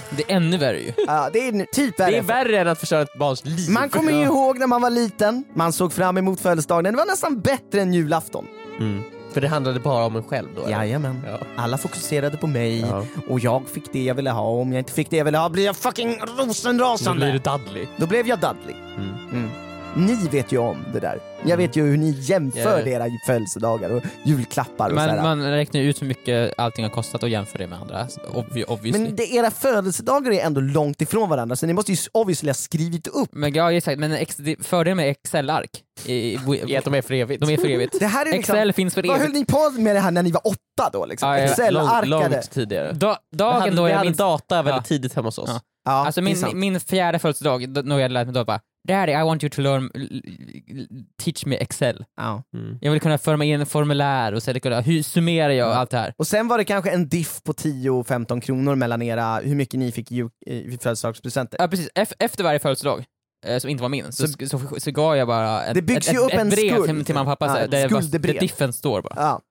Speaker 3: Det är ännu värre ju.
Speaker 4: Ja, det är nu- typ
Speaker 2: Det är
Speaker 4: värre.
Speaker 2: värre än att förstöra ett barns liv.
Speaker 4: Man kommer ju ihåg när man var liten, man såg fram emot födelsedagen, det var nästan bättre än julafton.
Speaker 2: Mm. För det handlade bara om en själv då? eller?
Speaker 4: Jajamän.
Speaker 2: Ja.
Speaker 4: Alla fokuserade på mig
Speaker 2: Ja.
Speaker 4: och jag fick det jag ville ha och om jag inte fick det jag ville ha blir jag fucking
Speaker 2: Då
Speaker 4: rosenrasande.
Speaker 2: blir du Dudley.
Speaker 4: Då blev jag Dudley.
Speaker 2: Mm.
Speaker 4: Mm. Ni vet ju om det där. Jag vet ju hur ni jämför
Speaker 2: Ja.
Speaker 4: era födelsedagar och julklappar och
Speaker 3: Man,
Speaker 4: sådär.
Speaker 3: man räknar ju ut hur mycket allting har kostat och jämför det med andra. Så Obvi obviously.
Speaker 4: Men det, era födelsedagar är ändå långt ifrån varandra så ni måste ju obviously ha skrivit upp.
Speaker 3: Men ja, exakt. Men ex- det- fördelen med Excel-ark i- i-
Speaker 2: I att de är för evigt.
Speaker 3: de är för evigt.
Speaker 4: Det här är liksom,
Speaker 3: Excel finns för
Speaker 4: vad höll
Speaker 3: evigt.
Speaker 4: ni på med det här när ni var åtta då? Liksom?
Speaker 3: Ja, ja, ja.
Speaker 4: Excel-arkade.
Speaker 2: Långt, långt tidigare.
Speaker 3: Da-
Speaker 2: Vi
Speaker 3: dagen
Speaker 2: hade,
Speaker 3: då
Speaker 2: vi
Speaker 3: jag
Speaker 2: hade
Speaker 3: minns...
Speaker 2: data väldigt
Speaker 3: Ja.
Speaker 2: tidigt hemma hos oss.
Speaker 3: Ja.
Speaker 4: Ja,
Speaker 3: alltså
Speaker 4: det är sant.
Speaker 3: min, min fjärde födelsedag, då- när jag lärde mig då bara Daddy, I want you to learn, l- l- teach me Excel.
Speaker 4: Ja.
Speaker 2: Mm.
Speaker 3: Jag vill kunna föra mig in i formulär och sen kunna, hur summerar jag och allt det här?
Speaker 4: Och sen var det kanske en diff på 10-15 kronor mellan era, hur mycket ni fick i ju- i födelsedagspresenter.
Speaker 3: Ja precis, Ef- efter varje födelsedag eh, som inte var min så, så, så, gav jag bara ett,
Speaker 4: Det byggs
Speaker 3: ett,
Speaker 4: ju
Speaker 3: ett,
Speaker 4: upp en
Speaker 3: brev
Speaker 4: skuld.
Speaker 3: till, till mamma och pappa
Speaker 4: Ja,
Speaker 3: så här,
Speaker 4: ett
Speaker 3: där, jag bara,
Speaker 4: skuldebrev.
Speaker 3: där diffen står bara.
Speaker 4: Ja,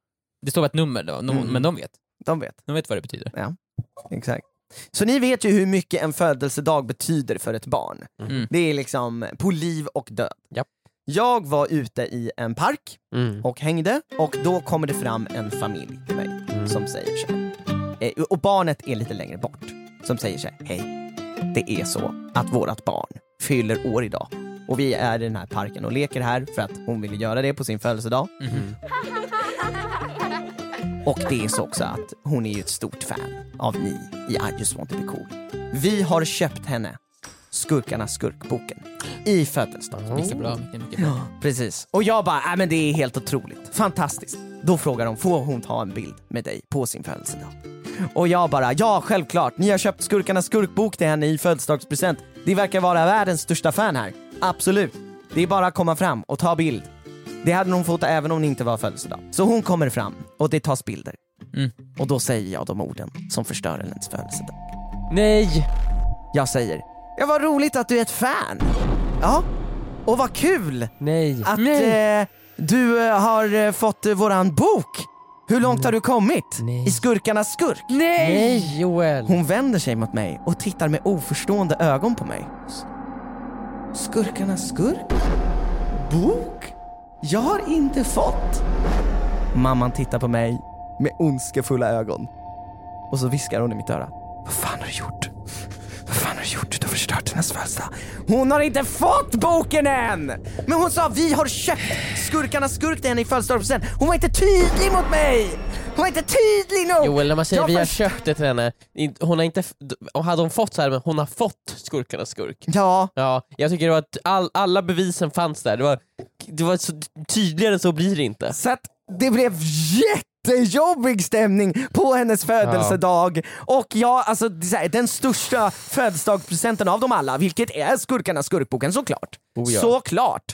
Speaker 3: Det står bara ett nummer då, no,
Speaker 4: Mm.
Speaker 3: men de vet.
Speaker 4: de vet.
Speaker 3: De vet vad det betyder.
Speaker 4: Exakt. Så ni vet ju hur mycket en födelsedag betyder för ett barn.
Speaker 3: Mm.
Speaker 4: Det är liksom på liv och död.
Speaker 2: Japp.
Speaker 4: Jag var ute i en park
Speaker 2: Mm.
Speaker 4: och hängde och då kommer det fram en familj till mig
Speaker 2: Mm.
Speaker 4: som säger så här. Eh, Och barnet är lite längre bort. Som säger så här, hej. Det är så att vårt barn fyller år idag. Och vi är i den här parken och leker här för att hon ville göra det på sin födelsedag.
Speaker 2: Mm-hmm.
Speaker 3: Mhm.
Speaker 4: Och det är så också att hon är ju ett stort fan av ni i I just want to be cool. Vi har köpt henne Skurkarnas skurkboken i födelsedagspresent.
Speaker 2: Mm.
Speaker 3: Mycket bra, mycket, mycket bra.
Speaker 4: Precis. Och jag bara, äh, men det är helt otroligt. Fantastiskt. Då frågar de, får hon ta en bild med dig på sin födelsedag? Och jag bara, ja självklart, ni har köpt Skurkarnas skurkbok till henne i födelsedagspresent. Det verkar vara världens största fan här. Absolut. Det är bara att komma fram och ta bild. Det hade hon fått även om det inte var födelsedag. Så hon kommer fram och det tas bilder.
Speaker 3: Mm.
Speaker 4: Och då säger jag de orden som förstör hennes födelsedag.
Speaker 2: Nej!
Speaker 4: Jag säger, ja vad roligt att du är ett fan. Ja, och vad kul
Speaker 2: Nej.
Speaker 4: att
Speaker 3: Nej.
Speaker 4: eh, du eh, har eh, fått eh, våran bok. Hur långt har du kommit?
Speaker 2: Mm. Nej.
Speaker 4: I Skurkarnas skurk?
Speaker 2: Nej Joel!
Speaker 4: Hon vänder sig mot mig och tittar med oförstående ögon på mig. S- Skurkarnas skurk? Bok? Jag har inte fått. Mamman tittar på mig med ondskefulla ögon. Och så viskar hon i mitt öra. Vad fan har du gjort? Vad fan har du gjort? Du har förstört hennes födelsedag. Hon har inte fått boken än! Men hon sa vi har köpt Skurkarnas skurk till henne i födelsedagspresent. Hon var inte tydlig mot mig! Hon var inte tydlig nog!
Speaker 2: Joel, när man säger
Speaker 4: Jag
Speaker 2: vi har
Speaker 4: förstör-
Speaker 2: köpt det till henne, in- hon har inte, f- d- hade hon fått så här, men hon har fått skurkarnas skurk.
Speaker 4: Ja,
Speaker 2: Ja, jag tycker det var att all, alla bevisen fanns där. Det var, det var så, tydligare än så blir det inte.
Speaker 4: Så att det blev jättejobbig stämning på hennes födelsedag. Och jag, alltså det är så här, den största födelsedagspresenten av dem alla, vilket är Skurkarnas skurkboken såklart.
Speaker 2: Oh ja.
Speaker 4: Såklart!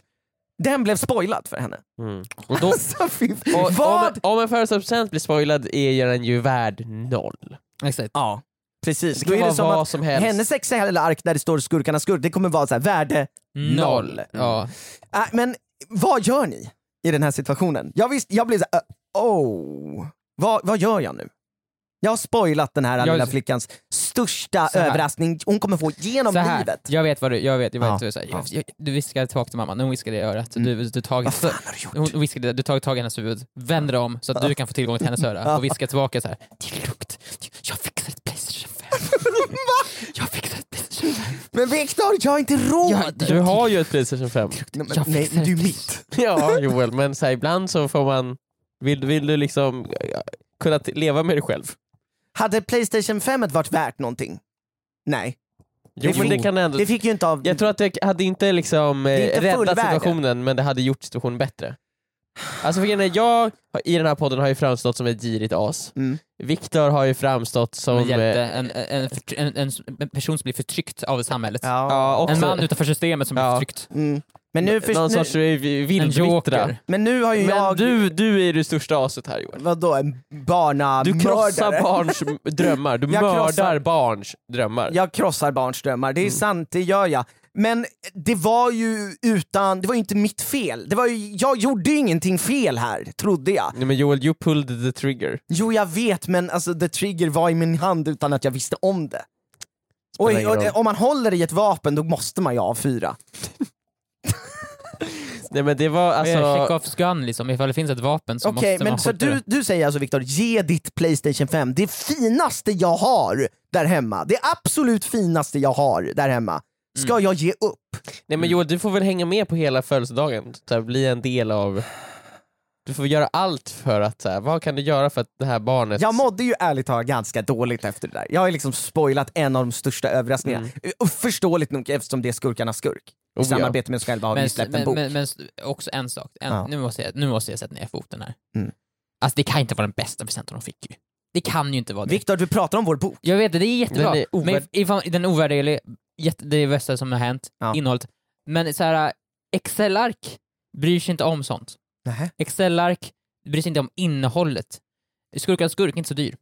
Speaker 4: Den blev spoilad för henne.
Speaker 2: Och då,
Speaker 4: Alltså, fy,
Speaker 2: och, om,
Speaker 4: vad?
Speaker 2: om en födelsedagspresent blir spoilad är den ju värd noll.
Speaker 3: Exakt.
Speaker 4: Ja, precis.
Speaker 2: Det
Speaker 4: Då
Speaker 2: kan
Speaker 4: är
Speaker 2: vara
Speaker 4: det som
Speaker 2: vad
Speaker 4: att
Speaker 2: som helst.
Speaker 4: hennes Excel-ark där det står Skurkarnas skurk, det kommer vara så här, värde noll.
Speaker 3: Ja.
Speaker 4: Äh, men vad gör ni i den här situationen? Jag, visst, jag blev såhär, oh, vad, vad gör jag nu? Jag har spoilat den här
Speaker 3: Jag-
Speaker 4: lilla flickans största
Speaker 3: Så här.
Speaker 4: överraskning hon kommer få genom
Speaker 3: Så här,
Speaker 4: livet.
Speaker 3: Jag vet vad du, jag vet, jag vet
Speaker 4: Ja.
Speaker 3: vad du säger.
Speaker 4: Ja. Mm.
Speaker 3: Jag, jag, du viskade tillbaka till mamma, när hon viskade i örat. Så Du, du tagit,
Speaker 4: Vad fan har du gjort?
Speaker 3: hon viskade, du tagit tag i hennes huvud, vänder om så att du kan få tillgång till hennes öra och viskar tillbaka så här. Din lukt, jag fixar ett Playstation 5. jag fixar ett Playstation 5.
Speaker 4: Men Viktor, jag har inte råd!
Speaker 3: Jag-
Speaker 2: Du har ju ett Playstation 5.
Speaker 4: Nej, men-
Speaker 3: jag
Speaker 4: nej,
Speaker 3: fixar
Speaker 4: du är
Speaker 3: det.
Speaker 4: mitt.
Speaker 2: Ja Joel, men så här, ibland så får man... Vill, vill du liksom ja, kunna t- leva med dig själv?
Speaker 4: Hade Playstation 5 varit värt någonting? Nej,
Speaker 2: Jo,
Speaker 4: Det
Speaker 2: men
Speaker 4: får-
Speaker 2: det kan ändå...
Speaker 4: det fick ju inte av...
Speaker 2: Jag tror att det hade inte liksom eh,
Speaker 4: är inte
Speaker 2: räddat
Speaker 4: fullvärde.
Speaker 2: situationen men det hade gjort situationen bättre. Alltså för grejen är, jag har- i den här podden har ju framstått som ett girigt as.
Speaker 4: Mm.
Speaker 2: Viktor har ju framstått som...
Speaker 3: Som hjälte,
Speaker 2: eh,
Speaker 3: en, en, förtry- en, en, en person som blir förtryckt av samhället.
Speaker 2: Ja, också,
Speaker 3: En man utanför systemet som
Speaker 2: Ja.
Speaker 3: blir förtryckt.
Speaker 4: Mm. Men, nu
Speaker 2: Någon
Speaker 4: först,
Speaker 2: sorts
Speaker 4: nu,
Speaker 2: eh,
Speaker 3: En
Speaker 2: vildvittra.
Speaker 3: joker.
Speaker 4: men nu har ju
Speaker 2: Men
Speaker 4: jag...
Speaker 2: du, du är det största aset här Joel.
Speaker 4: Vadå, en
Speaker 2: Du
Speaker 4: barnamördare?
Speaker 2: krossar barns drömmar, du
Speaker 4: Jag
Speaker 2: mördar
Speaker 4: krossar-
Speaker 2: barns drömmar.
Speaker 4: Jag krossar barns drömmar,
Speaker 3: Mm.
Speaker 4: det är sant, det gör jag. Men det var ju utan, det var ju inte mitt fel. Det var ju, jag gjorde ju ingenting fel här, trodde jag.
Speaker 2: Nej men Joel, you pulled the trigger.
Speaker 4: Jo jag vet men alltså the trigger var i min hand utan att jag visste om det. Och,
Speaker 2: ingen
Speaker 4: och,
Speaker 2: roll.
Speaker 4: om man håller i ett vapen då måste man ju avfyra.
Speaker 2: Nej men det var
Speaker 3: Alltså, check
Speaker 2: alltså...
Speaker 3: off gun liksom, ifall det finns ett vapen så
Speaker 4: Okej
Speaker 3: måste man
Speaker 4: men så
Speaker 3: skjuta det.
Speaker 4: du, du säger alltså Viktor, ge ditt Playstation 5, det finaste jag har där hemma, det absolut finaste jag har där hemma, ska
Speaker 3: Mm.
Speaker 4: jag ge upp?
Speaker 2: Nej men Joel, du får väl hänga med på hela födelsedagen. Så här, bli en del av... Du får göra allt för att... Så här, vad kan du göra för att det här barnet...
Speaker 4: Jag mådde ju ärligt talat ganska dåligt efter det där. Jag har ju liksom spoilat en av de största överraskningarna.
Speaker 3: Mm.
Speaker 4: Och Förståeligt nog eftersom det är skurkarnas skurk. I
Speaker 2: Oh, ja.
Speaker 4: samarbete med oss själva har vi
Speaker 3: Men,
Speaker 4: släppt en
Speaker 3: men,
Speaker 4: bok.
Speaker 3: men, men s- också en sak, en,
Speaker 4: Ja.
Speaker 3: nu, måste jag, nu måste jag sätta ner foten här.
Speaker 4: Mm.
Speaker 3: Alltså det kan inte vara den bästa presenten de fick ju. Det kan ju inte vara det.
Speaker 4: Viktor du pratar om vår bok.
Speaker 3: jag vet det, det är jättebra.
Speaker 2: Den är ovärd-
Speaker 3: men ifall, den är ovärderlig, jätte, det är det bästa som har hänt,
Speaker 4: Ja.
Speaker 3: innehållet. Men så här, Excel-ark bryr sig inte om sånt.
Speaker 4: Nähä.
Speaker 3: Excel-ark bryr sig inte om innehållet. Skurkans skurk är inte så dyr.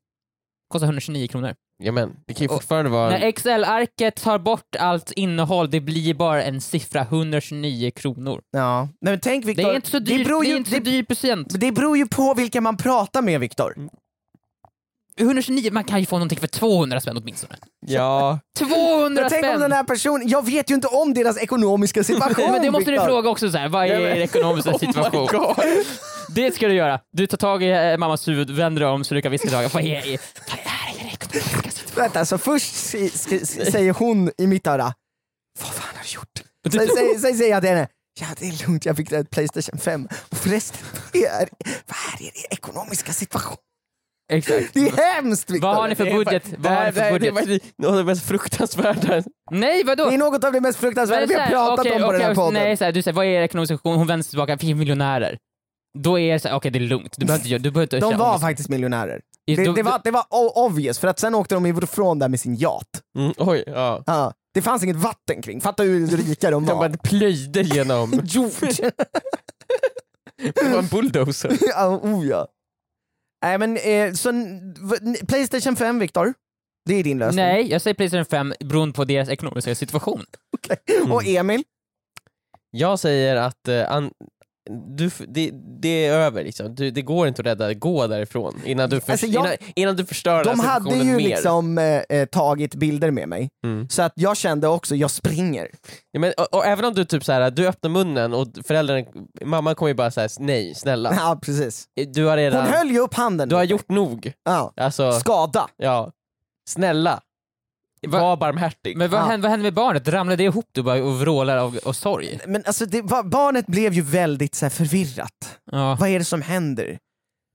Speaker 3: Kostar 129 kronor.
Speaker 2: Ja, men, det kan ju
Speaker 3: Och-
Speaker 2: fortfarande vara...
Speaker 3: När Excel-arket tar bort allt innehåll, det blir bara en siffra 129 kronor.
Speaker 4: Ja. Nej, men tänk
Speaker 3: Det
Speaker 4: Viktor,
Speaker 3: är inte så dyrt, det,
Speaker 4: beror
Speaker 3: är
Speaker 4: ju-
Speaker 3: inte så
Speaker 4: det-
Speaker 3: dyr present.
Speaker 4: Men Det beror ju på vilka man pratar med Viktor.
Speaker 3: 129, man kan ju få någonting för 200 spänn åtminstone.
Speaker 2: ja,
Speaker 3: 200
Speaker 4: Jag tänker om
Speaker 3: spänn!
Speaker 4: den här personen, jag vet ju inte om deras ekonomiska situation
Speaker 3: Men det måste du
Speaker 4: Viktor.
Speaker 3: fråga också, så här, vad är
Speaker 2: Nej, men-
Speaker 3: er
Speaker 4: Oh
Speaker 3: ekonomiska situation? det ska du göra. Du tar tag i eh, mammas huvud, vänder dig om så du kan viska tillbaka. Vad är, er- vad är er ekonomiska situation?
Speaker 4: Vänta, så först si- sk- s- säger hon i mitt öra, vad fan har du gjort? Sen, sen, sen säger jag till henne, ja det är lugnt, jag fick ett Playstation 5 och förresten, vad är, vad är er ekonomiska situation?
Speaker 3: Exakt.
Speaker 4: Det är hemskt Viktor!
Speaker 3: Vad har ni
Speaker 2: Det
Speaker 3: för
Speaker 2: är fa-
Speaker 3: budget?
Speaker 2: det
Speaker 3: Vad har
Speaker 2: här,
Speaker 3: ni
Speaker 2: det
Speaker 3: för
Speaker 2: här det är
Speaker 3: budget?
Speaker 2: faktiskt något av det mest fruktansvärda.
Speaker 3: Nej vadå?
Speaker 4: Det är något av det mest fruktansvärda
Speaker 3: Men
Speaker 4: vi
Speaker 3: så
Speaker 4: har
Speaker 3: här,
Speaker 4: pratat
Speaker 3: okej,
Speaker 4: om på den här
Speaker 3: okej,
Speaker 4: podden.
Speaker 3: Nej, så här, du säger vad är er ekonomiska situation? Hon vänder sig tillbaka, vi är miljonärer. Då är det såhär, okej det är lugnt, du behöver inte, göra- du behöver inte
Speaker 4: De
Speaker 3: känna
Speaker 4: var
Speaker 3: ångest.
Speaker 4: faktiskt miljonärer.
Speaker 3: I-
Speaker 4: Det,
Speaker 3: då-
Speaker 4: det, var, det var o- obvious, för att sen åkte de ifrån där med sin yacht.
Speaker 2: Mm, oj, ja.
Speaker 4: Ja, det fanns inget vatten kring, fatta hur rika de
Speaker 2: De
Speaker 4: var.
Speaker 2: bara plöjde genom...
Speaker 4: Jord!
Speaker 2: Det var en bulldozer.
Speaker 4: ja, oh ja. Nej men, eh, så n- v- n- Playstation 5 Viktor, det är din lösning.
Speaker 3: Nej, jag säger Playstation 5 beroende på deras ekonomiska situation.
Speaker 4: Mm. Och Emil,
Speaker 2: Jag säger att eh, an, du, f- det, det är över liksom. Du, det går inte att rädda, gå därifrån innan du, för,
Speaker 4: Alltså, jag-
Speaker 2: innan, innan du förstör den
Speaker 4: de
Speaker 2: här
Speaker 4: hade
Speaker 2: situationen
Speaker 4: ju
Speaker 2: mer.
Speaker 4: liksom eh, eh, tagit bilder med mig,
Speaker 2: Mm.
Speaker 4: så att jag kände också, jag springer.
Speaker 2: Ja, men, och, och även om du typ så här, du öppnar munnen och föräldrarna, mamma kommer ju bara säga nej, snälla.
Speaker 4: Ja precis.
Speaker 2: Du har
Speaker 4: Hon
Speaker 2: redan,
Speaker 4: höll ju upp handen.
Speaker 2: du har gjort nog.
Speaker 4: ja.
Speaker 2: Alltså,
Speaker 4: Skada.
Speaker 2: ja. Snälla,
Speaker 3: Va-
Speaker 2: var barmhärtig.
Speaker 3: Men vad,
Speaker 4: Ja.
Speaker 3: hände, vad hände med barnet? Ramlade det ihop du bara och vrålar av, av sorg?
Speaker 4: Men alltså det, var, barnet blev ju väldigt så här, förvirrat.
Speaker 3: Ja.
Speaker 4: Vad är det som händer?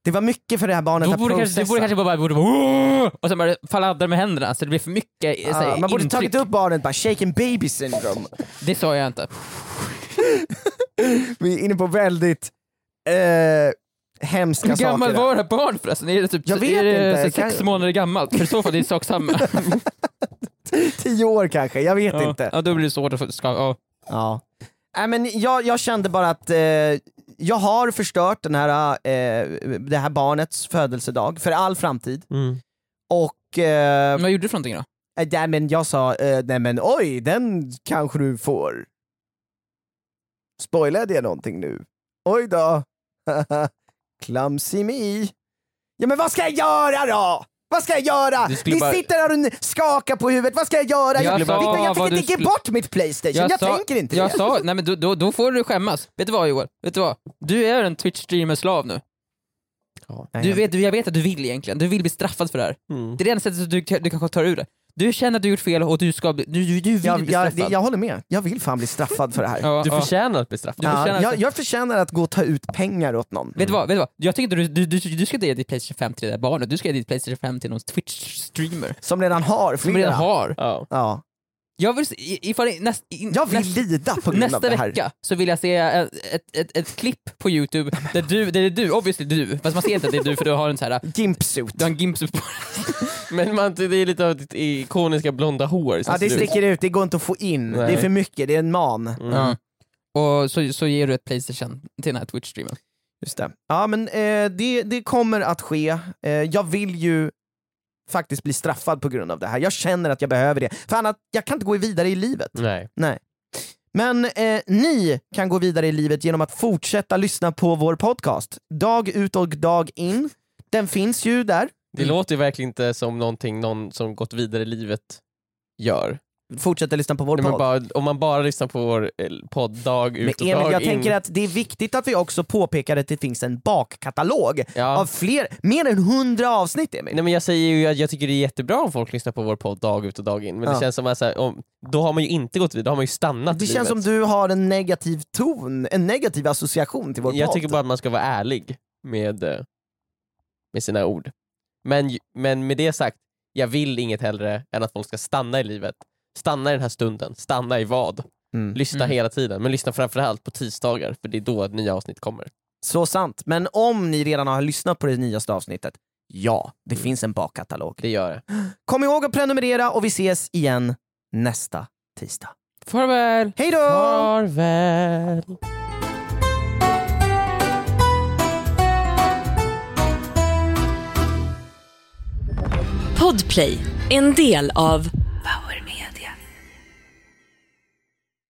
Speaker 4: Det var mycket för det här barnet
Speaker 3: Då
Speaker 4: att
Speaker 3: borde kanske,
Speaker 4: processa.
Speaker 3: du borde kanske bara borde bara, och sen bara falla med händerna så det blir för mycket eh, så här,
Speaker 4: ja, Ah, man borde
Speaker 3: intryck.
Speaker 4: tagit upp barnet bara, shaken baby syndrome.
Speaker 3: Det sa jag inte.
Speaker 4: Vi är inne på väldigt eh, hemska
Speaker 3: Hur
Speaker 4: saker.
Speaker 3: gammalt
Speaker 4: där.
Speaker 3: var det här barnet förresten? Är det typ
Speaker 4: Jag vet
Speaker 3: är det
Speaker 4: inte,
Speaker 3: så här
Speaker 4: kan-
Speaker 3: sex månader gammalt? För i så fall det är sak samma.
Speaker 4: Tio år kanske, jag vet
Speaker 3: ja.
Speaker 4: inte.
Speaker 3: ja, då blir det svårt att få ska, ja.
Speaker 4: Ja. Nej, men jag, jag kände bara att eh, jag har förstört den här, eh, det här barnets födelsedag för all framtid.
Speaker 2: Mm.
Speaker 4: Och eh,
Speaker 3: Men Vad gjorde du för någonting då?
Speaker 4: eh, nej, men jag sa, eh, nej men oj, den kanske du får. Spoilade jag någonting nu? Oj då. Clumsy me. Ja men vad ska jag göra då? Vad ska jag göra?
Speaker 2: Du skulle
Speaker 4: Ni
Speaker 2: bara-
Speaker 4: sitter här och skakar på huvudet. Vad ska jag göra?
Speaker 3: Jag
Speaker 4: Jag,
Speaker 3: sa
Speaker 4: Victor, jag
Speaker 3: vad du
Speaker 4: fick inte ge
Speaker 3: skulle-
Speaker 4: bort mitt Playstation. Jag,
Speaker 3: sa-
Speaker 4: tänker inte
Speaker 3: jag
Speaker 4: det.
Speaker 3: Sa, nej men då, då, då får du skämmas. Vet du vad Joel? Vet du vad? Du är en Twitch-streamer-slav nu.
Speaker 4: Nej,
Speaker 3: Du
Speaker 4: jag-
Speaker 3: vet, du, jag vet att du vill egentligen, du vill bli straffad för det här.
Speaker 2: Mm.
Speaker 3: Det är det enda sättet att du, du kanske tar ur det. Du känner att du gjort fel och du ska bli, du, du, du vill
Speaker 4: jag,
Speaker 3: bli
Speaker 4: jag,
Speaker 3: straffad.
Speaker 4: jag håller med. Jag vill fan bli straffad för det här.
Speaker 3: Ja,
Speaker 2: Du
Speaker 3: ja.
Speaker 2: förtjänar att bli straffad.
Speaker 3: Du
Speaker 4: Ja,
Speaker 3: förtjänar-
Speaker 4: jag, jag förtjänar att gå och ta ut pengar åt någon.
Speaker 3: Vet du vad? Vet du vad? Jag tycker inte du, du, du, du ska inte ge ditt Playstation 5 till det där barnet, du ska ge ditt Playstation 5 till någon Twitch-streamer.
Speaker 4: Som redan har
Speaker 3: Som
Speaker 4: flera.
Speaker 3: redan har.
Speaker 2: Ja.
Speaker 4: Ja.
Speaker 3: Jag vill, se- i- ifall, det- näst, i-
Speaker 4: Jag vill
Speaker 3: näst,
Speaker 4: lida på grund av
Speaker 3: nästa
Speaker 4: det här.
Speaker 3: vecka så vill jag se eh, ett, ett, ett, ett klipp på youtube där du, där det är du, obviously du, fast man ser inte att det är du för du har en så här
Speaker 4: Gimpsuit.
Speaker 3: du har en gimpsuit på
Speaker 2: Men man, det är lite av ditt ikoniska blonda hår. som
Speaker 4: Ja, det
Speaker 2: ser Mm. ut.
Speaker 4: sticker ut, det går inte att få in.
Speaker 2: Nej.
Speaker 4: Det är för mycket, det är en man.
Speaker 3: Ja. Och så, så ger du ett Playstation till den här Twitch-streamen.
Speaker 4: Just det. Ja, men eh, det, det kommer att ske. Eh, jag vill ju faktiskt bli straffad på grund av det här. Jag känner att jag behöver det. För annat, jag kan inte gå vidare i livet.
Speaker 2: Nej.
Speaker 4: Men eh, ni kan gå vidare i livet genom att fortsätta lyssna på vår podcast. Dag ut och dag in. Den finns ju där.
Speaker 2: Det låter ju verkligen inte som någonting någon som gått vidare i livet gör.
Speaker 4: Fortsätta lyssna på vår
Speaker 2: Nej, men
Speaker 4: podd.
Speaker 2: bara, om man bara lyssnar på vår eh, podd dag
Speaker 4: Men
Speaker 2: ut och
Speaker 4: Emil,
Speaker 2: dag
Speaker 4: jag
Speaker 2: in.
Speaker 4: tänker att det är viktigt att vi också påpekar att det finns en bakkatalog
Speaker 2: ja.
Speaker 4: av fler, mer än hundra avsnitt Emil.
Speaker 2: Nej, men jag säger ju att jag tycker det är jättebra om folk lyssnar på vår podd dag ut och dag in, men
Speaker 4: Ja.
Speaker 2: det känns som att så här, om, då har man ju inte gått vidare, då har man ju stannat
Speaker 4: Det
Speaker 2: i
Speaker 4: känns som
Speaker 2: livet.
Speaker 4: du har en negativ ton, en negativ association till vår
Speaker 2: Jag
Speaker 4: podd.
Speaker 2: tycker bara att man ska vara ärlig med, eh, med sina ord. Men, ju- men med det sagt, jag vill inget hellre än att folk ska stanna i livet. Stanna i den här stunden, stanna i vad?
Speaker 4: Mm.
Speaker 2: Lyssna
Speaker 3: Mm.
Speaker 2: hela tiden, men lyssna framförallt på tisdagar, för det är då nya avsnitt kommer.
Speaker 4: Så sant. Men om ni redan har lyssnat på det nyaste avsnittet, ja, det
Speaker 2: Mm.
Speaker 4: finns en bakkatalog.
Speaker 2: Det gör det.
Speaker 4: Kom ihåg att prenumerera och vi ses igen nästa tisdag.
Speaker 3: Farväl!
Speaker 4: Hej då!
Speaker 2: Farväl!
Speaker 1: Podplay, en del av